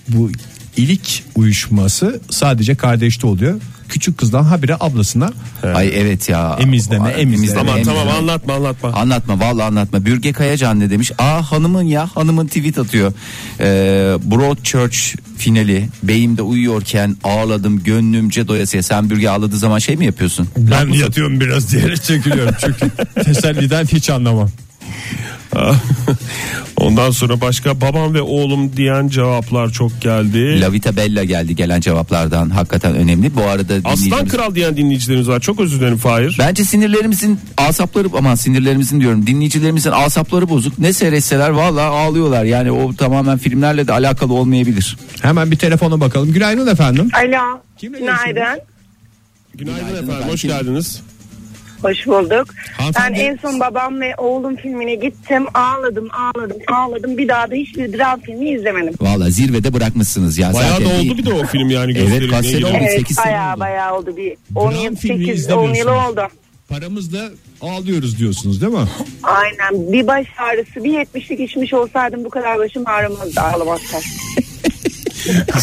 Speaker 6: Bu ilik uyuşması sadece kardeşte oluyor. Küçük kızdan habire ablasına
Speaker 4: Ay evet ya.
Speaker 6: emizleme
Speaker 4: Ay,
Speaker 6: emizleme.
Speaker 4: Aman tamam
Speaker 5: anlatma anlatma.
Speaker 4: Anlatma vallahi anlatma. Bürge Kayacan ne demiş? Aa hanımın ya hanımın tweet atıyor. Ee, Broadchurch finali beyimde uyuyorken ağladım gönlümce doyasıya. Sen Bürge ağladığı zaman şey mi yapıyorsun?
Speaker 6: Ben yatıyorum biraz diyerek çekiliyorum çünkü teselliden hiç anlamam.
Speaker 5: Ondan sonra başka babam ve oğlum diyen cevaplar çok geldi.
Speaker 4: Lavita Bella geldi gelen cevaplardan hakikaten önemli. Bu arada
Speaker 5: Aslan
Speaker 4: dinleyicimiz-
Speaker 5: Kral diyen dinleyicilerimiz var. Çok özür dilerim Fahir.
Speaker 4: Bence sinirlerimizin asapları aman sinirlerimizin diyorum dinleyicilerimizin asapları bozuk. Ne seyretseler vallahi ağlıyorlar. Yani o tamamen filmlerle de alakalı olmayabilir.
Speaker 6: Hemen bir telefona bakalım. Günaydın efendim.
Speaker 13: Alo. Günaydın.
Speaker 5: Günaydın, efendim. Hoş geldiniz.
Speaker 13: Hoş bulduk.
Speaker 5: Hanımefendi-
Speaker 13: Ben en son babam ve oğlum filmine gittim. Ağladım, ağladım, ağladım. Bir daha da hiçbir dram filmi izlemedim.
Speaker 4: Vallahi zirvede bırakmışsınız ya.
Speaker 5: Bayağı
Speaker 4: zaten
Speaker 5: da oldu bir de o film yani
Speaker 4: Evet
Speaker 5: gösterilmeye
Speaker 4: kaç sene oldu?
Speaker 5: gidiyor.
Speaker 13: evet,
Speaker 4: 8 sene
Speaker 13: bayağı bayağı oldu. Bir 10 yıl, 8, 10 yıl
Speaker 6: izlemiyorsunuz.
Speaker 13: oldu.
Speaker 6: Paramızla ağlıyoruz diyorsunuz değil mi?
Speaker 13: Aynen. Bir baş ağrısı, bir 70'lik içmiş olsaydım bu kadar başım ağrımazdı ağlamaktan.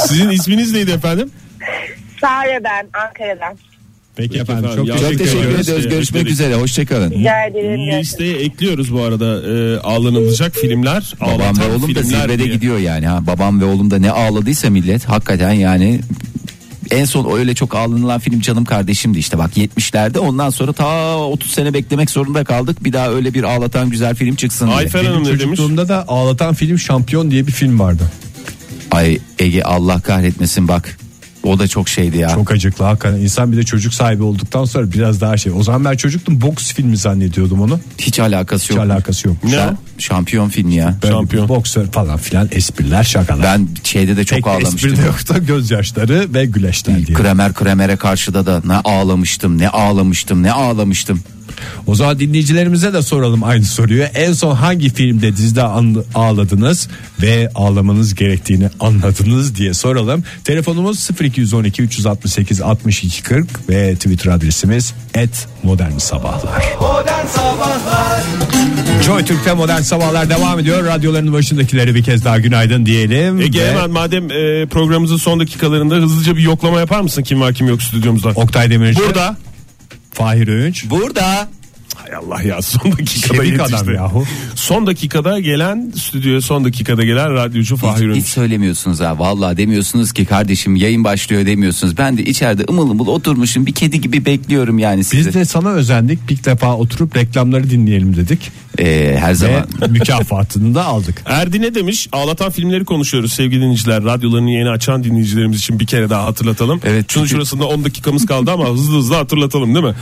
Speaker 5: Sizin isminiz neydi efendim?
Speaker 13: Sare ben, Ankara'dan.
Speaker 6: Peki, efendim.
Speaker 5: efendim,
Speaker 6: Çok,
Speaker 5: ya-
Speaker 6: teşekkür,
Speaker 5: teşekkür
Speaker 6: ediyoruz.
Speaker 5: ederiz.
Speaker 4: Görüşmek
Speaker 5: Bekleriz.
Speaker 4: üzere hoşçakalın.
Speaker 13: Rica ederim.
Speaker 5: Listeye ekliyoruz bu arada e, ağlanılacak filmler.
Speaker 4: Babam ve
Speaker 5: ağlatan
Speaker 4: oğlum da
Speaker 5: filmler
Speaker 4: zirvede
Speaker 5: diye.
Speaker 4: gidiyor yani. Ha, babam ve oğlum da ne ağladıysa millet hakikaten yani en son öyle çok ağlanılan film Canım Kardeşim'di işte bak 70'lerde ondan sonra ta 30 sene beklemek zorunda kaldık. Bir daha öyle bir ağlatan güzel film çıksın diye.
Speaker 6: Benim çocukluğumda da ağlatan film Şampiyon diye bir film vardı.
Speaker 4: Ay Ege Allah kahretmesin bak. O da çok şeydi ya.
Speaker 6: Çok acıklı hakikaten. İnsan bir de çocuk sahibi olduktan sonra biraz daha şey. O zaman ben çocuktum boks filmi zannediyordum onu.
Speaker 4: Hiç alakası
Speaker 6: yok. Hiç alakası yok.
Speaker 4: Şa- Şampiyon filmi ya.
Speaker 6: Şampiyon. Boksör falan filan espriler şakalar.
Speaker 4: Ben şeyde de çok
Speaker 6: Pek
Speaker 4: ağlamıştım.
Speaker 6: espri de yok da gözyaşları ve güleşler diye.
Speaker 4: Kremer Kremer'e karşıda da ne ağlamıştım ne ağlamıştım ne ağlamıştım.
Speaker 6: O zaman dinleyicilerimize de soralım aynı soruyu. En son hangi filmde dizide an- ağladınız ve ağlamanız gerektiğini anladınız diye soralım. Telefonumuz 0212 368 62 40 ve Twitter adresimiz et modern sabahlar.
Speaker 2: Modern Sabahlar
Speaker 6: Joy Türk'te modern sabahlar devam ediyor. Radyoların başındakileri bir kez daha günaydın diyelim.
Speaker 5: Ege
Speaker 6: ve
Speaker 5: hemen madem e, programımızın son dakikalarında hızlıca bir yoklama yapar mısın kim var kim yok stüdyomuzdan?
Speaker 6: Oktay Demirci.
Speaker 5: Burada.
Speaker 6: Fahir Öğünç.
Speaker 4: Burada.
Speaker 5: Hay Allah ya son dakikada
Speaker 6: Şebik
Speaker 5: yetişti.
Speaker 6: adam yahu.
Speaker 5: Son dakikada gelen stüdyoya son dakikada gelen radyocu Fahir
Speaker 4: Hiç,
Speaker 5: Öğünç.
Speaker 4: hiç söylemiyorsunuz ha vallahi demiyorsunuz ki kardeşim yayın başlıyor demiyorsunuz. Ben de içeride ımıl ımıl oturmuşum bir kedi gibi bekliyorum yani sizi.
Speaker 6: Biz de sana özendik. Bir defa oturup reklamları dinleyelim dedik.
Speaker 4: Ee, her zaman.
Speaker 6: Ve mükafatını da aldık.
Speaker 5: Erdi ne demiş? Ağlatan filmleri konuşuyoruz sevgili dinleyiciler. Radyolarını yeni açan dinleyicilerimiz için bir kere daha hatırlatalım. Evet. Şunun şurasında 10 dakikamız kaldı ama hızlı hızlı hatırlatalım değil mi?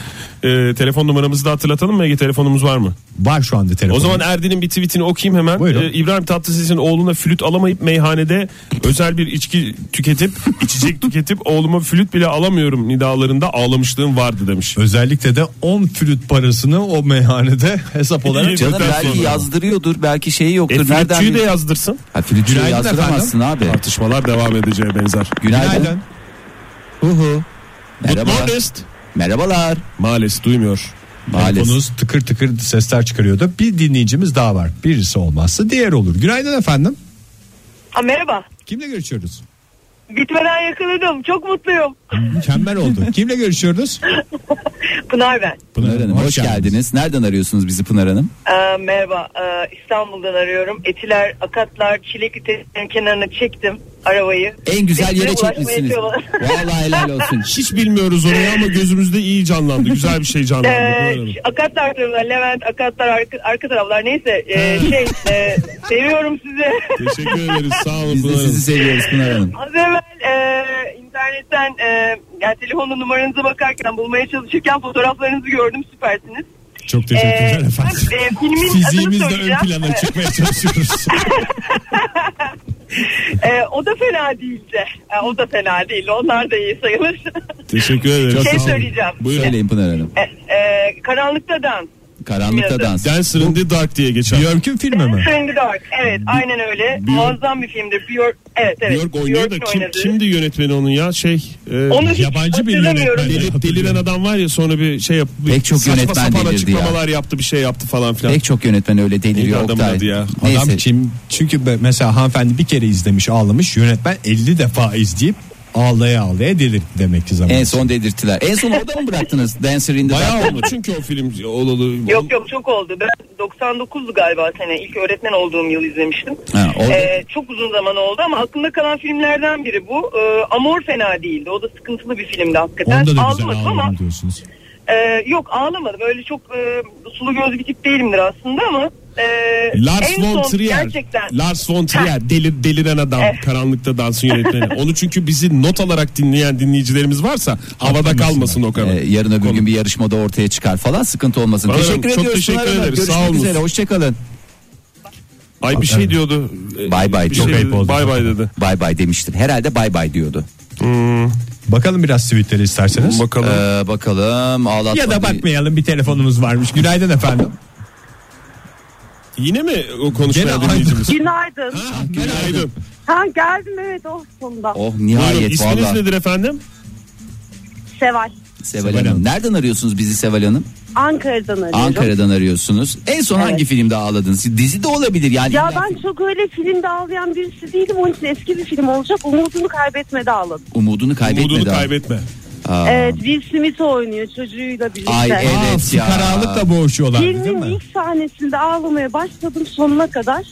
Speaker 5: Ee, telefon numaramızı da hatırlatalım mı? Ege telefonumuz var mı?
Speaker 6: Var şu anda telefon.
Speaker 5: O zaman Erdin'in bir tweetini okuyayım hemen. Ee, İbrahim Tatlıses'in oğluna flüt alamayıp meyhanede özel bir içki tüketip içecek tüketip oğluma flüt bile alamıyorum nidalarında ağlamışlığım vardı demiş.
Speaker 6: Özellikle de 10 flüt parasını o meyhanede hesap olarak
Speaker 4: Canım belki yazdırıyordur belki şeyi yoktur.
Speaker 6: E, flütçüyü
Speaker 4: Nereden
Speaker 6: de
Speaker 4: bil-
Speaker 5: yazdırsın.
Speaker 4: Ha, flütçüyü
Speaker 6: Günaydın
Speaker 4: yazdıramazsın abi.
Speaker 5: Tartışmalar devam edeceğe benzer.
Speaker 4: Günaydın.
Speaker 6: Günaydın.
Speaker 4: Uhu. Merhabalar.
Speaker 5: modest.
Speaker 4: Merhabalar.
Speaker 5: Maalesef duymuyor.
Speaker 4: Maalesef.
Speaker 6: Telefonunuz tıkır tıkır sesler çıkarıyordu. Bir dinleyicimiz daha var. Birisi olmazsa diğer olur. Günaydın efendim.
Speaker 14: Ha, merhaba.
Speaker 6: Kimle görüşüyoruz?
Speaker 14: Bitmeden yakaladım. Çok mutluyum.
Speaker 6: Mükemmel oldu. Kimle görüşüyoruz?
Speaker 14: Pınar ben.
Speaker 4: Pınar Hanım hoş, geldiniz. Nereden arıyorsunuz bizi Pınar Hanım?
Speaker 14: Ee, merhaba. Ee, İstanbul'dan arıyorum. Etiler, akatlar, çilekli tepsinin kenarına çektim arabayı.
Speaker 4: En güzel
Speaker 14: Hepsine
Speaker 4: yere
Speaker 14: ulaşmaya
Speaker 4: çekmişsiniz.
Speaker 14: çalışıyorum.
Speaker 4: Vallahi helal olsun.
Speaker 5: Hiç bilmiyoruz orayı ama gözümüzde iyi canlandı. Güzel bir şey canlandı.
Speaker 14: Ee,
Speaker 5: Buyurun.
Speaker 14: akatlar tarafından Levent, akatlar arka, arka taraflar neyse ee, şey ee, seviyorum sizi.
Speaker 5: Teşekkür ederiz. Sağ olun.
Speaker 4: Biz de
Speaker 5: Pınar Hanım.
Speaker 4: sizi seviyoruz Pınar Hanım.
Speaker 14: Az evvel ee, internetten ee, yani telefonun numaranıza bakarken bulmaya çalışırken fotoğraflarınızı gördüm süpersiniz.
Speaker 6: Çok
Speaker 14: Ee, ben, ee, filmin
Speaker 6: Fiziğimizle
Speaker 14: adını söyleyeceğim.
Speaker 6: ön plana çıkmaya çalışıyoruz.
Speaker 14: Ee, o da fena değildi. Ee, o da fena değil. Onlar da iyi sayılır.
Speaker 5: Teşekkür ederiz.
Speaker 14: Şey
Speaker 5: Çok sağ olun.
Speaker 14: söyleyeceğim.
Speaker 5: Buyurun.
Speaker 4: Söyleyin Pınar Hanım.
Speaker 14: Ee, e, karanlıkta dans.
Speaker 4: Karanlıkta dans.
Speaker 5: Dancer in the Dark diye geçer.
Speaker 6: Björk'ün filmi mi?
Speaker 14: Strange Dark. Evet aynen öyle. Muazzam bir filmdir. Björk, evet evet.
Speaker 5: Björk oynuyor da
Speaker 14: Björk'ün
Speaker 5: kim,
Speaker 14: oynadığı.
Speaker 5: kimdi yönetmeni onun ya şey e,
Speaker 14: Onu hiç hatırlamıyorum.
Speaker 5: Deli- deliren adam var ya sonra bir şey yapıp
Speaker 4: Pek çok
Speaker 5: saçma
Speaker 4: yönetmen
Speaker 5: sapan
Speaker 4: delirdi ya.
Speaker 5: açıklamalar yaptı bir şey yaptı falan filan.
Speaker 4: Pek çok yönetmen öyle
Speaker 5: Neydi
Speaker 4: deliriyor
Speaker 5: adamın
Speaker 4: Oktay.
Speaker 5: adı ya?
Speaker 4: Neyse.
Speaker 6: Adam kim? Çünkü be- mesela hanımefendi bir kere izlemiş ağlamış. Yönetmen 50 defa izleyip ağlaya ağlaya delirdi demek ki zaman.
Speaker 4: En son dedirttiler. En son orada mı bıraktınız Dancer in the
Speaker 5: Bayağı
Speaker 4: Dark?
Speaker 5: oldu çünkü o film olalı.
Speaker 14: Yok yok çok oldu. Ben 99'du galiba sene. İlk öğretmen olduğum yıl izlemiştim.
Speaker 4: Ha, orada-
Speaker 14: Ee, çok uzun zaman oldu ama aklımda kalan filmlerden biri bu. Ee, Amor fena değildi. O da sıkıntılı bir filmdi hakikaten.
Speaker 6: Onda da güzel
Speaker 14: Ağlamadım ama
Speaker 6: ağladım diyorsunuz.
Speaker 14: Ee, yok ağlamadım. Öyle çok e, sulu gözlü bir tip değilimdir aslında ama e,
Speaker 5: Lars
Speaker 14: en
Speaker 5: von
Speaker 14: son
Speaker 5: Trier.
Speaker 14: gerçekten
Speaker 5: Lars von Trier deli, deliren adam
Speaker 14: Eh.
Speaker 5: karanlıkta dansın yönetmeni. Onu çünkü bizi not alarak dinleyen dinleyicilerimiz varsa havada kalmasın o kadar.
Speaker 4: Ee, yarın öbür gün bir yarışmada ortaya çıkar falan sıkıntı olmasın.
Speaker 5: Pınar Hanım,
Speaker 4: teşekkür
Speaker 5: çok
Speaker 4: ediyoruz.
Speaker 5: teşekkür
Speaker 4: Pınar Hanım.
Speaker 5: ederiz.
Speaker 4: Görüşmek
Speaker 5: Sağ olun.
Speaker 4: üzere. Hoşçakalın.
Speaker 5: Ay bir şey diyordu.
Speaker 4: Bay bay.
Speaker 5: Bir
Speaker 4: Çok
Speaker 5: şey
Speaker 4: ayıp
Speaker 5: dedi,
Speaker 4: oldu.
Speaker 5: Bay bay dedi.
Speaker 4: Bay bay demiştir. Herhalde bay bay diyordu.
Speaker 6: Bakalım biraz tweetleri isterseniz.
Speaker 5: Bakalım.
Speaker 4: Ee, bakalım ağlatma.
Speaker 6: Ya da bakmayalım bir telefonumuz varmış. Günaydın efendim.
Speaker 5: Yine mi o konuşmaya
Speaker 6: Gene
Speaker 5: dinleyicimiz?
Speaker 15: Günaydın.
Speaker 5: Günaydın.
Speaker 15: Ha geldim evet oh sonunda.
Speaker 4: Oh
Speaker 5: Buyurun,
Speaker 4: nihayet
Speaker 5: isminiz
Speaker 4: valla.
Speaker 5: nedir efendim?
Speaker 15: Seval.
Speaker 4: Seval Hanım. Nereden arıyorsunuz bizi Seval Hanım?
Speaker 15: Ankara'dan arıyorum.
Speaker 4: Ankara'dan arıyorsunuz. En son hangi filmde ağladınız? Dizi de olabilir yani.
Speaker 15: Ya ben çok öyle filmde ağlayan birisi değilim. Onun için eski bir film olacak. Umudunu kaybetmede ağladım.
Speaker 4: Umudunu kaybetme.
Speaker 5: Umudunu
Speaker 4: daha.
Speaker 5: kaybetme.
Speaker 4: Aa.
Speaker 15: Evet Will Smith oynuyor çocuğuyla birlikte.
Speaker 4: Ay evet ya.
Speaker 6: Fukaralıkla boğuşuyorlar değil
Speaker 15: Filmin
Speaker 6: mi?
Speaker 15: ilk sahnesinde ağlamaya başladım sonuna kadar.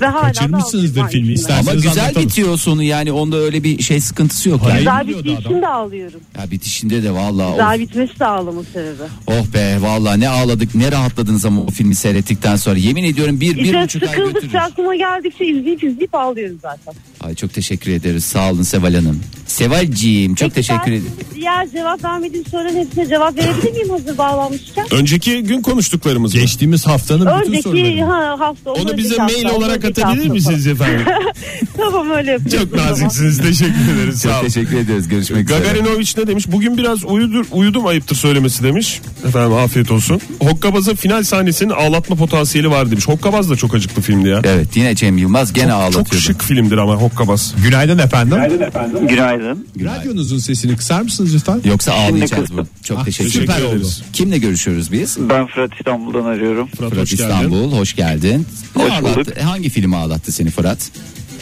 Speaker 15: Ve hala da
Speaker 6: Kaçırmışsınızdır
Speaker 15: ağlıyorum.
Speaker 6: filmi isterseniz
Speaker 4: Ama güzel
Speaker 6: anlatalım.
Speaker 4: bitiyor sonu yani onda öyle bir şey sıkıntısı yok.
Speaker 15: Hayır,
Speaker 4: yani.
Speaker 15: Güzel bittiği için de ağlıyorum.
Speaker 4: Ya bitişinde de vallahi of.
Speaker 15: Güzel bitmesi de ağlama sebebi.
Speaker 4: Oh be vallahi ne ağladık ne rahatladınız ama o filmi seyrettikten sonra. Yemin ediyorum bir, bir
Speaker 15: İşte
Speaker 4: buçuk ay götürür.
Speaker 15: sıkıldıkça aklıma geldikçe izleyip izleyip ağlıyorum zaten.
Speaker 4: Ay çok teşekkür ederiz. Sağ olun Seval Hanım. Sevalciğim çok teşekkür ederim.
Speaker 15: Diğer cevap vermediğim soruların hepsine cevap verebilir miyim hazır bağlanmışken?
Speaker 5: Önceki gün konuştuklarımız
Speaker 6: Geçtiğimiz haftanın bütün
Speaker 15: Önceki
Speaker 6: soruları.
Speaker 15: ha, hafta.
Speaker 6: Onu
Speaker 15: önceki
Speaker 6: bize
Speaker 15: hafta,
Speaker 6: mail olarak
Speaker 15: önceki
Speaker 6: atabilir
Speaker 15: hafta
Speaker 6: misiniz
Speaker 15: falan.
Speaker 6: efendim?
Speaker 15: tamam öyle yapıyoruz. o zaman.
Speaker 5: Teşekkür ederiz.
Speaker 4: Çok teşekkür ederiz. Görüşmek üzere.
Speaker 5: Gagarinovic ne demiş? Bugün biraz uyudur, uyudum ayıptır söylemesi demiş. Efendim afiyet olsun. Hokkabaz'ın final sahnesinin ağlatma potansiyeli var demiş. Hokkabaz da çok acıklı filmdi ya.
Speaker 4: Evet yine Cem Yılmaz gene ağlatıyordu.
Speaker 5: Çok şık filmdir ama Hokkabaz.
Speaker 6: Günaydın efendim.
Speaker 5: Günaydın
Speaker 6: efendim.
Speaker 10: Günaydın.
Speaker 6: Radyonuzun sesini kısar mısınız lütfen?
Speaker 4: Yoksa ağlayacağız
Speaker 10: kıstım.
Speaker 4: bu. Çok
Speaker 6: Ah,
Speaker 4: teşekkür
Speaker 6: süper
Speaker 4: ederiz. Kimle görüşüyoruz biz?
Speaker 10: Ben Fırat İstanbul'dan arıyorum.
Speaker 4: Fırat, İstanbul hoş geldin. Ne
Speaker 10: Hoş
Speaker 4: ağlattı-
Speaker 10: bulduk.
Speaker 4: Hangi filmi ağlattı seni Fırat?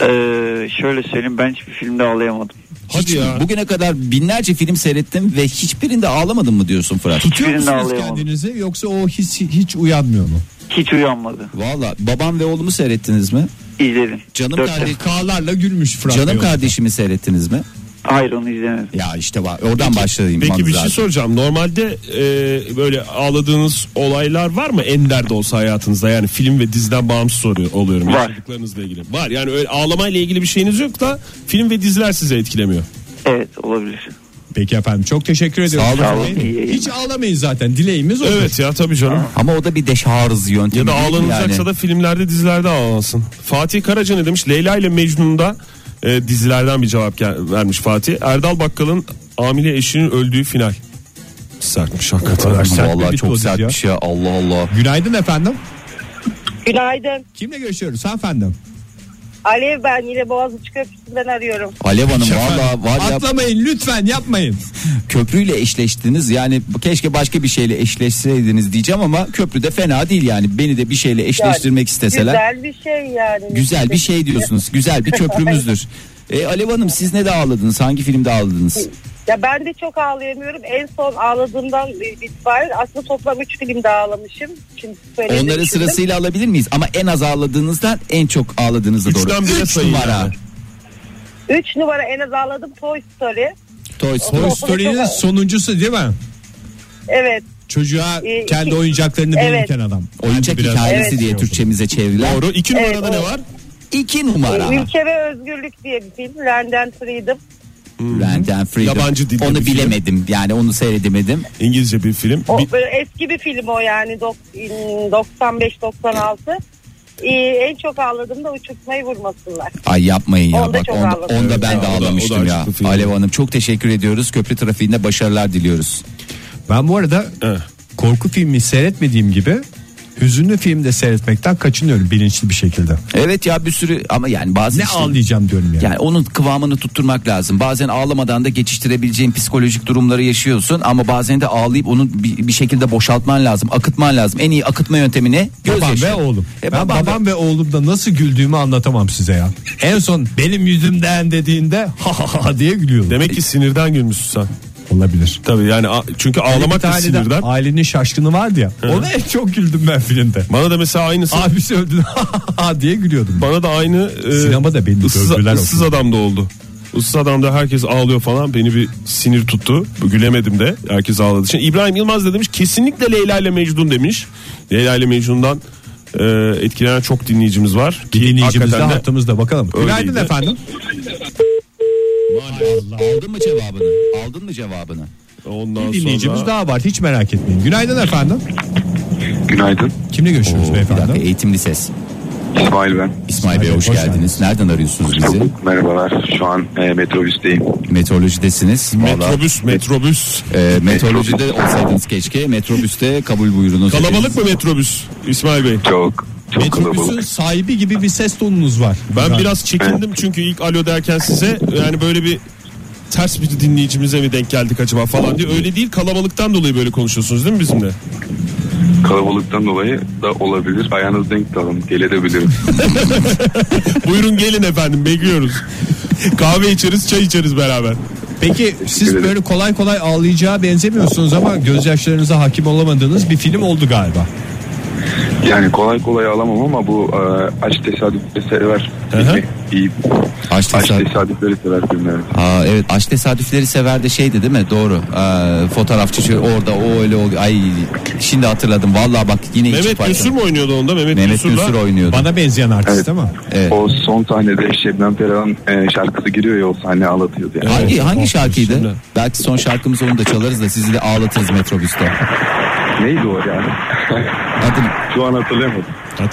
Speaker 10: Ee, şöyle söyleyeyim ben hiçbir filmde ağlayamadım.
Speaker 4: Hiç- Bugüne kadar binlerce film seyrettim ve hiçbirinde ağlamadın mı diyorsun Fırat?
Speaker 6: Tutuyor
Speaker 10: Hiçbirini
Speaker 6: musunuz
Speaker 10: ağlayamadım.
Speaker 6: kendinizi yoksa o hiç, hiç uyanmıyor mu?
Speaker 10: Hiç uyanmadı.
Speaker 4: Valla babam ve oğlumu seyrettiniz mi?
Speaker 10: İzledim.
Speaker 4: Canım
Speaker 10: Dört
Speaker 4: kardeş-
Speaker 10: defa.
Speaker 6: Ağlarla gülmüş Fırat
Speaker 4: Canım
Speaker 6: Bey.
Speaker 4: kardeşimi seyrettiniz mi?
Speaker 10: Hayır onu izlemedim.
Speaker 4: Ya işte var oradan başlayayım.
Speaker 5: Peki bir şey
Speaker 4: manzara.
Speaker 5: soracağım. Normalde e, böyle ağladığınız olaylar var mı? Ender de olsa hayatınızda yani film ve diziden bağımsız soruyor oluyorum.
Speaker 10: Var.
Speaker 5: Yaşadıklarınızla ilgili. Var yani öyle ağlamayla ilgili bir şeyiniz yok da film ve diziler sizi etkilemiyor.
Speaker 10: Evet olabilir.
Speaker 6: Peki efendim çok teşekkür ediyorum.
Speaker 5: Sağ olun.
Speaker 6: Fırat
Speaker 5: Sağ olun,
Speaker 6: Bey.
Speaker 5: iyi yayınlar.
Speaker 6: Hiç ağlamayın zaten dileğimiz o.
Speaker 5: Evet ya tabii canım.
Speaker 4: Ama o da bir deşarız yöntemi.
Speaker 5: Ya da
Speaker 4: değil mi
Speaker 5: ağlanacaksa da filmlerde dizilerde ağlansın. Fatih Karaca ne demiş? Leyla ile Mecnun'da e, dizilerden bir cevap gel- vermiş Fatih. Erdal Bakkal'ın amile eşinin öldüğü final. Sertmiş hakikaten.
Speaker 4: Vallahi çok sertmiş ya. Allah Allah.
Speaker 6: Günaydın efendim.
Speaker 16: Günaydın.
Speaker 6: Kimle görüşüyoruz efendim?
Speaker 16: Alev ben yine Boğaziçi Köprüsü'nden arıyorum.
Speaker 4: Alev Hanım
Speaker 6: Efendim,
Speaker 4: valla var ya
Speaker 6: Atlamayın lütfen yapmayın.
Speaker 4: köprüyle eşleştiniz yani bu- keşke başka bir şeyle eşleşseydiniz diyeceğim ama köprü de fena değil yani beni de bir şeyle e, eşleştirmek
Speaker 16: Yani
Speaker 4: isteseler güzel,
Speaker 16: Güzel bir şey yani.
Speaker 4: bir şey diyorsunuz güzel bir köprümüzdür. E, Alev Hanım siz ne de ağladınız hangi filmde ağladınız?
Speaker 16: ya ben de çok ağlayamıyorum. En son ağladığımdan itibaren aslında toplam 3 filmde ağlamışım. Şimdi söyleyeyim.
Speaker 4: Onları sırasıyla alabilir miyiz ama en az ağladığınızdan en çok ağladığınıza doğru.
Speaker 5: Üçten bire
Speaker 4: Üç
Speaker 5: sayın
Speaker 4: numara.
Speaker 5: yani.
Speaker 16: 3 numara en az ağladım Toy Story.
Speaker 4: Toy
Speaker 6: Toy Story'nin sonuncusu değil mi?
Speaker 16: Evet.
Speaker 6: Çocuğa
Speaker 16: Ee,
Speaker 6: kendi
Speaker 16: iki-
Speaker 6: oyuncaklarını
Speaker 16: Evet.
Speaker 6: verirken adam.
Speaker 4: Oyuncak
Speaker 6: Biraz-
Speaker 4: hikayesi
Speaker 16: Evet.
Speaker 4: diye Türkçemize çevrilen.
Speaker 5: Doğru. İki
Speaker 16: Evet, numarada ne o-
Speaker 5: var?
Speaker 4: İki numara.
Speaker 16: Ee, Ülke ve Özgürlük diye bir film. Land and Freedom.
Speaker 4: Rent and Freedom.
Speaker 5: Yabancı dilde
Speaker 4: Onu
Speaker 5: bir film.
Speaker 4: bilemedim yani onu seyredemedim.
Speaker 5: İngilizce bir film.
Speaker 16: O, böyle eski bir film o yani dok- 95-96. Ee, en çok ağladığım da uçurtmayı vurmasınlar.
Speaker 4: Ay yapmayın ya
Speaker 16: Onda
Speaker 4: bak
Speaker 16: çok
Speaker 4: onda,
Speaker 16: ağladım.
Speaker 4: onda
Speaker 16: Evet,
Speaker 4: ben de
Speaker 16: o da- o da
Speaker 4: ağlamıştım ya.
Speaker 5: acıklı film.
Speaker 4: Alev Hanım çok teşekkür ediyoruz. Köprü trafiğinde başarılar diliyoruz.
Speaker 6: Ben bu arada korku filmi seyretmediğim gibi hüzünlü filmde seyretmekten kaçınıyorum bilinçli bir şekilde.
Speaker 4: Evet ya bir sürü ama yani bazı
Speaker 6: Ne
Speaker 4: işte-
Speaker 6: ağlayacağım diyorum yani.
Speaker 4: Yani onun kıvamını tutturmak lazım. Bazen ağlamadan da geçiştirebileceğin psikolojik durumları yaşıyorsun ama bazen de ağlayıp onu bir, bir şekilde boşaltman lazım, akıtman lazım. En iyi akıtma yöntemi ne?
Speaker 6: Babam
Speaker 4: Gözyaşı.
Speaker 6: ve oğlum.
Speaker 4: E,
Speaker 6: ben
Speaker 4: babam ve-
Speaker 6: babam ve oğlumda nasıl güldüğümü anlatamam size ya. En son benim yüzümden dediğinde ha ha ha diye gülüyordum.
Speaker 5: Demek ki sinirden gülmüşsün sen.
Speaker 6: Olabilir.
Speaker 5: Tabii yani a- çünkü
Speaker 6: Bir
Speaker 5: ağlamak da
Speaker 6: tane de
Speaker 5: sinirden.
Speaker 6: Ailenin şaşkını vardı ya.
Speaker 5: Hı.
Speaker 6: Ona en çok güldüm ben filmde.
Speaker 5: Bana da mesela aynısı.
Speaker 6: Abisi öldü ha ha ha diye gülüyordum.
Speaker 5: Bana da aynı e,
Speaker 6: Sinemada beni
Speaker 5: ıssız,
Speaker 6: dövdüler
Speaker 5: ıssız adam da oldu. Issız adamda herkes ağlıyor falan beni bir sinir tuttu. Gülemedim de herkes ağladı. Şimdi İbrahim Yılmaz da demiş kesinlikle Leyla ile Mecnun demiş. Leyla ile Mecnun'dan e, etkilenen çok dinleyicimiz var. Ki
Speaker 6: Dinleyicimiz de
Speaker 5: hakikaten de
Speaker 6: hattımızda bakalım.
Speaker 5: öyleydi.
Speaker 6: Günaydın efendim.
Speaker 4: Aldın mı cevabını? Aldın mı cevabını?
Speaker 5: Ondan
Speaker 6: Bir dinleyicimiz daha var hiç merak etmeyin. Günaydın efendim.
Speaker 17: Günaydın.
Speaker 6: Kimle görüşüyoruz
Speaker 4: Oo, bir
Speaker 6: beyefendi?
Speaker 4: dakika eğitimli ses.
Speaker 17: İsmail ben.
Speaker 4: İsmail Bey hoş, geldiniz. Nereden arıyorsunuz bizi?
Speaker 17: Merhabalar. Şu an e, metrobüsteyim.
Speaker 4: Meteorolojidesiniz. Metrobüs,
Speaker 5: metrobüs.
Speaker 4: meteorolojide E, olsaydınız keşke. Metrobüste kabul buyurunuz.
Speaker 5: Kalabalık mı metrobüs İsmail Bey?
Speaker 17: Çok.
Speaker 6: Metrobüsün sahibi gibi bir ses tonunuz var.
Speaker 5: Ben
Speaker 6: Günaydın.
Speaker 5: biraz çekindim çünkü ilk alo derken size yani böyle bir ters bir dinleyicimize mi denk geldik acaba falan diye. Öyle değil kalabalıktan dolayı böyle konuşuyorsunuz değil mi bizimle?
Speaker 17: Kalabalıktan dolayı da olabilir. Ayağınız denk dalın. Gelebilirim.
Speaker 5: Buyurun gelin efendim bekliyoruz. Kahve içeriz çay içeriz beraber.
Speaker 6: Peki siz böyle kolay kolay ağlayacağı benzemiyorsunuz ama gözyaşlarınıza hakim olamadığınız bir film oldu galiba.
Speaker 17: Yani kolay kolay alamam ama bu e, aç tesadüfleri sever. İyi.
Speaker 4: Aç
Speaker 17: Aç tesadüfleri sever filmleri.
Speaker 4: Aa, evet aç tesadüfleri sever de şeydi değil mi? Doğru. Aa, fotoğrafçı şöyle orada o öyle oluyor. Ay şimdi hatırladım. Vallahi bak yine hiç
Speaker 5: Mehmet
Speaker 4: farkında-
Speaker 5: Gürsür mü oynuyordu onda? Mehmet,
Speaker 4: Mehmet
Speaker 5: Gülsür'la-
Speaker 4: Gürsür oynuyordu. benzeyen
Speaker 17: Evet. O son sahnede Şebnem Ferah'ın e, şarkısı giriyor ya o sahne ağlatıyordu. Yani.
Speaker 4: Hangi hangi şarkıydı? Belki son şarkımız onu da çalarız da sizi de ağlatırız metrobüste.
Speaker 17: Neydi o yani?
Speaker 4: Adını.
Speaker 17: Şu an hatırlayamadım.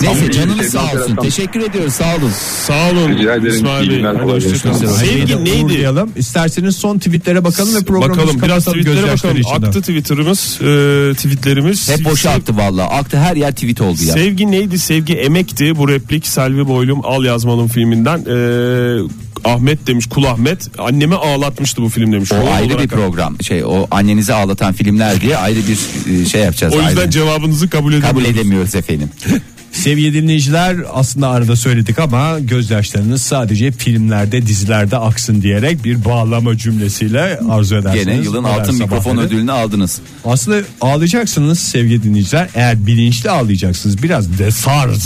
Speaker 4: Neyse
Speaker 17: Şebnem
Speaker 4: canınız sağ
Speaker 17: Ferah
Speaker 4: olsun.
Speaker 17: tam-
Speaker 4: Teşekkür ediyoruz. Sağ olun.
Speaker 5: Sağ olun.
Speaker 17: Rica ederim. İsmail İyi Bey. günler, Hadi kolay gelsin. hoşçakalın.
Speaker 6: Sevgi neydi? İsterseniz son tweetlere bakalım ve programımızı
Speaker 5: bakalım biraz
Speaker 6: kapatalım
Speaker 5: tweetlere
Speaker 6: gözyaşları
Speaker 5: bakalım.
Speaker 6: içinde.
Speaker 5: Aktı Twitter'ımız, e, tweetlerimiz.
Speaker 4: Hep boşa aktı valla. Aktı her yer tweet oldu ya.
Speaker 5: Sevgi neydi? Sevgi emekti. Bu replik Selvi Boylum Al Yazmalım filminden. E, Ahmet demiş Kul Ahmet. Annemi ağlatmıştı bu film demiş.
Speaker 4: O
Speaker 5: Rol
Speaker 4: ayrı
Speaker 5: olarak-
Speaker 4: bir program. Şey o annenizi ağlatan filmler diye ayrı bir e, şey yapacağız.
Speaker 5: O yüzden
Speaker 4: ayrı.
Speaker 5: cevabınızı kabul edemiyoruz.
Speaker 4: Kabul edemiyoruz efendim.
Speaker 6: Sevgili dinleyiciler aslında arada söyledik ama gözyaşlarınız sadece filmlerde dizilerde aksın diyerek bir bağlama cümlesiyle arzu edersiniz.
Speaker 4: Gene yılın
Speaker 6: Modern
Speaker 4: altın mikrofon
Speaker 6: sabahları.
Speaker 4: ödülünü aldınız.
Speaker 6: Aslında ağlayacaksınız sevgili dinleyiciler. Eğer bilinçli ağlayacaksınız biraz desarj,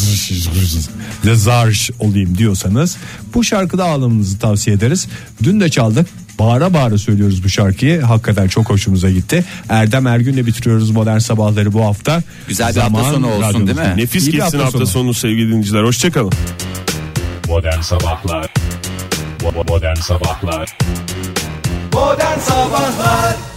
Speaker 6: desarj olayım diyorsanız bu şarkıda ağlamanızı tavsiye ederiz. Dün de çaldık. Bağıra bağıra söylüyoruz bu şarkıyı. Hakikaten çok hoşumuza gitti. Erdem Ergün'le bitiriyoruz modern sabahları bu hafta.
Speaker 4: Güzel bir
Speaker 6: Zaman
Speaker 4: hafta sonu olsun değil
Speaker 6: radyomuzda.
Speaker 4: mi?
Speaker 5: Nefis
Speaker 6: İyi bir
Speaker 5: geçsin hafta, sonu. sevgili dinleyiciler. Hoşçakalın.
Speaker 18: Modern Sabahlar Bo- Modern Sabahlar
Speaker 2: Modern Sabahlar